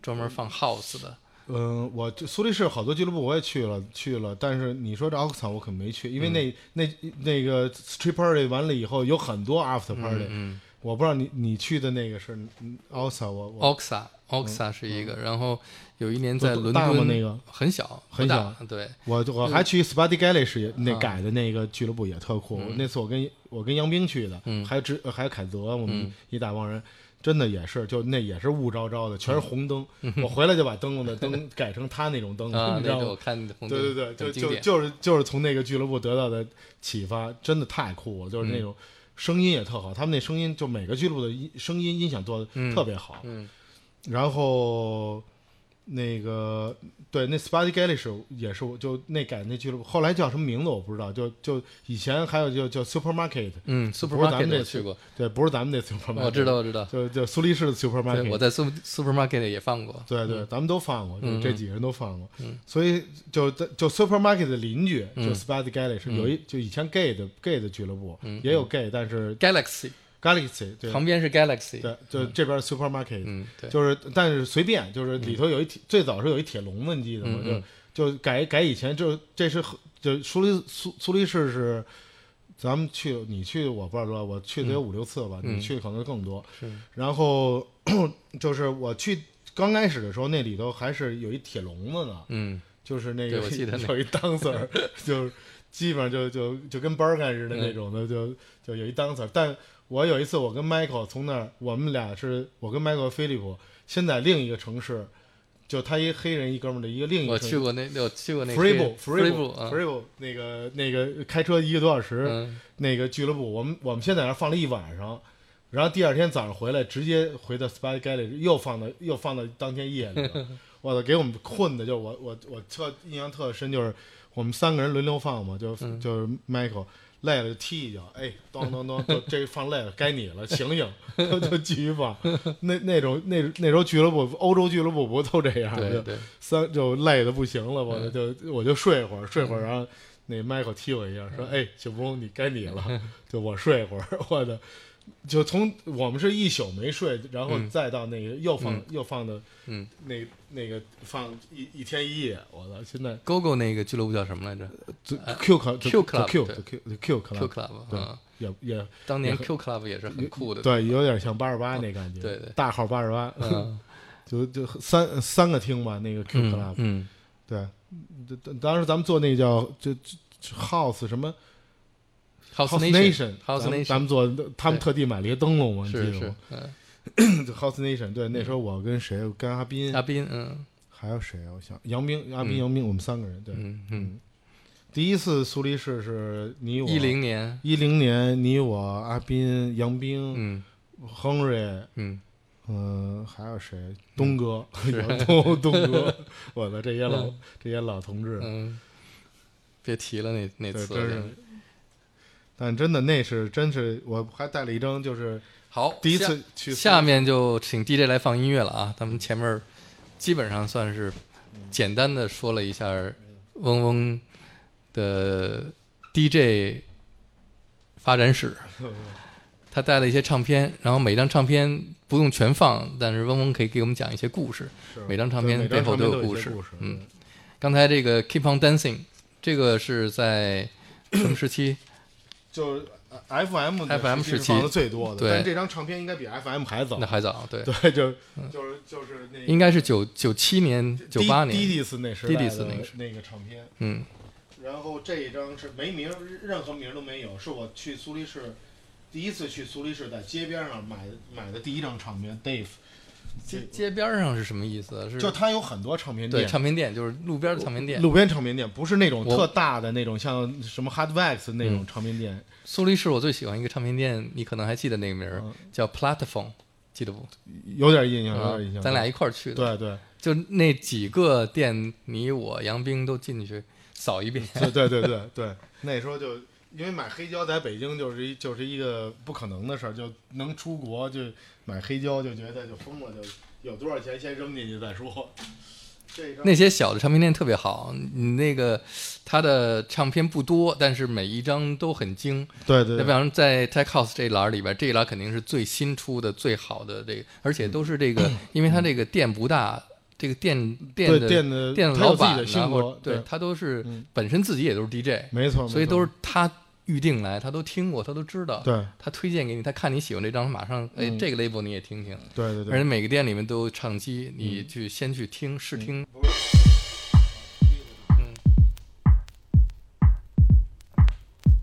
Speaker 1: 专门放 house 的，
Speaker 2: 嗯，我这苏黎世好多俱乐部我也去了，去了，但是你说这 o x o n 我可没去，因
Speaker 1: 嗯
Speaker 2: 为那、那那个 street party 完了以后有很多 after party，、
Speaker 1: 嗯
Speaker 2: 我不知道你你去的那个是 o x o n 我我
Speaker 1: ，Oxa
Speaker 2: 嗯
Speaker 1: Oxa 是一个，然后有一年
Speaker 2: 不
Speaker 1: 在伦
Speaker 2: 大吗
Speaker 1: 敦
Speaker 2: 那个
Speaker 1: 很小
Speaker 2: 很小
Speaker 1: 不大对，
Speaker 2: 我我还去 s p a d i g a l e 是那
Speaker 1: 嗯啊
Speaker 2: 改的那个俱乐部也特酷，那次我跟我跟杨冰去的，
Speaker 1: 嗯
Speaker 2: 还有只还有凯泽，我们
Speaker 1: 嗯
Speaker 2: 一大帮人。真的也是，就那也是雾昭昭的，全是
Speaker 1: 嗯
Speaker 2: 红灯。我回来就把灯笼的灯 [laughs] 改成他那种灯，
Speaker 1: 啊，
Speaker 2: 嗯你知
Speaker 1: 那
Speaker 2: 道
Speaker 1: 个
Speaker 2: 吗？
Speaker 1: 我看的红灯
Speaker 2: 对对对，
Speaker 1: 很
Speaker 2: 就
Speaker 1: 经
Speaker 2: 就
Speaker 1: 典，
Speaker 2: 就是就是从那个俱乐部得到的启发，真的太酷了，就是
Speaker 1: 嗯
Speaker 2: 那种声音也特好，他们那声音就每个俱乐部的音声音音响做的
Speaker 1: 嗯
Speaker 2: 特别好，
Speaker 1: 嗯
Speaker 2: 然后。那个对，那 Spotty Gallery 是也是我就那改那俱乐部，后来叫什么名字我不知道，就就以前还有就叫 Supermarket，
Speaker 1: 嗯
Speaker 2: 不是咱
Speaker 1: supermarket
Speaker 2: 们这
Speaker 1: 我
Speaker 2: 次
Speaker 1: 去过，
Speaker 2: 对，不是咱们那 Supermarket，
Speaker 1: 我哦知，道我知道，
Speaker 2: 就就苏黎世的
Speaker 1: 对
Speaker 2: Supermarket，
Speaker 1: 我在 super supermarket 也放过，
Speaker 2: 对对，咱们都放过，就
Speaker 1: 嗯
Speaker 2: 这几个人都放过，所以就在就 supermarket 的邻居，
Speaker 1: 嗯
Speaker 2: 就 s p a d i Galley 是有一就以前 gay 的 gay 的俱乐部，
Speaker 1: 嗯
Speaker 2: 也有 gay，但是
Speaker 1: Galaxy
Speaker 2: Galaxy 对
Speaker 1: 旁边是 Galaxy，
Speaker 2: 对，就这边 supermarket，
Speaker 1: 嗯对，
Speaker 2: 就是但是随便，就是里头有一铁最早是有一铁笼子，你记得吗？
Speaker 1: 嗯
Speaker 2: 就就改改以前就这是很就苏黎苏苏黎世是。咱们去，你去我不知道多少，我去得有五六次吧，
Speaker 1: 嗯
Speaker 2: 你去可能更多。
Speaker 1: 是
Speaker 2: 然后就是我去刚开始的时候，那里头还是有一铁笼子呢，
Speaker 1: 嗯
Speaker 2: 就是那
Speaker 1: 对
Speaker 2: 个
Speaker 1: 我
Speaker 2: [laughs]
Speaker 1: 记得那
Speaker 2: 有一 dancer，就是基本上就就就跟 Bergen 似的
Speaker 1: 嗯
Speaker 2: 那种的，就就有一 dancer。但我有一次，我跟 Michael 从那儿，我们俩是我跟 Michael 菲利普先在另一个城市，就他一黑人一哥们儿的一个另一
Speaker 1: 我
Speaker 2: 个
Speaker 1: 去
Speaker 2: 城市。
Speaker 1: 过那我去过那
Speaker 2: f r e e b o f r e e b
Speaker 1: Freebo
Speaker 2: o
Speaker 1: 啊
Speaker 2: f r e e b o 那个那个开车一个多小时，
Speaker 1: 嗯
Speaker 2: 那个俱乐部，我们我们先在那儿放了一晚上，然后第二天早上回来，直接回到 Spy Gallery 又放到又放到当天夜里了，我操，给我们困的，就我我我特印象特深，就是我们三个人轮流放嘛，就、就是 Michael 累了就踢一脚，哎，咚咚咚，就这放累了，该你了，醒醒，就就继续放，那那种那那时候俱乐部，欧洲俱乐部不都这样？就
Speaker 1: 对对，
Speaker 2: 三就累的不行了，我
Speaker 1: 嗯
Speaker 2: 就我就睡会儿，睡会儿，然后
Speaker 1: 嗯
Speaker 2: 那 Michael 踢我一下，说：“哎，小峰，你该你了。”就我睡会儿，我的就从我们是一宿没睡，然后再到那个又放、
Speaker 1: 嗯
Speaker 2: 又放的，
Speaker 1: 嗯，
Speaker 2: 那那个放一一天一夜，我操！现在
Speaker 1: GoGo 那个俱乐部叫什么来着
Speaker 2: Q Club
Speaker 1: 呃 Q Club，
Speaker 2: Q
Speaker 1: 对
Speaker 2: Q Q
Speaker 1: ？Q
Speaker 2: Club
Speaker 1: Club，
Speaker 2: 对
Speaker 1: 嗯，
Speaker 2: 也也
Speaker 1: 当年
Speaker 2: 也很
Speaker 1: Q Club 也是很酷的，嗯
Speaker 2: 对，有点像八十八那感觉，
Speaker 1: 对对
Speaker 2: 大号八十八，
Speaker 1: 嗯
Speaker 2: [laughs] 就就三三个厅吧，那个 Q
Speaker 1: 嗯
Speaker 2: Club，
Speaker 1: 嗯
Speaker 2: 对，当当当时咱们做那个叫就就就 House 什么
Speaker 1: ，House Nation，House
Speaker 2: 咱们
Speaker 1: Nation，
Speaker 2: 咱们做，他们
Speaker 1: 对
Speaker 2: 特地买了一个灯笼嘛，你记
Speaker 1: 是嗯
Speaker 2: 得
Speaker 1: 是
Speaker 2: 吗，
Speaker 1: 嗯，
Speaker 2: 就？House Nation，对，那时候我跟谁，跟阿斌，
Speaker 1: 嘉宾，嗯
Speaker 2: 还有谁啊？我想杨冰、阿斌、
Speaker 1: 嗯
Speaker 2: 杨冰，我们三个人，对，
Speaker 1: 嗯嗯，
Speaker 2: 第一次苏黎世是你我
Speaker 1: 一零年，
Speaker 2: 一零年，你我阿斌、杨冰、
Speaker 1: 嗯
Speaker 2: Henry，
Speaker 1: 嗯，
Speaker 2: 嗯，还有谁？东哥，杨东东
Speaker 1: [laughs]
Speaker 2: 哥，我的这些老
Speaker 1: 嗯
Speaker 2: 这些老同志，
Speaker 1: 嗯，别提了那那
Speaker 2: 对，
Speaker 1: 次了
Speaker 2: 真是。。但真的那是真是，我还带了一张，就是
Speaker 1: 好，
Speaker 2: 第一
Speaker 1: 下
Speaker 2: 次去
Speaker 1: 下面就请 DJ 来放音乐了啊！咱们前面基本上算是简单的说了一下嗡嗡的 DJ 发展史，他带了一些唱片，然后每张唱片不用全放，但是嗡嗡可以给我们讲一些故事。
Speaker 2: 是
Speaker 1: 每张唱
Speaker 2: 对
Speaker 1: 片
Speaker 2: 每
Speaker 1: 背
Speaker 2: 张
Speaker 1: 后
Speaker 2: 唱
Speaker 1: 都
Speaker 2: 片
Speaker 1: 有
Speaker 2: 都有
Speaker 1: 故
Speaker 2: 一些
Speaker 1: 事
Speaker 2: 故事，
Speaker 1: 嗯，刚才这个 Keep on Dancing，这个是在什么时期？
Speaker 2: 就是呃 FM 的
Speaker 1: FM
Speaker 2: 时
Speaker 1: 时
Speaker 2: 期
Speaker 1: 期
Speaker 2: 是放的最多的，
Speaker 1: 对
Speaker 2: 但这张唱片应该比 FM 还早
Speaker 1: 那，还早，对，
Speaker 2: 对，就就是就是那
Speaker 1: 应该是九九七年、九八
Speaker 2: 滴
Speaker 1: 年，
Speaker 2: 滴斯那时代的
Speaker 1: Didis 那个时
Speaker 2: 那个唱片，
Speaker 1: 嗯
Speaker 2: 然后这一张是没名儿，任何名儿都没有，是我去苏黎世第一次去苏黎世在街边上买的买的第一张唱片，Dave，
Speaker 1: 街街边上是什么意思啊？是
Speaker 2: 就它有很多唱片
Speaker 1: 对
Speaker 2: 店，
Speaker 1: 唱片店，就是路边的唱片店。
Speaker 2: 路边唱片店，不是那种
Speaker 1: 我嗯
Speaker 2: 特大的那种，像什么 Hardwax 那种唱片店，
Speaker 1: 苏黎世我最喜欢一个唱片店，你可能还记得那个名儿
Speaker 2: 嗯，
Speaker 1: 叫 Platform，记得不？
Speaker 2: 有点印象，有点印
Speaker 1: 嗯
Speaker 2: 象。
Speaker 1: 咱俩一块儿去的，
Speaker 2: 对
Speaker 1: [laughs]
Speaker 2: 对
Speaker 1: 就那几个店，你我杨冰都进去扫一遍。 [laughs]
Speaker 2: 对对对对对，那时候就因为买黑胶在北京就是一就是一个不可能的事儿，就能出国就买黑胶就觉得就疯了，就有多少钱先扔进去再说。这张
Speaker 1: 那些小的唱片店特别好，你那个它的唱片不多，但是每一张都很精。
Speaker 2: 对对
Speaker 1: 要不
Speaker 2: 对
Speaker 1: 然在 Tech House 这一栏里边，这一栏肯定是最新出的、最好的这个，而且都是这
Speaker 2: [clears throat]
Speaker 1: 个，因为它这个店不大，这个店店
Speaker 2: 对
Speaker 1: 的
Speaker 2: 店的
Speaker 1: 店的
Speaker 2: 他有
Speaker 1: 老
Speaker 2: 自己
Speaker 1: 板
Speaker 2: 的
Speaker 1: 呢
Speaker 2: 性
Speaker 1: 或者
Speaker 2: 格，
Speaker 1: 对，他都是
Speaker 2: 嗯
Speaker 1: 本身自己也都是 DJ，
Speaker 2: 没错，
Speaker 1: 所以
Speaker 2: 没错
Speaker 1: 都是他预定来，他都听过，他都知道，
Speaker 2: 对
Speaker 1: 他推荐给你，他看你喜欢这张，马上哎
Speaker 2: 嗯
Speaker 1: 这个 label 你也听听，
Speaker 2: 对对嗯
Speaker 1: 而且
Speaker 2: 对，
Speaker 1: 每个店里面都有唱机，你去先去听
Speaker 2: 嗯
Speaker 1: 试听，
Speaker 2: 没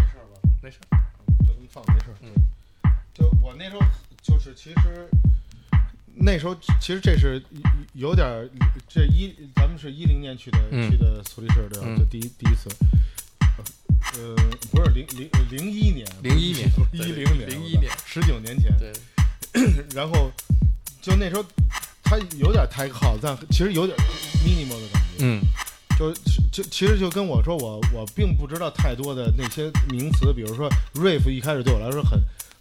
Speaker 2: 事儿吧？
Speaker 1: 没事，
Speaker 2: 就这么放没事。
Speaker 1: 嗯，
Speaker 2: 就我那时候就是其实那时候其实这是有点儿这一咱们是一零年去的、
Speaker 1: 嗯
Speaker 2: 去的苏黎世对吧？
Speaker 1: 嗯
Speaker 2: 就第一第一次，呃，不是零零呃零一年，
Speaker 1: 01年
Speaker 2: 一
Speaker 1: 对
Speaker 2: 零年，
Speaker 1: 01年，
Speaker 2: 十九年前。
Speaker 1: 对，
Speaker 2: 然后就那时候他有点太靠，但其实有点 minimal 的感觉。
Speaker 1: 嗯
Speaker 2: 就就其实就跟我说我我并不知道太多的那些名词，比如说 riff 一开始对我来说很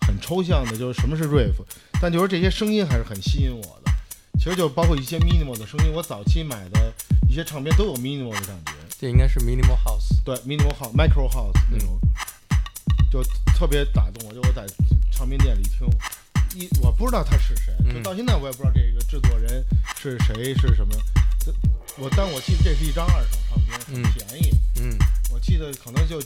Speaker 2: 很抽象的，就是什么是 riff，但就是这些声音还是很吸引我的。其实就包括一些 minimal 的声音，我早期买的一些唱片都有 minimal 的感觉，
Speaker 1: 这应该是 Minimal House，
Speaker 2: 对 minimal house、micro house
Speaker 1: 嗯
Speaker 2: 那种，就特别打动我。就我在唱片店里听，一我不知道他是谁，就
Speaker 1: 嗯
Speaker 2: 到现在我也不知道这个制作人是谁是什么。这我但我记得这是一张二手唱片，很
Speaker 1: 嗯
Speaker 2: 便宜。
Speaker 1: 嗯
Speaker 2: 我记得可能就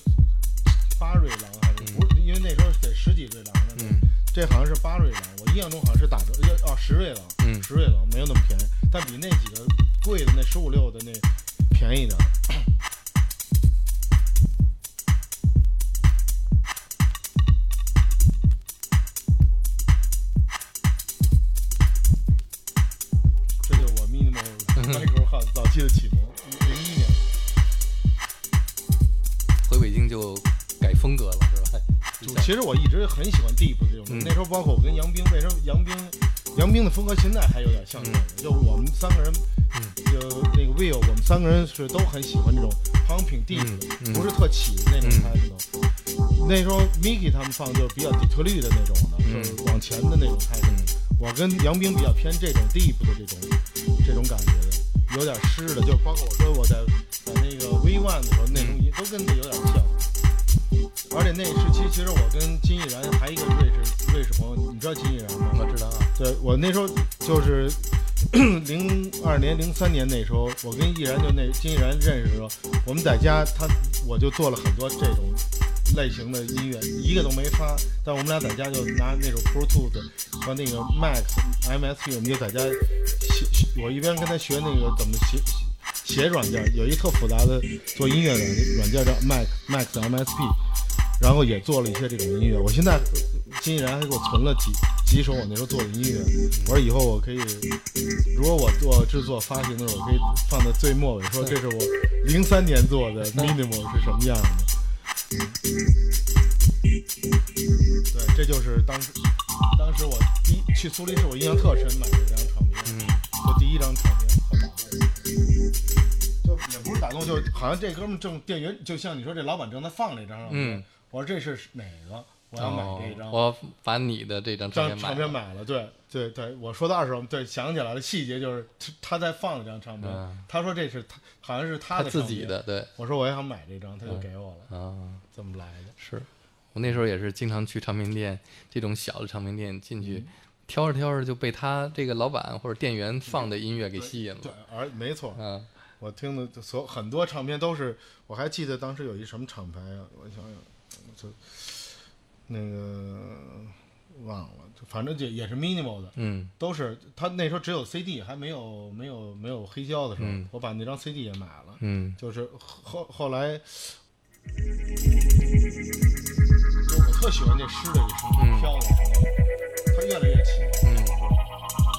Speaker 2: 八瑞郎还是不是，因为那时候得十几瑞郎呢。
Speaker 1: 嗯
Speaker 2: 这好像是八瑞郎，我印象中好像是打折，呃哦十瑞郎，
Speaker 1: 嗯
Speaker 2: 十瑞郎没有那么便宜，但比那几个贵的那十五六的那便宜点儿。这就是我 minimal micro house 早期的启蒙，零一年。
Speaker 1: 回北京就改风格了，是吧？
Speaker 2: 就其实我一直很喜欢 deep 这种东
Speaker 1: 嗯
Speaker 2: 西，那时候包括我跟杨冰，为什么杨冰，杨冰的风格现在还有点像这个，
Speaker 1: 嗯
Speaker 2: 就是我们三个人，就那个 Will，我们三个人是都很喜欢这种 pumping deep 的，
Speaker 1: 嗯嗯
Speaker 2: 不是特起的那种
Speaker 1: 嗯
Speaker 2: p a t e 那时候 Miki 他们放就是比较底特律的那种的，
Speaker 1: 嗯
Speaker 2: 就是往前的那种 p a t e 我跟杨冰比较偏这种 deep 的这种这种感觉的，有点湿的，就包括我说我在在那个 V One 的时候那种也都跟这有点像。而且那时期，其实我跟金逸然还一个瑞士瑞士朋友，你知道金逸然吗？
Speaker 1: 我知道啊，
Speaker 2: 对我那时候就是 [coughs] 零二年、零三年那时候，我跟易然就那金易然认识的时候，我们在家他我就做了很多这种类型的音乐，一个都没发。但我们俩在家就拿那种 Pro Tools 和那个 Max MSP，我们就在家写，我一边跟他学那个怎么写。写软件有一特复杂的做音乐的软件叫 Mac Max MSP，然后也做了一些这种音乐。我现在金然还给我存了几几首我那时候做的音乐，我说以后我可以，如果我做制作发行的时候，我可以放在最末尾说这是我零三年做的 Minimal 是什么样的。对，这就是当时当时我第一去苏黎世，我印象特深，买的一张唱片，
Speaker 1: 嗯，
Speaker 2: 就第一张唱片，特打动我，就也不是打动，就是好像这哥们正店员，就像你说这老板正在放这张唱片，
Speaker 1: 嗯
Speaker 2: 我说这是哪个？我要买这一张。
Speaker 1: 哦我把你的这张唱
Speaker 2: 张
Speaker 1: 片
Speaker 2: 唱
Speaker 1: 买
Speaker 2: 片
Speaker 1: 了，
Speaker 2: 买了，对对对，我说到二手，对，想起来了，细节就是他他在放一张唱片，
Speaker 1: 嗯
Speaker 2: 他说这是他好像是他
Speaker 1: 他
Speaker 2: 的
Speaker 1: 自
Speaker 2: 唱
Speaker 1: 己
Speaker 2: 片，
Speaker 1: 的，对
Speaker 2: 我说我也想买这张，他就
Speaker 1: 嗯
Speaker 2: 给我了，
Speaker 1: 啊，
Speaker 2: 这么来的？
Speaker 1: 是我那时候也是经常去唱片店，这种小的唱片店进
Speaker 2: 嗯
Speaker 1: 去，挑着挑着就被他这个老板或者店员放的音乐给吸引
Speaker 2: 对
Speaker 1: 了，，
Speaker 2: 而没错，
Speaker 1: 嗯
Speaker 2: 我听的所有很多唱片都是，我还记得当时有一什么厂牌啊，我想想，就那个忘了，就反正就也是 minimal 的，
Speaker 1: 嗯
Speaker 2: 都是他那时候只有 CD，还没有没有没有黑胶的时候，
Speaker 1: 嗯
Speaker 2: 我把那张 CD 也买了，
Speaker 1: 嗯
Speaker 2: 就是后后来，就我特喜欢这诗的一声
Speaker 1: 嗯
Speaker 2: 飘的，它越来越起。
Speaker 1: 嗯，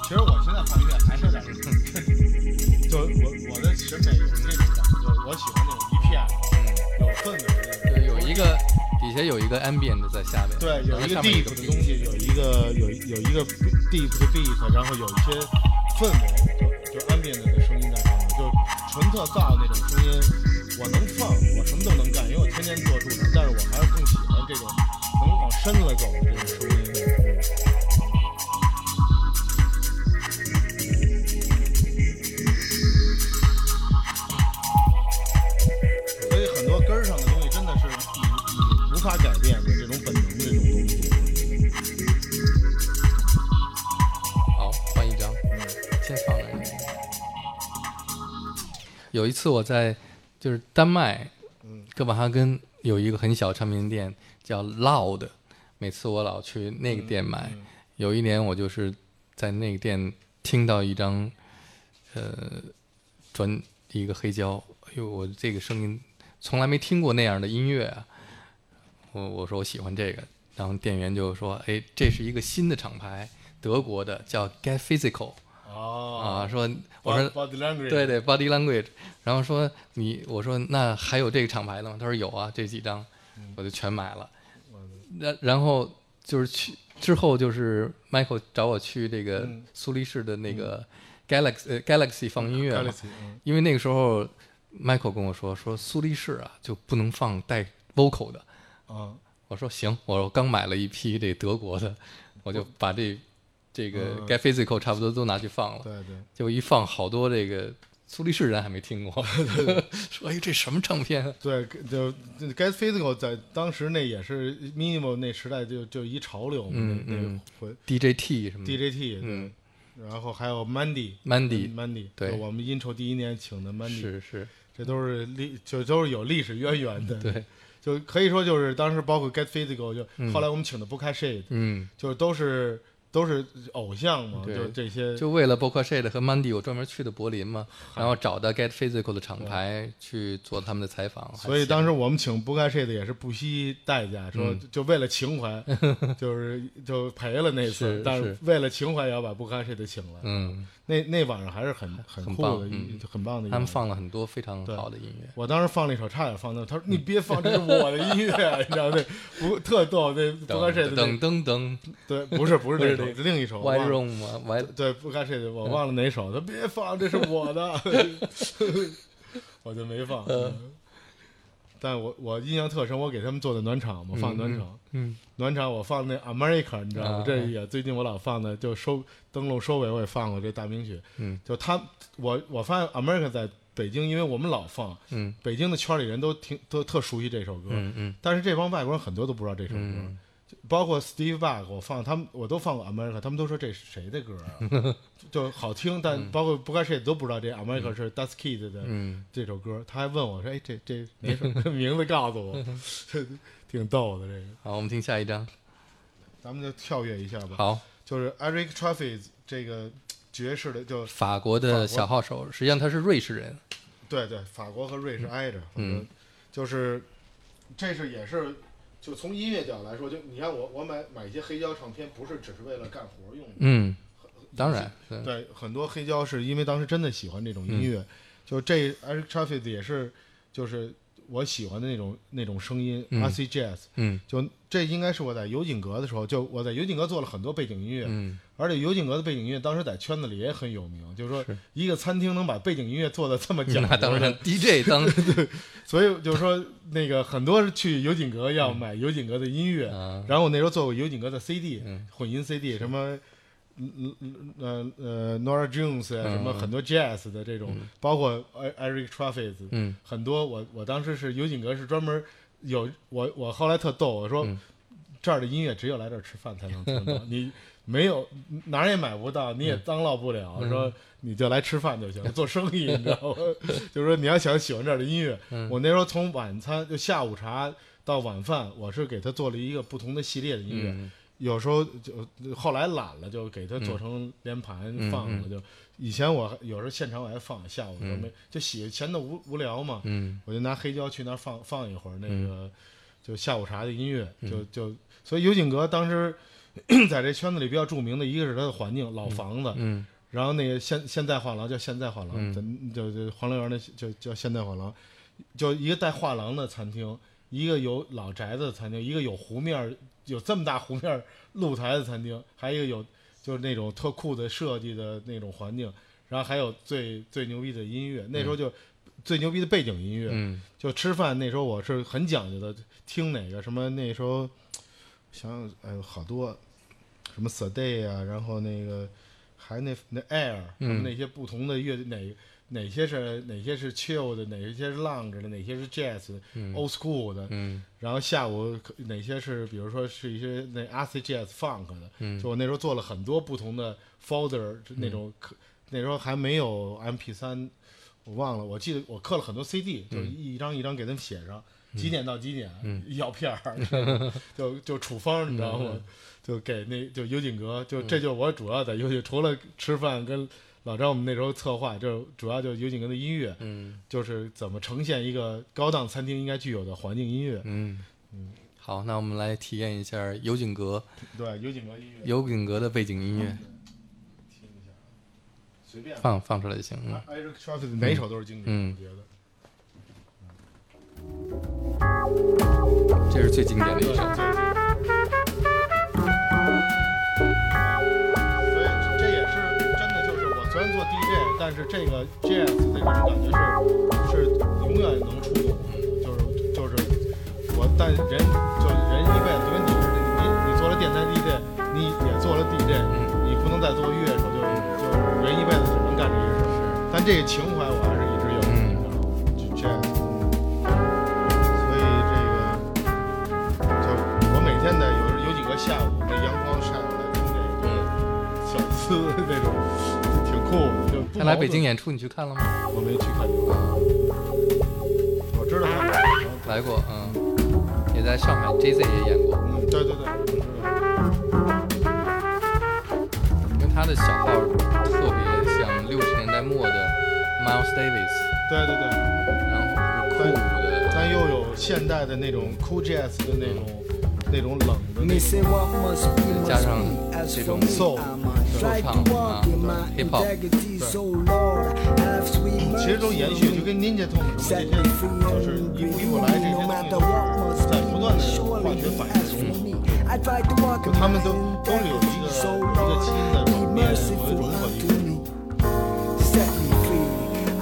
Speaker 2: 其实我现在放音乐还是有点儿，就我我的审美有这种感觉，我喜欢那种一片有氛围
Speaker 1: 对，
Speaker 2: 的，
Speaker 1: 有一个底下有一个 ambient 在下面，
Speaker 2: 对有
Speaker 1: 然后
Speaker 2: 一个
Speaker 1: 上面
Speaker 2: deep 的东西，有一个有有一个 deep 的 beat，然后有一些氛围，就就 ambient 的声音在上面，就纯特造那种声音，我能放，我什么都能干，因为我天天做驻场，但是我还是更喜欢这种能往深了走的这种声音。所以很多根儿上的东西真的是你你无法改变的这种本能的这种东西。
Speaker 1: 好，换一张，
Speaker 2: 嗯
Speaker 1: 先放那个。有一次我在就是丹麦
Speaker 2: 嗯
Speaker 1: 哥本哈根有一个很小唱片店叫 Loud，每次我老去那个店买。
Speaker 2: 嗯
Speaker 1: 有一年我就是在那个店听到一张呃专一个黑胶，哎呦，我这个声音从来没听过那样的音乐啊！我我说我喜欢这个，然后店员就说：“哎，这是一个新的厂牌，德国的叫 Get Physical 啊。”
Speaker 2: 哦
Speaker 1: 说我说
Speaker 2: body language，
Speaker 1: 对对，body language。然后说你，我说那还有这个厂牌的吗？他说有啊，这几张
Speaker 2: 嗯
Speaker 1: 我就全买了。然然后就是去之后就是 Michael 找我去这个
Speaker 2: 嗯
Speaker 1: 苏黎世的那个 Galaxy、呃 Galaxy 放音乐嘛，
Speaker 2: Galaxy，嗯
Speaker 1: 因为那个时候 Michael 跟我说说苏黎世啊就不能放带 vocal 的。
Speaker 2: 啊，
Speaker 1: 我说行，我刚买了一批这德国的，我就把这这个
Speaker 2: 嗯
Speaker 1: Get Physical 差不多都拿去放了。
Speaker 2: 对对，
Speaker 1: 就一放好多这个苏黎世人还没听过， [laughs] 说哎这什么唱片啊？
Speaker 2: 对，就就 Get Physical 在当时那也是 minimal 那时代就就一潮流嘛，
Speaker 1: 嗯
Speaker 2: 那
Speaker 1: 嗯
Speaker 2: 那回
Speaker 1: DJT 什么的
Speaker 2: DJT，对
Speaker 1: 嗯
Speaker 2: 然后还有 Mandy。
Speaker 1: ，Mandy
Speaker 2: Mandy，
Speaker 1: 对
Speaker 2: 就我们音筹第一年请的 Mandy，
Speaker 1: 是是，
Speaker 2: 这都是历就都是有历史渊源的，，
Speaker 1: 对，
Speaker 2: 就可以说就是当时包括 Get Physical，就
Speaker 1: 嗯
Speaker 2: 后来我们请的 b o k a Shade，
Speaker 1: 嗯，
Speaker 2: 就是都是都是偶像嘛，
Speaker 1: 对
Speaker 2: 就这些，
Speaker 1: 就为了 b o k a s h a d 和 Mandy，我专门去的柏林嘛，然后找到 Get Physical 的厂牌去做他们的采访，
Speaker 2: 所以
Speaker 1: 还
Speaker 2: 当时我们请不该睡的也是不惜代价，说
Speaker 1: 嗯
Speaker 2: 就为了
Speaker 1: [laughs]
Speaker 2: 情怀，就是就赔了那次，
Speaker 1: 是
Speaker 2: 但
Speaker 1: 是
Speaker 2: 为了情怀也要把不该睡的请来。
Speaker 1: 嗯，
Speaker 2: 那那晚上还是很很
Speaker 1: 很
Speaker 2: 酷
Speaker 1: 棒
Speaker 2: 的，一
Speaker 1: 嗯
Speaker 2: 很棒的一晚上。
Speaker 1: 他们放了很多非常
Speaker 2: 对
Speaker 1: 好的音乐，
Speaker 2: 我当时放了一首，差点放那，他说
Speaker 1: 嗯
Speaker 2: 你别放，这是我的音乐， [laughs] 你知道那不特逗，那不该睡的那
Speaker 1: 噔噔噔
Speaker 2: 对，不是不是
Speaker 1: 不
Speaker 2: 那
Speaker 1: 是
Speaker 2: 首，
Speaker 1: 这
Speaker 2: 是另一首。
Speaker 1: ，White
Speaker 2: 忘了
Speaker 1: Room 啊，White
Speaker 2: 对，不该睡的，
Speaker 1: 嗯
Speaker 2: 我忘了哪首，他别放，这是我
Speaker 1: [laughs]
Speaker 2: 的，我就没放。嗯但我我印象特深，我给他们做的暖场嘛，放暖场，
Speaker 1: 嗯，
Speaker 2: 暖场我放那 America，你知道吗？
Speaker 1: 啊
Speaker 2: 这也最近我老放的，就收登录收尾我也放过这大名曲。
Speaker 1: 嗯，
Speaker 2: 就他我我发现 America 在北京，因为我们老放，
Speaker 1: 嗯
Speaker 2: 北京的圈里人都挺都特熟悉这首歌，
Speaker 1: 嗯嗯
Speaker 2: 但是这帮外国人很多都不知道这首歌，
Speaker 1: 嗯
Speaker 2: 包括 Steve Vai，我放他们我都放过 America，他们都说这是谁的歌啊？
Speaker 1: 嗯
Speaker 2: [laughs] 就好听，但包括不该谁都不知道这 America 是 Das Kid 的
Speaker 1: 嗯，
Speaker 2: 这首歌。他还问我说：“哎，这这哪首
Speaker 1: [laughs]
Speaker 2: 名字告诉我？” [laughs] 挺逗的这个。
Speaker 1: 好，我们听下一张。
Speaker 2: 咱们就跳跃一下吧，
Speaker 1: 好，
Speaker 2: 就是 Eric t r a f i s 这个爵士的，就
Speaker 1: 法国的小号手，实际上他是瑞士人。
Speaker 2: 对对，法国和瑞士挨着，反
Speaker 1: 嗯
Speaker 2: 正就是这是也是。就从音乐角度来说，就你看我我买买一些黑胶唱片，不是只是为了干活用的，
Speaker 1: 嗯，当然，对
Speaker 2: 对，很多黑胶是因为当时真的喜欢这种
Speaker 1: 嗯
Speaker 2: 音乐，就这 Eric t r a f i d 也是，就是我喜欢的那种那种声音、
Speaker 1: 嗯
Speaker 2: r c Jazz，
Speaker 1: 嗯
Speaker 2: 就这应该是我在油井阁的时候，就我在油井阁做了很多背景音乐，
Speaker 1: 嗯
Speaker 2: 而且油井阁的背景音乐当时在圈子里也很有名，就是说
Speaker 1: 是
Speaker 2: 一个餐厅能把背景音乐做的这么讲究，
Speaker 1: [laughs] 那当然，DJ [laughs] 当
Speaker 2: 所以就是说那个很多人去油井阁要买油井阁的音乐，
Speaker 1: 嗯啊
Speaker 2: 然后我那时候做过油井阁的 CD，、
Speaker 1: 嗯
Speaker 2: 混音 CD，什么，嗯嗯嗯呃呃 Nora Jones 啊，
Speaker 1: 嗯
Speaker 2: 什么很多 Jazz 的这种，包括呃 Eric t r a f i s
Speaker 1: 嗯
Speaker 2: 很多我我当时是油井阁是专门有我我后来特逗，我说、
Speaker 1: 嗯
Speaker 2: 这儿的音乐只有来这儿吃饭才能听
Speaker 1: [laughs]
Speaker 2: 到，你没有哪儿也买不到，你也当落不了，
Speaker 1: 嗯
Speaker 2: 说你就来吃饭就行，做生意你知
Speaker 1: [laughs]
Speaker 2: 道吗？就是说你要想喜欢这儿的音乐，
Speaker 1: 嗯
Speaker 2: 我那时候从晚餐就下午茶到晚饭，我是给他做了一个不同的系列的音乐。
Speaker 1: 嗯
Speaker 2: 有时候就后来懒了，就给它做成连盘
Speaker 1: 嗯
Speaker 2: 放了。
Speaker 1: 嗯
Speaker 2: 就以前我还有时候现场我还放，下午的时候
Speaker 1: 嗯
Speaker 2: 没就喜闲的无无聊嘛，
Speaker 1: 嗯
Speaker 2: 我就拿黑胶去那儿放放一会儿那
Speaker 1: 嗯
Speaker 2: 个，就下午茶的音乐，
Speaker 1: 嗯
Speaker 2: 就就所以尤景阁当时 [clears throat] 在这圈子里比较著名的一个是他的环境，老房子，
Speaker 1: 嗯
Speaker 2: 然后那个现现代画廊叫现代画廊，
Speaker 1: 嗯
Speaker 2: 咱就就黄乐园那就叫现代画廊，就一个带画廊的餐厅，一个有老宅子的餐厅，一个有湖面儿有这么大湖面儿露台的餐厅，还有一个有就是那种特酷的设计的那种环境，然后还有最最牛逼的音乐，那时候就。最牛逼的背景音乐，
Speaker 1: 嗯
Speaker 2: 就吃饭那时候我是很讲究的，听哪个什么那时候，想想哎呦好多，什么 s a Day 啊，然后那个还那那 Air 什么
Speaker 1: 嗯
Speaker 2: 那些不同的乐哪哪些是哪些是 chill 的，哪些是 lounge 的，哪些是 jazz 的、
Speaker 1: 嗯
Speaker 2: old school 的，
Speaker 1: 嗯
Speaker 2: 然后下午可哪些是比如说是一些那 RC jazz funk 的，
Speaker 1: 嗯
Speaker 2: 就我那时候做了很多不同的 folder，就那种刻、那时候还没有 MP 三，我忘了，我记得我刻了很多 CD，就是一张一张给他们写上、几点到几点，
Speaker 1: 嗯
Speaker 2: 要
Speaker 1: [laughs]
Speaker 2: 片儿，就就处方，你知道吗？
Speaker 1: 嗯
Speaker 2: 就给那就尤景阁，就这就是我主要在尤景，除了吃饭跟老张我们那时候策划，就主要就是尤景阁的音乐，
Speaker 1: 嗯
Speaker 2: 就是怎么呈现一个高档餐厅应该具有的环境音乐，
Speaker 1: 嗯。好，那我们来体验一下尤景阁
Speaker 2: 对，尤景阁音乐，
Speaker 1: 尤景阁的背景音乐，
Speaker 2: 听一下啊，随便吧。哎
Speaker 1: 放放出来就行。嗯
Speaker 2: Eric t r a f i d 哪首都是经典，
Speaker 1: 嗯
Speaker 2: 我觉得。
Speaker 1: 这是最经典的
Speaker 2: 对
Speaker 1: 一首。
Speaker 2: 对所以这也是真的，就是我虽然做 DJ，但是这个 jazz 这种感觉是是永远能触动我的，就是就是我，但人就人一辈子，因为你你你做了电台 DJ，你也做了 DJ，
Speaker 1: 嗯
Speaker 2: 你不能再做乐手，就是就是人一辈子只能干这一事儿。但这个情怀我还是一直有的，你知道吗？就 jazz，所以这个。就是我每天的有有几个下午，那阳光晒过来，听这个小资那种，挺酷的。就不
Speaker 1: 他来北京演出，你去看了吗？
Speaker 2: 矛盾，我没去看牛排。我知道他来北京，
Speaker 1: 来过，嗯，也在上海 JZ 也演过，
Speaker 2: 嗯，对对对，我知道。
Speaker 1: 因为他的小号特别像六十年代末的 Miles Davis，
Speaker 2: 对对对，
Speaker 1: 然后是酷的，
Speaker 2: 但又有现代的那种 cool jazz 的那种那种冷的那种
Speaker 3: Me say what must be, must
Speaker 1: 加上
Speaker 3: be. As
Speaker 1: 这
Speaker 3: for
Speaker 1: 种
Speaker 3: me,
Speaker 2: soul，
Speaker 3: I must
Speaker 1: 对
Speaker 3: try
Speaker 1: 说唱
Speaker 3: to walk
Speaker 1: 啊
Speaker 3: in my
Speaker 1: 对，hip-hop
Speaker 3: integrity.
Speaker 2: 对
Speaker 3: So Lord, have sweet
Speaker 2: 其实都延
Speaker 3: mercy
Speaker 2: 续，
Speaker 3: on
Speaker 2: 就
Speaker 3: me.
Speaker 2: 跟 Ninja 痛什么
Speaker 3: Set
Speaker 2: 这
Speaker 3: me
Speaker 2: 些，
Speaker 3: free
Speaker 2: 就是一
Speaker 3: and
Speaker 2: 步
Speaker 3: breathe
Speaker 2: 一步来，这
Speaker 3: me
Speaker 2: 些
Speaker 3: no
Speaker 2: 东西
Speaker 3: matter what
Speaker 2: 都
Speaker 3: must
Speaker 2: 是在不断
Speaker 3: be.
Speaker 2: 的
Speaker 3: Surely
Speaker 2: 化学
Speaker 3: you
Speaker 2: 反应
Speaker 3: ask
Speaker 2: 中
Speaker 3: for。me. I try to walk
Speaker 2: 就
Speaker 3: in
Speaker 2: 他
Speaker 3: my
Speaker 2: 们都都是有一个
Speaker 3: integrity. So
Speaker 2: 一个基因的
Speaker 3: Lord,
Speaker 2: 转
Speaker 3: be
Speaker 2: 变和
Speaker 3: merciful
Speaker 2: 融合的一
Speaker 3: unto
Speaker 2: 个。
Speaker 3: me. Set me free.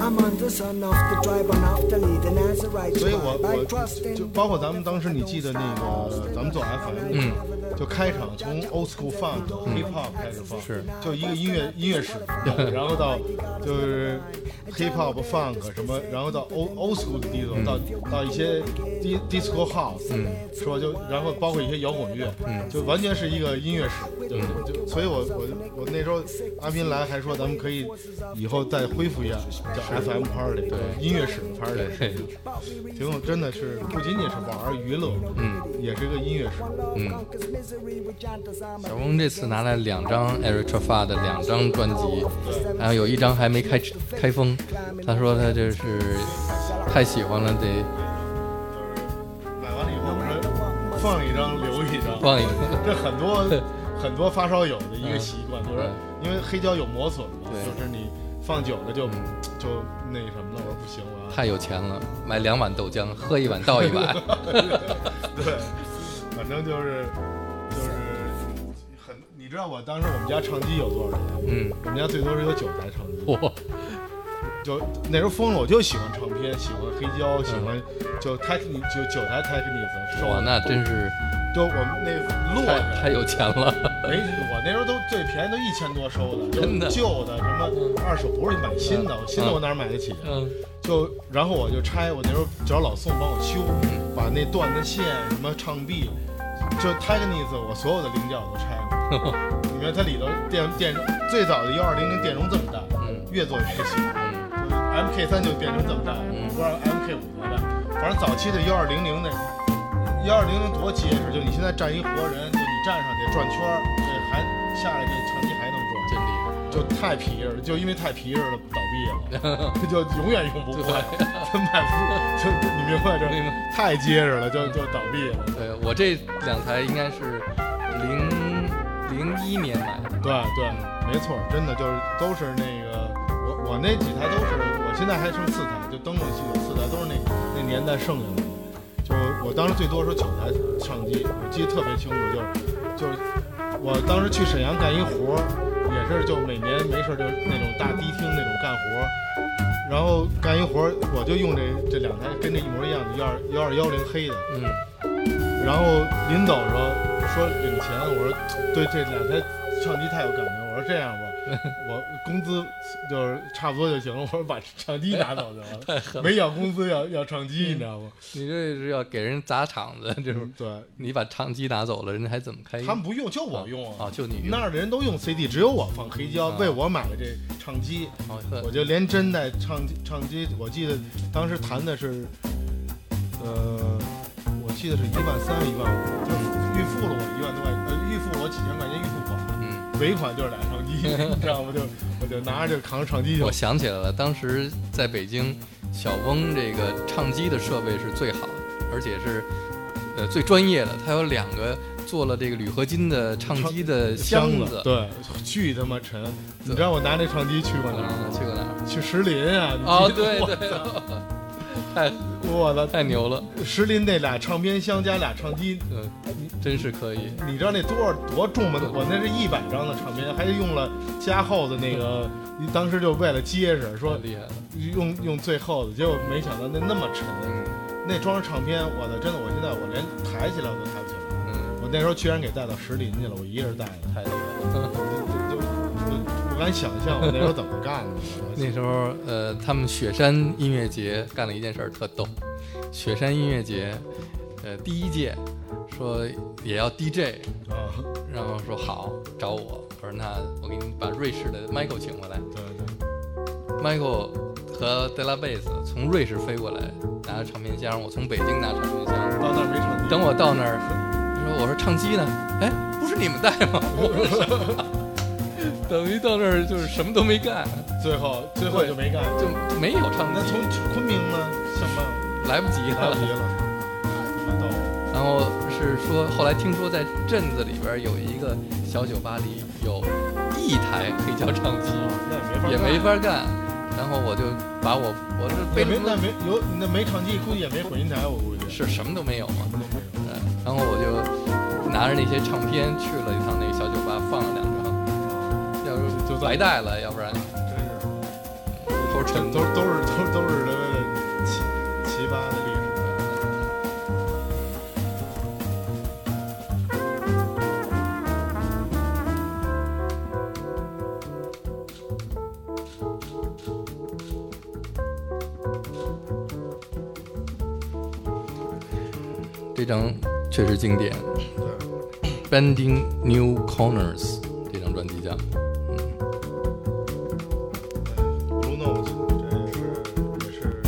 Speaker 3: I'm on the son of the tribe and of the lead and as a right
Speaker 2: 所以我
Speaker 3: tribe. I
Speaker 2: 我
Speaker 3: trust in
Speaker 2: 就包括咱们当时，你记得那个咱们做 FM，
Speaker 1: 嗯
Speaker 2: 就开场从 old school funk、hip hop 开始放，
Speaker 1: 是
Speaker 2: 就一个音乐音
Speaker 1: [laughs]
Speaker 2: 乐史，然后到就是 hip hop funk 什么，然后到 old old school 的 disco，、到
Speaker 1: 嗯
Speaker 2: 到一些 dis disco house，、是吧？就然后包括一些摇滚乐，
Speaker 1: 嗯
Speaker 2: 就完全是一个音乐史，就就所以我我我那时候阿斌来还说咱们可以以后再恢复一下叫 FM party，对音乐史 party，
Speaker 1: 对，
Speaker 2: 挺有真的是不仅仅是玩儿娱乐，
Speaker 1: 嗯，
Speaker 2: 也是一个音乐史。
Speaker 1: 嗯。小翁这次拿来两张 Eric t r a f a 的两张专辑，然后有一张还没开开封，他说他这是太喜欢了，得
Speaker 2: 买完了以后，我说放一张留一张，
Speaker 1: 放一个。
Speaker 2: 这
Speaker 1: [laughs]
Speaker 2: 很多很多发烧友的一个习惯，就是因为黑胶有磨损嘛，
Speaker 1: 对嗯
Speaker 2: 就是你放久了就就那什么了。我说不行，我要
Speaker 1: 太有钱了，买两碗豆浆，喝一碗倒一碗。
Speaker 2: [laughs] 对，反正就是就是很，你知道我当时我们家唱机有多少人吗？
Speaker 1: 嗯，
Speaker 2: 我们家最多是有九台唱机，
Speaker 1: 嚯，
Speaker 2: 就那时候疯了，我就喜欢唱片，喜欢黑胶，喜欢就 technic 就九台 technics 收
Speaker 1: 我
Speaker 2: 的，
Speaker 1: 嗯那真是
Speaker 2: 就我们那
Speaker 1: 太
Speaker 2: 落下来
Speaker 1: 太有钱了。
Speaker 2: 没，哎我那时候都最便宜都一千多收的，就
Speaker 1: 真的
Speaker 2: 旧的什么二手，不是买新的，
Speaker 1: 嗯
Speaker 2: 我新的我哪买得起啊？
Speaker 1: 嗯
Speaker 2: 就然后我就拆，我那时候找老宋帮我修，
Speaker 1: 嗯
Speaker 2: 把那断的线什么唱臂，就 t a g n i s 我所有的零件我都拆过。你看它里头电电容最早的幺二零零电容这么大，
Speaker 1: 嗯
Speaker 2: 越做越小
Speaker 1: 嗯
Speaker 2: ，MK 三就变成这么大，
Speaker 1: 嗯
Speaker 2: 不知道 MK 五多大，反正早期的幺二零零那。幺二零零多结实，就你现在站一活人，就你站上得转圈儿，这还下来这成绩还能转。
Speaker 1: 真厉害。
Speaker 2: 就太皮实了，就因为太皮实了倒
Speaker 1: [laughs]
Speaker 2: 闭了，就永远用不坏， [laughs] 就买不就你明白
Speaker 1: [laughs] 明
Speaker 2: 这
Speaker 1: 白
Speaker 2: 太结实了，就就倒闭了。
Speaker 1: 对我这两台应该是零零一年买的，
Speaker 2: 对对，没错，真的就是都是那个我我那几台都是，我现在还剩四台，就登录器有四台都是那那年代剩下的。就我当时最多时候九台唱机，我记得特别清楚，就是就是我当时去沈阳干一活儿，也是就每年没事儿就那种大迪厅那种干活儿，然后干一活儿我就用这这两台跟这一模一样的幺二幺二幺零黑的，
Speaker 1: 嗯，
Speaker 2: 然后临走的时候说领钱，我说对这两台唱机太有感情，我说这样吧，我工资就是差不多就行了，我说把唱机拿走就完了，没要工资要要唱机，你知道吗？嗯
Speaker 1: 你这是要给人砸场子，这是
Speaker 2: 对，
Speaker 1: 你把唱机拿走了，人家还怎么开？
Speaker 2: 他们不用，就我用
Speaker 1: 啊，，
Speaker 2: 啊
Speaker 1: 就你用
Speaker 2: 那儿的人都用 CD，只有我放黑胶，
Speaker 1: 啊
Speaker 2: 为我买了这唱机，
Speaker 1: 哦呵
Speaker 2: 我就连真带唱机唱机，我记得当时谈的是，呃，我记得是一万三一万五，就是预付了我一万多块，呃，预付我几千块钱预付款。
Speaker 1: 嗯，
Speaker 2: 尾款就是俩
Speaker 1: [laughs]
Speaker 2: 唱机，你知道吗？就我就拿着就扛着唱机就
Speaker 1: 我想起来了，当时在北京，小翁这个唱机的设备是最好的，而且是呃最专业的。他有两个做了这个铝合金的唱机的箱
Speaker 2: 箱
Speaker 1: 子，
Speaker 2: 对，巨他妈沉。你知道我拿那唱机去过哪儿
Speaker 1: 啊，去
Speaker 2: 吗？
Speaker 1: 过哪儿？
Speaker 2: 去石林啊！ [laughs] 你
Speaker 1: 哦，
Speaker 2: 记得
Speaker 1: 对
Speaker 2: 我
Speaker 1: 对， [laughs]
Speaker 2: 操
Speaker 1: 太
Speaker 2: [laughs] 我操！
Speaker 1: 太牛了，
Speaker 2: 石林那俩唱片箱加俩唱机，
Speaker 1: 嗯，真是可以，
Speaker 2: 你知道那多少多重吗
Speaker 1: 对？
Speaker 2: 我那是一百张的唱片，还用了加厚的那个，当时就为了结实，
Speaker 1: 太
Speaker 2: 说
Speaker 1: 厉害了，
Speaker 2: 用用最厚的，结果没想到那那么沉，
Speaker 1: 嗯
Speaker 2: 那装着唱片，我操！真的，我现在我连抬起来我都抬不起来。
Speaker 1: 嗯，
Speaker 2: 我那时候居然给带到石林去了，我一人带的。
Speaker 1: 太厉害了。
Speaker 2: [laughs] 就我不敢想象我那时候怎么干的。我
Speaker 1: [laughs] 那时候，呃，他们雪山音乐节干了一件事儿特逗。雪山音乐节，呃，第一届说也要 DJ，
Speaker 2: 啊，
Speaker 1: 然后说好找我，我说那我给你把瑞士的 Michael 请过来
Speaker 2: 对对，
Speaker 1: ，Michael 和 d e l a b a s 从瑞士飞过来，拿着唱片箱，我从北京拿唱片箱。
Speaker 2: 到那儿没成。
Speaker 1: 等我到那儿，他说我说唱机呢？哎，不是你们带吗？ [laughs] 我说什么？ [laughs] 等于到那儿就是什么都没干，
Speaker 2: 最后最后就没干。
Speaker 1: 就就没有唱
Speaker 2: 那
Speaker 1: 机，
Speaker 2: 从昆明呢，想办
Speaker 1: [laughs]
Speaker 2: 法
Speaker 1: 来不及
Speaker 2: 来
Speaker 1: 了
Speaker 2: 不。及了。
Speaker 1: 然后是说，后来听说在镇子里边有一个小酒吧里有一台黑胶唱机，
Speaker 2: 那
Speaker 1: 也
Speaker 2: 也
Speaker 1: 没
Speaker 2: 没法
Speaker 1: 法干。然后我就把我我这为
Speaker 2: 也没
Speaker 1: 什
Speaker 2: 那
Speaker 1: 么
Speaker 2: 没有那没唱机，估计也没混音台，我估计。
Speaker 1: 是什么都没有嘛？
Speaker 2: 什么都没有。
Speaker 1: 嗯，然后我就拿着那些唱片去了一趟那个小酒吧，放了两张，要是
Speaker 2: 就
Speaker 1: 就
Speaker 2: 在
Speaker 1: 白带了，要不然
Speaker 2: 真
Speaker 1: 都
Speaker 2: 是，
Speaker 1: 沉
Speaker 2: 都都是都都是他妈的奇奇葩的历史。
Speaker 1: 了。这张确实经典，
Speaker 2: 对，
Speaker 1: 《Bending New Corners》这张专辑叫。
Speaker 2: Blue Note 这也是也是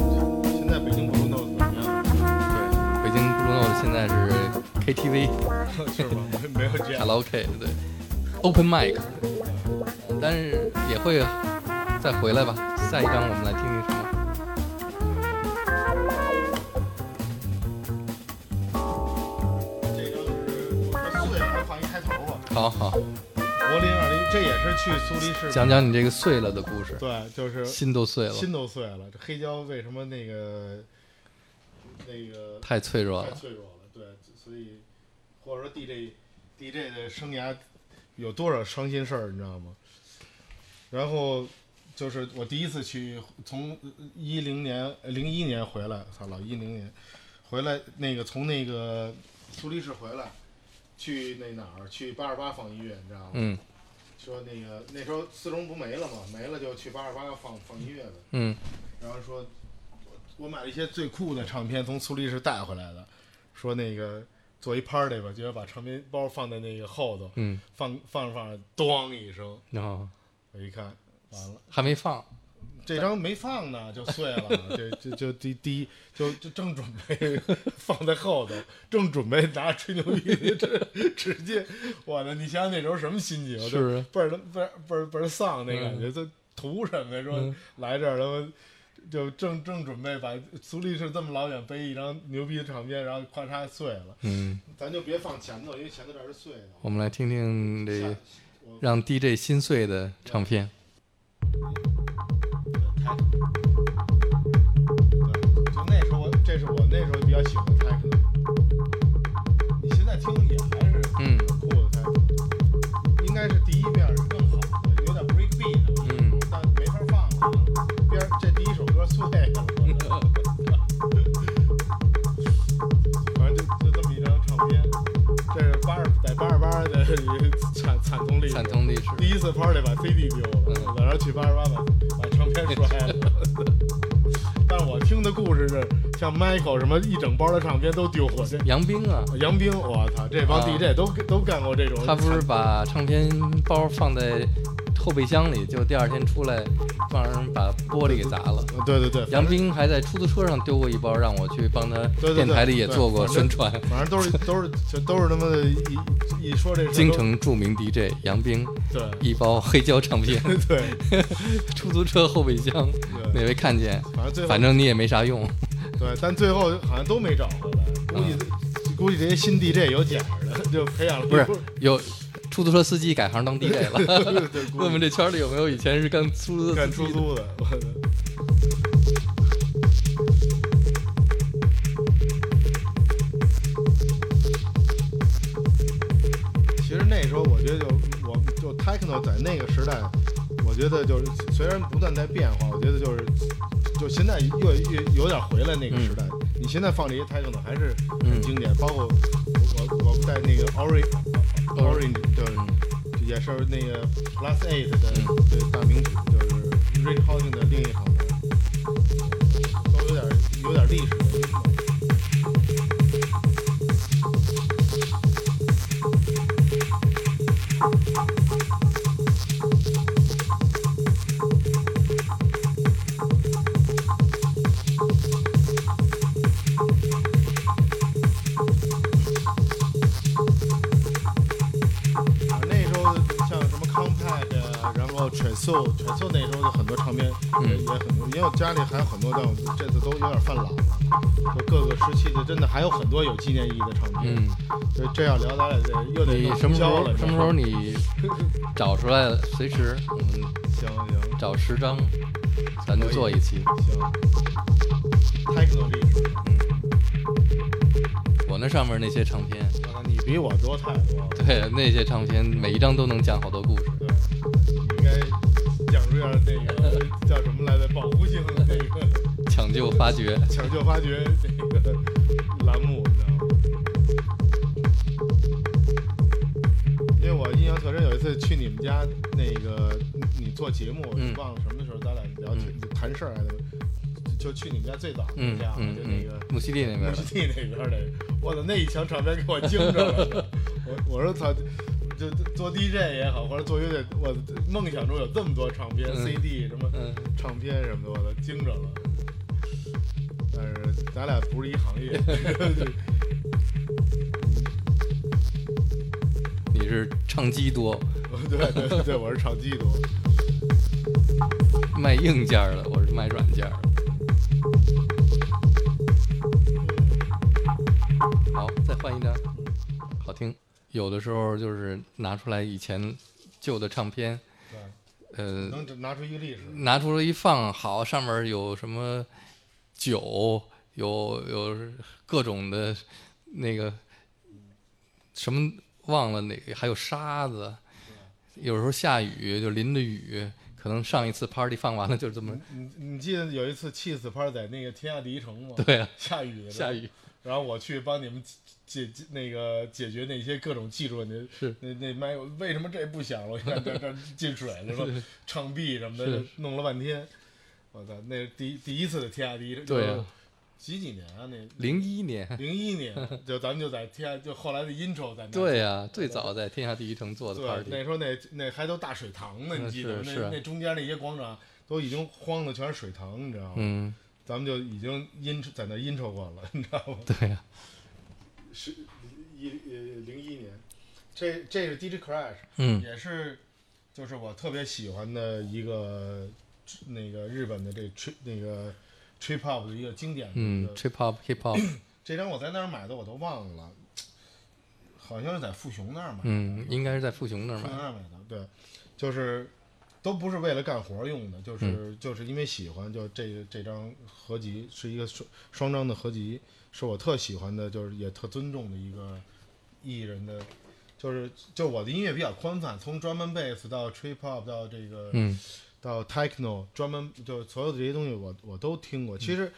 Speaker 2: 现在北京 Blue Note 怎么样？
Speaker 1: 对，北京 Blue Note 现在是 KTV
Speaker 2: 是吗？没没有这
Speaker 1: 卡
Speaker 2: 样。
Speaker 1: 拉 OK 对，Open Mic，但是也会再回来吧。下一张我们来听听什么？
Speaker 2: 这张是我碎了，还放一开头吧。
Speaker 1: 好好，
Speaker 2: 柏林二零，这也是去苏黎世。
Speaker 1: 讲讲你这个碎了的故事，
Speaker 2: 对，就是
Speaker 1: 心都碎了，
Speaker 2: 心都碎了。这黑胶为什么那个那个
Speaker 1: 太脆弱
Speaker 2: 太
Speaker 1: 了。
Speaker 2: 脆弱了？对，所以或者说 DJ DJ 的生涯有多少伤心事儿，你知道吗？然后就是我第一次去，从一零年零一年回来，操老一零年回来，那个从那个苏黎世回来，去那哪儿去八十八放音乐，你知道吗？
Speaker 1: 嗯
Speaker 2: 说那个那时候四中不没了嘛，没了就去八十八放放音乐呗。
Speaker 1: 嗯，
Speaker 2: 然后说，我我买了一些最酷的唱片，从苏黎世带回来的，说那个做一 party 吧，结果把唱片包放在那个后头，
Speaker 1: 嗯，
Speaker 2: 放放着放着，咚一声，
Speaker 1: 然后
Speaker 2: 我一看，完了，
Speaker 1: 还没放，
Speaker 2: 这张没放呢，就碎
Speaker 1: [laughs]
Speaker 2: 了，这这就第第一就就正准备 [laughs] 放在后头，正准备拿吹牛逼，直直接，我的，你想想那时候什么心情，啊
Speaker 1: 是不是
Speaker 2: 倍儿倍儿倍儿倍儿丧那感觉，这图什么呀？说
Speaker 1: 嗯
Speaker 2: 来这儿他妈就正正准备把苏黎世这么老远背一张牛逼的唱片，然后咔嚓碎了，
Speaker 1: 嗯，
Speaker 2: 咱就别放前头，因为前头这儿是碎的。
Speaker 1: 我们来听听这
Speaker 2: 下我
Speaker 1: 让 DJ 心碎的唱片。
Speaker 2: 对，就那时候我这是我那时候比较喜欢的 techno，你现在听也还是
Speaker 1: 嗯
Speaker 2: 酷的 techno，应该是第一遍是更好的，有点 break beat 的，我觉
Speaker 1: 嗯
Speaker 2: 得但没法放了，可能边儿这第一首歌碎了，反正就就这么一张唱片，这是八十在八十八的惨惨痛历史
Speaker 1: 惨。痛历史，
Speaker 2: 第一次 party 把 CD 丢
Speaker 1: 嗯
Speaker 2: 了，晚上去八十八把把唱片摔了。但是我听的故事是，像 Michael 什么一整包的唱片都丢了。这
Speaker 1: 杨冰啊，
Speaker 2: 杨冰，我操，这帮
Speaker 1: 啊
Speaker 2: DJ 都、都干过这种。
Speaker 1: 他不是把唱片包放在后备箱里，就第二天出来让人把玻璃给砸了。
Speaker 2: 对对对，
Speaker 1: 杨斌还在出租车上丢过一包，让我去帮他
Speaker 2: 对对对
Speaker 1: 电台里也做过宣传。
Speaker 2: 反正都是都是就都是他妈的一一说这事都
Speaker 1: 京城著名 DJ 杨斌
Speaker 2: 对 [laughs]
Speaker 1: 一包黑胶唱片， [laughs]
Speaker 2: 对
Speaker 1: 出租车后备箱，哪
Speaker 2: 对，
Speaker 1: 位看见？
Speaker 2: 反正最后
Speaker 1: 反正你也没啥用。
Speaker 2: 对，但最后好像都没找回来，估计、估计这些新 DJ 有假的，就培养了一
Speaker 1: 不是
Speaker 2: 波
Speaker 1: 有出租车司机改行当 DJ
Speaker 2: [laughs]
Speaker 1: 了，
Speaker 2: 对对估计
Speaker 1: 问问这圈里有没有以前是干出租车
Speaker 2: 干
Speaker 1: 司
Speaker 2: 出
Speaker 1: 机的？
Speaker 2: 租的，我的。其实那时候我觉得就我就 techno 在那个时代，我觉得就是虽然不断在变化，我觉得就是就现在又又有点回来那个时代。你现在放这些 techno 还是很经典，包括我我我在那个 orange orange 就是也是那个 Plus Eight 的这大名曲，就是 Rick Harding 的另一行的，都有点有点历史的因素。啊，那时候像什么 Compact，啊然后 t r a s o t r a s o 那时候的很多唱片也也很多，因为我家里还有很多，但我这次都有点犯懒了。就各个时期的，真的还有很多有纪念意义的唱片。
Speaker 1: 嗯，
Speaker 2: 就这要聊，咱俩得又得
Speaker 1: 你
Speaker 2: 弄
Speaker 1: 什么时
Speaker 2: 交
Speaker 1: 候
Speaker 2: 了？
Speaker 1: 什么时候你找出来了，随时我们
Speaker 2: [laughs] 行行
Speaker 1: 找十张，咱就做一期。嗯
Speaker 2: 行，Techno 历史，
Speaker 1: 我那上面那些唱片，
Speaker 2: 啊你比我多太多了。
Speaker 1: [laughs] 对那些唱片每一张都能讲好多故事。
Speaker 2: 对，应该讲出点儿那个叫什么来着？保护性的那个。
Speaker 1: 抢救发掘，
Speaker 2: 抢救发掘这个栏目，你知道吗？因为我印象特深，有一次去你们家那个你你做节目，
Speaker 1: 嗯
Speaker 2: 忘了什么时候，咱俩聊起
Speaker 1: 嗯
Speaker 2: 谈事儿来的，啊就去你们家最早 [laughs] 是
Speaker 1: 嗯
Speaker 2: 这样的，
Speaker 1: 嗯
Speaker 2: 就那
Speaker 1: 嗯
Speaker 2: 个，
Speaker 1: 木樨地那边的
Speaker 2: PPT 那边儿的，我操，那一墙唱片给我惊着了。我我说操，就就做 DJ 也好，或者做乐队，我梦想中有这么多唱片、
Speaker 1: 嗯
Speaker 2: CD 什么
Speaker 1: 嗯
Speaker 2: 唱片什么的，我都惊着了。但是咱俩不是一行业， [laughs]
Speaker 1: 你是唱机多，
Speaker 2: 对对对对，我是唱机多。
Speaker 1: 卖硬件儿的，我是卖软件儿的。好，再换一张，好听。有的时候就是拿出来以前旧的唱片，
Speaker 2: 对，
Speaker 1: 呃，
Speaker 2: 能只拿出一个历史，
Speaker 1: 拿出来一放，好，上面有什么酒，有有各种的那个什么忘了哪个，还有沙子。有时候下雨就淋着雨，可能上一次 party 放完了就这么，
Speaker 2: 你你记得有一次气死拍在那个天下第一城吗？
Speaker 1: 对啊，
Speaker 2: 下雨的时候
Speaker 1: 下雨，
Speaker 2: 然后我去帮你们解解那个解决那些各种技术问题。
Speaker 1: 是
Speaker 2: 那那麦克为什么这不响了？我一看这这进水了，说唱壁什么的，
Speaker 1: 是
Speaker 2: 就弄了半天。我操，那是第第一次的天下第一，
Speaker 1: 对啊，
Speaker 2: 几几年啊？那
Speaker 1: 零一年，
Speaker 2: 零一年，就咱们就在天下，就后来的 intro 在那。
Speaker 1: 对呀、最早在天下第一城做的
Speaker 2: 对，
Speaker 1: party，
Speaker 2: 那时候那那还都大水塘呢，
Speaker 1: 嗯
Speaker 2: 你记得吗？
Speaker 1: 是
Speaker 2: 那
Speaker 1: 是
Speaker 2: 那中间那些广场都已经荒的全是水塘，你知道吗？
Speaker 1: 嗯，
Speaker 2: 咱们就已经 intro 在那 intro 过了，你知道吗？
Speaker 1: 对啊呀、
Speaker 2: 是一呃零一年，这这是 DJ Crash，
Speaker 1: 嗯
Speaker 2: 也是就是我特别喜欢的一个那个日本的这 trip 那个 trip hop 的一个经典的一
Speaker 1: 嗯
Speaker 2: 个。
Speaker 1: ，trip hop hip hop，
Speaker 2: 这张我在哪儿买的我都忘了，好像是在富雄那儿买的，
Speaker 1: 嗯，应该是在富雄那儿
Speaker 2: 富
Speaker 1: 买
Speaker 2: 雄那
Speaker 1: 的，
Speaker 2: 儿买的，对，就是。都不是为了干活用的，就是、就是因为喜欢，就这这张合集是一个双双张的合集，是我特喜欢的，就是也特尊重的一个艺人的，就是就我的音乐比较宽泛，从 drum and bass 到 trip hop 到这个、
Speaker 1: 嗯
Speaker 2: 到 techno，专门就是所有的这些东西我我都听过。
Speaker 1: 嗯
Speaker 2: 其实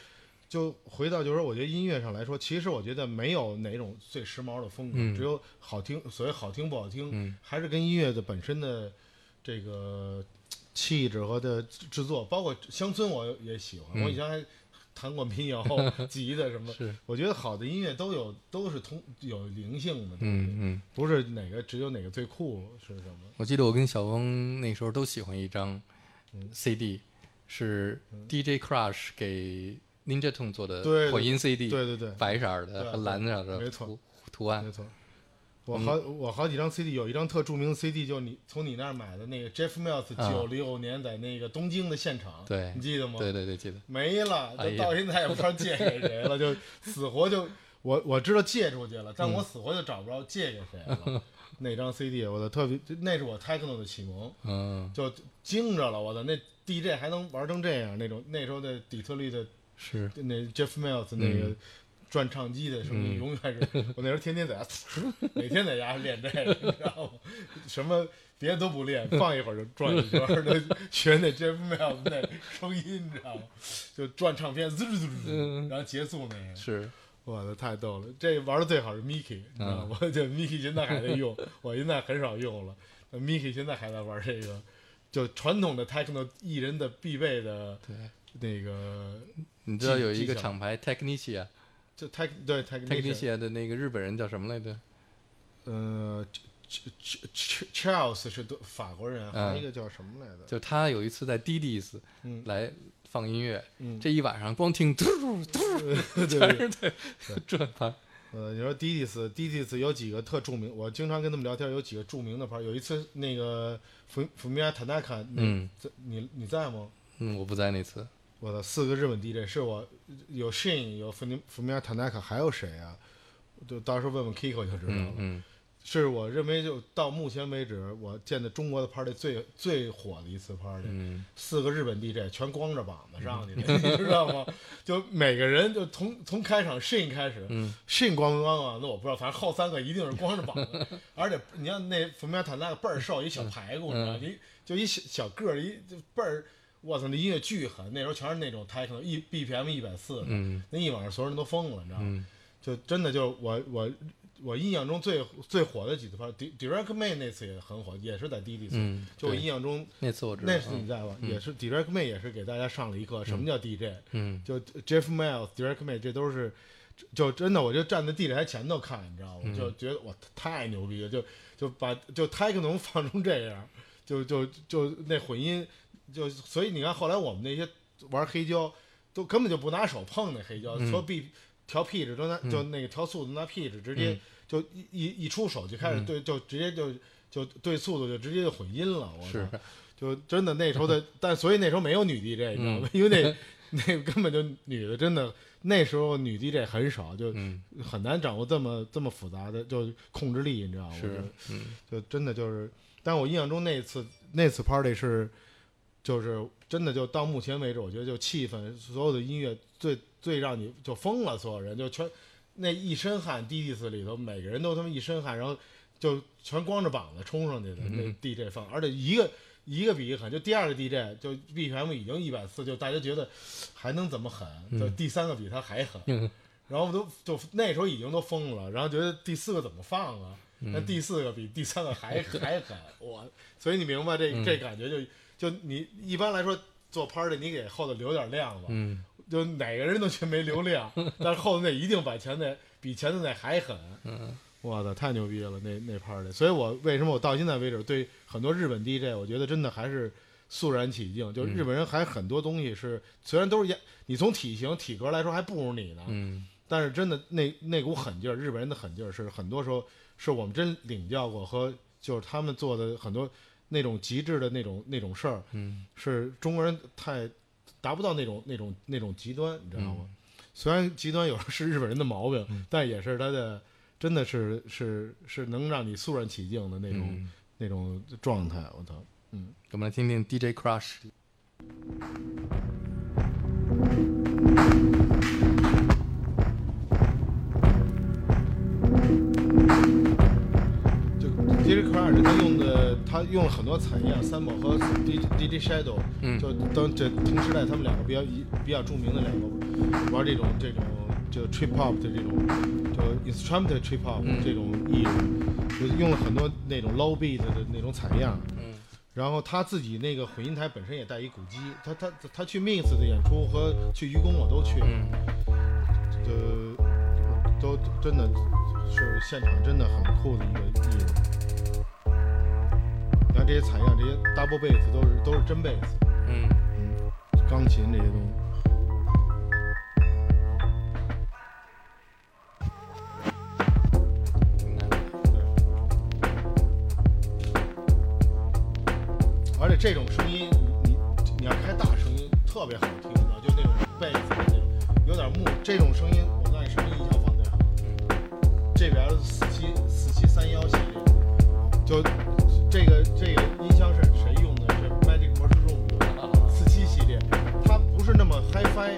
Speaker 2: 就回到就是说，我觉得音乐上来说，其实我觉得没有哪种最时髦的风格，
Speaker 1: 嗯
Speaker 2: 只有好听，所谓好听不好听，
Speaker 1: 嗯
Speaker 2: 还是跟音乐的本身的这个气质和的制作，包括乡村我也喜欢，我以前还弹过
Speaker 1: [laughs]
Speaker 2: 民谣、吉的什么
Speaker 1: 嗯是，
Speaker 2: 我觉得好的音乐都有都是通有灵性的，
Speaker 1: 嗯嗯。
Speaker 2: 不是哪个只有哪个最酷是什么。
Speaker 1: 我记得我跟小翁那时候都喜欢一张 CD，是 DJ Crush 给 Ninja Tune 做
Speaker 2: 对
Speaker 1: 的
Speaker 2: 嗯对
Speaker 1: 混音 CD，
Speaker 2: 对对对，
Speaker 1: 白色儿
Speaker 2: 对
Speaker 1: 的和蓝色儿的
Speaker 2: 没错
Speaker 1: 图图案
Speaker 2: 没，错，我好、
Speaker 1: 嗯
Speaker 2: 我好几张 CD，有一张特著名的 CD，就你从你那儿买的那个 Jeff Mills
Speaker 1: 啊
Speaker 2: 九六年在那个东京的现场，
Speaker 1: 对
Speaker 2: 你记得吗？
Speaker 1: 对对对，记得，
Speaker 2: 没了，
Speaker 1: 哎
Speaker 2: 就
Speaker 1: 呀
Speaker 2: 到现在也不知道借给谁了，就死活就我我知道借出去了，但
Speaker 1: 嗯
Speaker 2: 我死活就找不着借给谁了。
Speaker 1: [laughs]
Speaker 2: 那张 CD 我的特别，那是我 techno 的启蒙，
Speaker 1: 嗯，
Speaker 2: 就惊着了，我的那 DJ 还能玩成这样，那种那时候的底特律的
Speaker 1: 是，
Speaker 2: 那 Jeff Mills 那个
Speaker 1: 嗯
Speaker 2: 转唱机的声音，永远是、我那时候天天在家， [laughs] 每天在家练这个，你知道吗？什么别的都不练，放一会儿就转一圈儿，就学那 Jeff Mills 那声音，你知道吗？就转唱片，滋滋滋滋，然后结束那个，
Speaker 1: 是，
Speaker 2: 我的太逗了！这玩的最好是 Mickey，你知道吗？就 Mickey 现在还在用，我现在很少用了。那 Mickey 现在还在玩这个，就传统的 techno 艺人的必备的
Speaker 1: 对，
Speaker 2: 那个
Speaker 1: 你知道
Speaker 2: 技
Speaker 1: 有一
Speaker 2: 技
Speaker 1: 个
Speaker 2: 巧
Speaker 1: 厂牌 Technicia，Technicia
Speaker 2: 就 tech 对 technician，
Speaker 1: 的那个日本人叫什么来着？
Speaker 2: 呃，Ch- Ch- Ch-，Charles 是德法国人，
Speaker 1: 嗯
Speaker 2: 还有一个叫什么来
Speaker 1: [laughs]
Speaker 2: 着？
Speaker 1: 就他有一次在 DDS
Speaker 2: 嗯
Speaker 1: 来放音乐，
Speaker 2: 嗯
Speaker 1: 这一晚上光听嘟嘟嘟
Speaker 2: 对
Speaker 1: 全
Speaker 2: 对，
Speaker 1: 是在转盘，
Speaker 2: 呃，你说 Didis，Didis 有几个特著名，我经常跟他们聊天，有几个著名的牌儿。有一次那个福福米亚塔纳卡，你
Speaker 1: 嗯
Speaker 2: 在你你在吗？
Speaker 1: 嗯，我不在那次，
Speaker 2: 我的四个日本 DJ 是我有 Shin，有福尼福米亚塔纳卡，还有谁啊？就到时候问问 Kiko 就知道了。
Speaker 1: 嗯嗯
Speaker 2: 是我认为就到目前为止我见的中国的 party 最最火的一次 party。
Speaker 1: 嗯。
Speaker 2: 四个日本 DJ 全光着膀子上去的，你知 [laughs] 道吗？就每个人就从从开场 Shin 开始、s h i n 光不光膀子我不知道，反正后三个一定是光着膀子， [laughs] 而且你看那福米亚坦纳倍儿瘦，一小排骨，你知道吗，一就一小小个儿，一就倍儿，我操，那音乐巨狠，那时候全是那种 techno，一 BPM 一百四，那一晚上所有人都疯了，你知道吗？就真的就是我我我印象中最最火的几次 party，迪 Direct May 那次也很火，也是在滴滴次。
Speaker 1: 嗯，
Speaker 2: 就我
Speaker 1: 对
Speaker 2: 印象中，
Speaker 1: 那次我知道，
Speaker 2: 那次你在吧？
Speaker 1: 嗯
Speaker 2: 也是 Direct May 也是给大家上了一课，什么叫 DJ？
Speaker 1: 嗯，
Speaker 2: 就 Jeff Miles、Direct May 这都是，就真的我就站在地铁台前头看，你知道吗？就
Speaker 1: 嗯
Speaker 2: 觉得哇太牛逼了，就就把就 Techno 放成这样，就就就那混音，就所以你看后来我们那些玩黑胶，都根本就不拿手碰那黑胶，
Speaker 1: 嗯
Speaker 2: 说 B 调 P 值都拿、就那个调速度拿 P 值直接。
Speaker 1: 嗯
Speaker 2: 就一一一出手就开始对，就直接就就对速度就直接就混音了，我啊
Speaker 1: 是
Speaker 2: 操！就真的那时
Speaker 1: [laughs]
Speaker 2: 候的，但所以那时候没有女 DJ，你知道
Speaker 1: 嗯
Speaker 2: 吗？ [laughs] 因为那那根本就女的真的那时候女 DJ 很少，就
Speaker 1: 嗯
Speaker 2: 很难掌握这么这么复杂的就控制力，你知道吗？
Speaker 1: 是嗯
Speaker 2: 就就真的就是，但我印象中那次那次 party 是就是真的就到目前为止，我觉得就气氛所有的音乐最最让你就疯了，所有人就全那一身汗，滴滴四里头每个人都他妈一身汗，然后就全光着膀子冲上去的那
Speaker 1: 嗯
Speaker 2: DJ 放，而且一个一个比一个狠，就第二个 DJ 就 BPM 已经一百四，就大家觉得还能怎么狠？就第三个比他还狠，
Speaker 1: 嗯
Speaker 2: 然后都就那时候已经都疯了，然后觉得第四个怎么放啊？
Speaker 1: 嗯
Speaker 2: 那第四个比第三
Speaker 1: [laughs]
Speaker 2: 个还还狠，我所以你明白这
Speaker 1: 嗯
Speaker 2: 这感觉就就你一般来说做 party 你给后头留点量吧，
Speaker 1: 嗯
Speaker 2: 就哪个人都去没
Speaker 1: [laughs]
Speaker 2: 流量，但是后头那一定把前那比前头那还狠。
Speaker 1: 嗯
Speaker 2: 我操，太牛逼了那那 party！所以我为什么我到现在为止对很多日本 DJ，我觉得真的还是肃然起敬。就
Speaker 1: 嗯
Speaker 2: 日本人还很多东西是、虽然都是亚你从体型体格来说还不如你呢，
Speaker 1: 嗯
Speaker 2: 但是真的那那股狠劲儿，日本人的狠劲儿是很多时候是我们真领教过和就是他们做的很多那种极致的那种那种事儿，
Speaker 1: 嗯
Speaker 2: 是中国人太达不到那种那种那种极端，你知道吗？
Speaker 1: 嗯
Speaker 2: 虽然极端有时候是日本人的毛病，但也是他的真的是是是能让你肃然起敬的那种、
Speaker 1: 嗯，
Speaker 2: 那种状态。我操，
Speaker 1: 我们来听听 DJ Crush。
Speaker 2: 就 DJ Crush 他用的他用了很多采样三宝和 D D D Shadow，
Speaker 1: 嗯
Speaker 2: 就当这同时代他们两个比较一比较著名的两个玩这种这种就 trip hop 的这种就 instrumental trip hop
Speaker 1: 嗯
Speaker 2: 这种艺人，就用了很多那种 low beat 的那种采样。
Speaker 1: 嗯
Speaker 2: 然后他自己那个混音台本身也带一鼓机，他他他去 mix 的演出和去愚公我都去，
Speaker 1: 嗯
Speaker 2: 呃，都真的是现场真的很酷的一个艺人。你看这些采样，这些 double bass 都是都是真 bass，
Speaker 1: 嗯
Speaker 2: 钢琴这些东西。而且这种声音，你你你要开大声音，特别好听，你知道，就那种贝斯的那种，有点木。这种声音，我告诉你，什么音效放最好？这边四七四七三幺系列，就这个这个音箱是谁用的？是 Magic m o r s Room 用的四七系列，它不是那么 HiFi，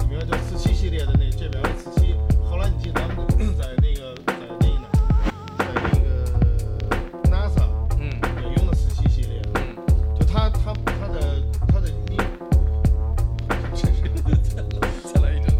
Speaker 2: 你明白？就四七系列的那这边四七。后来你记得咱们在那个在那哪儿，在那个 NASA
Speaker 1: 嗯
Speaker 2: 也用的四七系列。
Speaker 1: 嗯，
Speaker 2: 就他他他的他的音，
Speaker 1: 再来一张。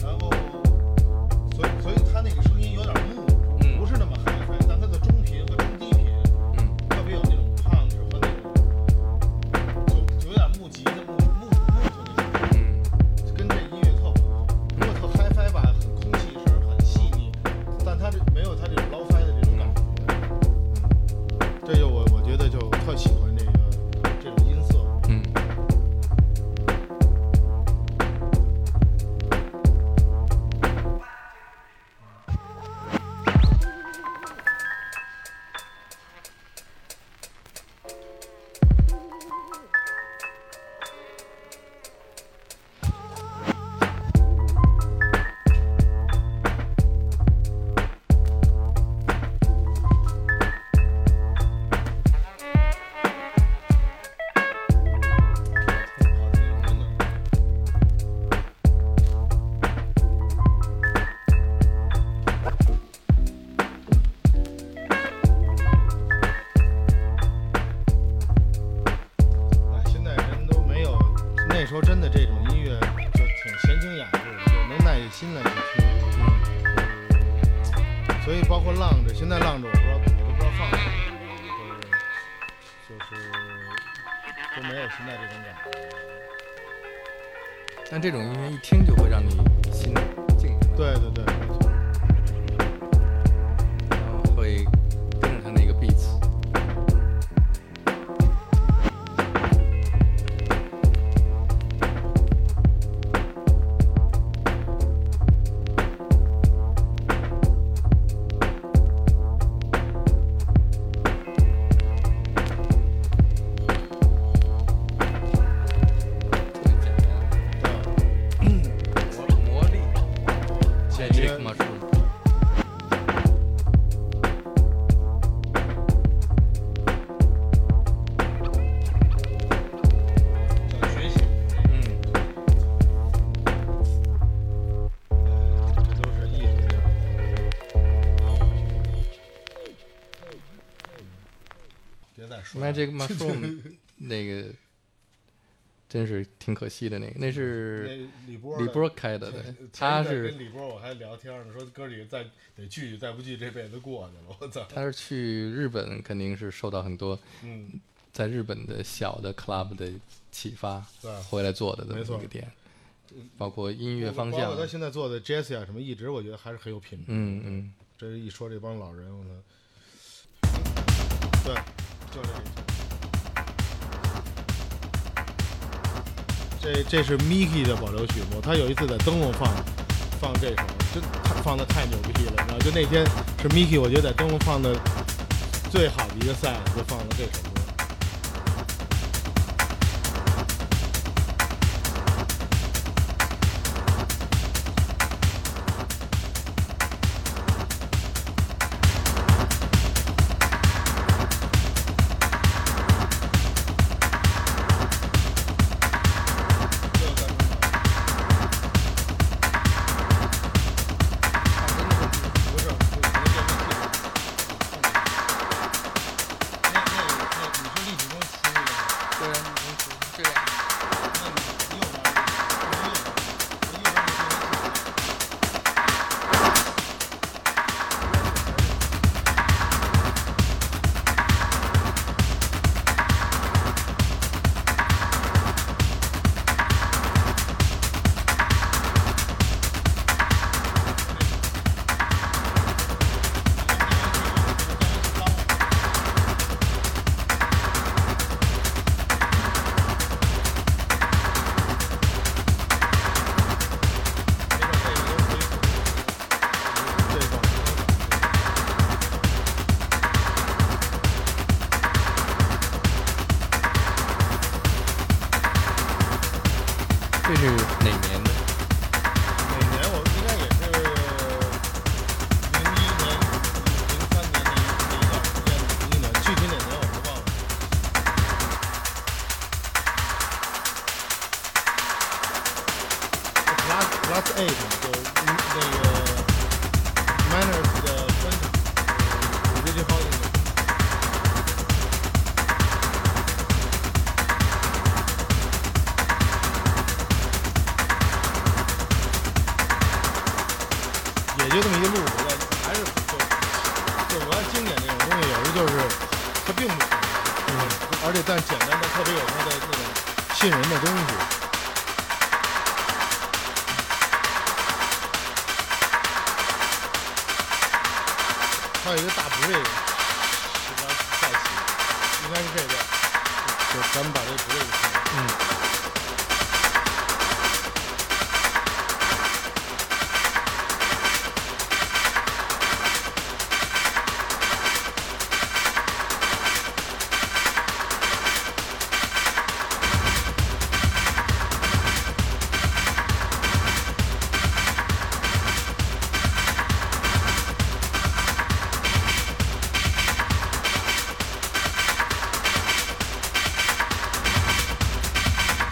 Speaker 2: 然后，所以所以他那个声音有点木，
Speaker 1: 嗯
Speaker 2: 不是那么嗨嗨，但他的中频和中低频
Speaker 1: 嗯
Speaker 2: 特别有那种胖子和那种，就就有点木吉的木木木头那种。
Speaker 1: 嗯
Speaker 2: 跟这音乐特不合。如果特嗨翻吧，很空气声，很细腻，但它这没有它这种捞翻的这种感觉。这就我我觉得就特喜欢这个这种音色。
Speaker 1: 嗯
Speaker 2: 这哎所以包括浪着，现在浪着，我不知道我都不知道放哪儿，就是就是都没有现在这种感觉。
Speaker 1: 但这种音乐一听就会让你心静下来，
Speaker 2: 对对对，没错
Speaker 1: 然后会跟着他那个嗯 beats。特别简单
Speaker 2: 对
Speaker 1: 魔力，这这个嘛是。
Speaker 4: 要学习，
Speaker 1: 嗯，
Speaker 2: 这都是艺术家。别再说了，
Speaker 1: 那这个嘛说我
Speaker 2: [laughs]
Speaker 1: 们那个真是挺可惜的，那个那是
Speaker 2: 那李波儿
Speaker 1: 李
Speaker 2: 的
Speaker 1: 波开的，对
Speaker 2: 前一，
Speaker 1: 他
Speaker 2: 阵
Speaker 1: 是
Speaker 2: 跟李波儿我还聊天呢，说哥几个再得聚聚，再不聚这辈子过去了。我操，
Speaker 1: 他是去日本，肯定是受到很多
Speaker 2: 嗯，
Speaker 1: 在日本的小的 club 的启发，
Speaker 2: 对
Speaker 1: 回来做的这么
Speaker 2: 没错嗯
Speaker 1: 一个店，包括音乐方
Speaker 2: 包
Speaker 1: 向
Speaker 2: 括，他现在做的 Jesse 啊什么，一直我觉得还是很有品质。
Speaker 1: 嗯嗯，
Speaker 2: 这一说这帮老人，我操，对，就这一首。这这是 Miki 的保留曲目，他有一次在灯笼放放这首，真他放的太牛逼了，你知道？就那天是 Miki，我觉得在灯笼放的最好的一个赛，就放了这首歌。
Speaker 1: 对啊，这样。
Speaker 2: 不是，可能就是那那那你是立体中出的吗？那你右边儿，那右边儿，那右边儿是那个这种。
Speaker 1: 这是哪年的？
Speaker 2: 每年我应该也是零一年、零三年那一那一段时间，零一年具体哪年我都忘了。Plus Plus Eight 就是那个 Manners 的专场，呃 DJ Holiday。也就这么一路子，但还是就就是我要经典那种东西，有时候就是它并不复杂，嗯，而且但简单的特别有它的那种吸引人的东西。还有一个大 b r e 应该再起，应该是这边，就就咱们把这 b r e 听了。
Speaker 1: 嗯，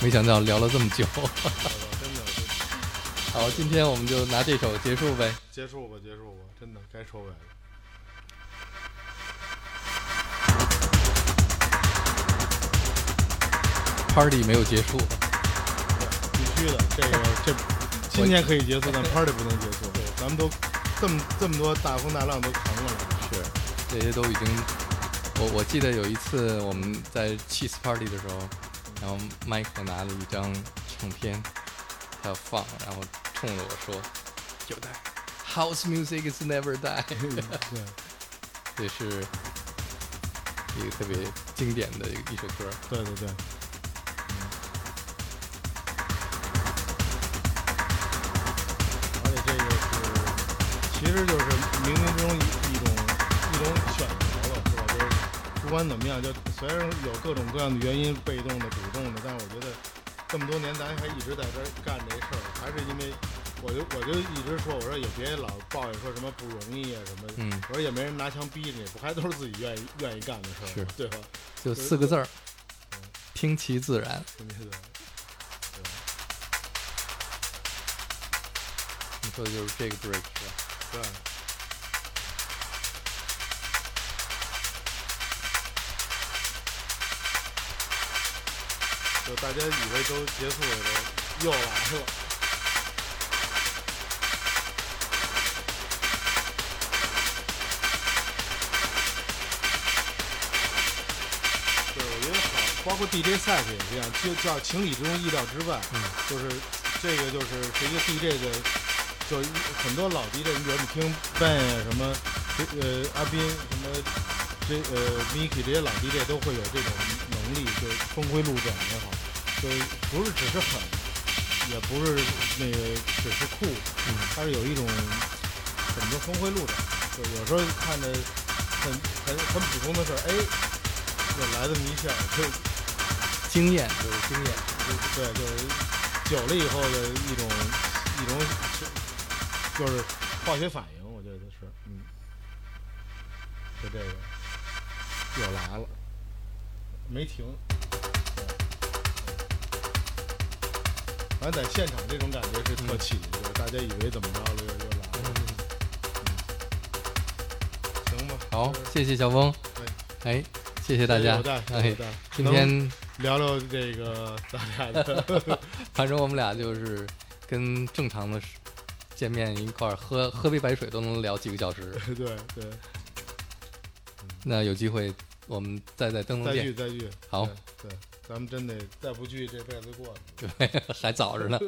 Speaker 1: 没想到聊了这么久。 [laughs]
Speaker 2: 真的就
Speaker 1: 好，今天我们就拿这首结束呗。
Speaker 2: 结束吧，结束吧，真的该收尾了。
Speaker 1: Party 没有结束，
Speaker 2: 必须的，这个这今天可以结束，但 party 不能结束。咱们都这么这么多大风大浪都扛过来了，
Speaker 1: 是这些都已经。我我记得有一次我们在 Cheese Party 的时候，然后 Michael 拿了一张唱片，他要放，然后冲着我说：“有带 House music is never die。” [laughs]
Speaker 2: 对，
Speaker 1: 这是一个特别经典的一首歌。
Speaker 2: 对对对，而且这个是，其实就是冥冥之中一一种一种选择了，是吧？就是不管怎么样，就虽然有各种各样的原因，被动的、主动的，但是我觉得这么多年咱还一直在这儿干这事儿，还是因为。我就我就一直说，我说也别老抱怨说什么不容易啊什么，
Speaker 1: 嗯
Speaker 2: 我说也没人拿枪逼你，不还都是自己愿意愿意干的事儿吗，
Speaker 1: 是
Speaker 2: 对吧？
Speaker 1: 就四个字儿，听其自然。
Speaker 2: 对对对。
Speaker 1: 你说的就是这个 break 是吧？
Speaker 2: 对，就大家以为都结束了，又来了。对，我觉得好，包括 DJ 赛也这样，就叫情理之中，意料之外。
Speaker 1: 嗯，
Speaker 2: 就是这个，就是谁就 DJ 的就呃很多老迪的，你比如你听 Ben 啊什么，呃阿斌什么，这呃 Miki 这些老 DJ 都会有这种能力，就峰回路转也好，就不是只是狠，也不是那个只是酷，
Speaker 1: 嗯
Speaker 2: 它是有一种怎么说峰回路转，就有时候看着很很很普通的事儿，哎，就来这么一下，就
Speaker 1: 经验
Speaker 2: 就是经验，就是对，就是久了以后的一种一种就是化学反应，我觉得是，嗯，就这个又来了，没停。对对反正在现场这种感觉是特起劲，
Speaker 1: 嗯
Speaker 2: 就是大家以为怎么着了，又又来了，嗯行吧？
Speaker 1: 好
Speaker 2: 就是，
Speaker 1: 谢谢小峰，哎，谢谢大家
Speaker 2: 有待，有
Speaker 1: 哎，
Speaker 2: 待
Speaker 1: 今天
Speaker 2: 聊聊这个咱俩的。 [laughs]
Speaker 1: 反正我们俩就是跟正常的见面一块儿喝喝杯白水都能聊几个小时，
Speaker 2: [laughs] 对对，
Speaker 1: 那有机会我们再在灯笼
Speaker 2: 再聚
Speaker 1: 见，
Speaker 2: 再聚。
Speaker 1: 好
Speaker 2: 对，对，咱们真得再不聚，这辈子过了。
Speaker 1: [laughs] 还早着呢，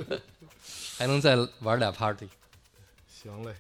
Speaker 1: 还能再玩俩 party。
Speaker 2: 行嘞，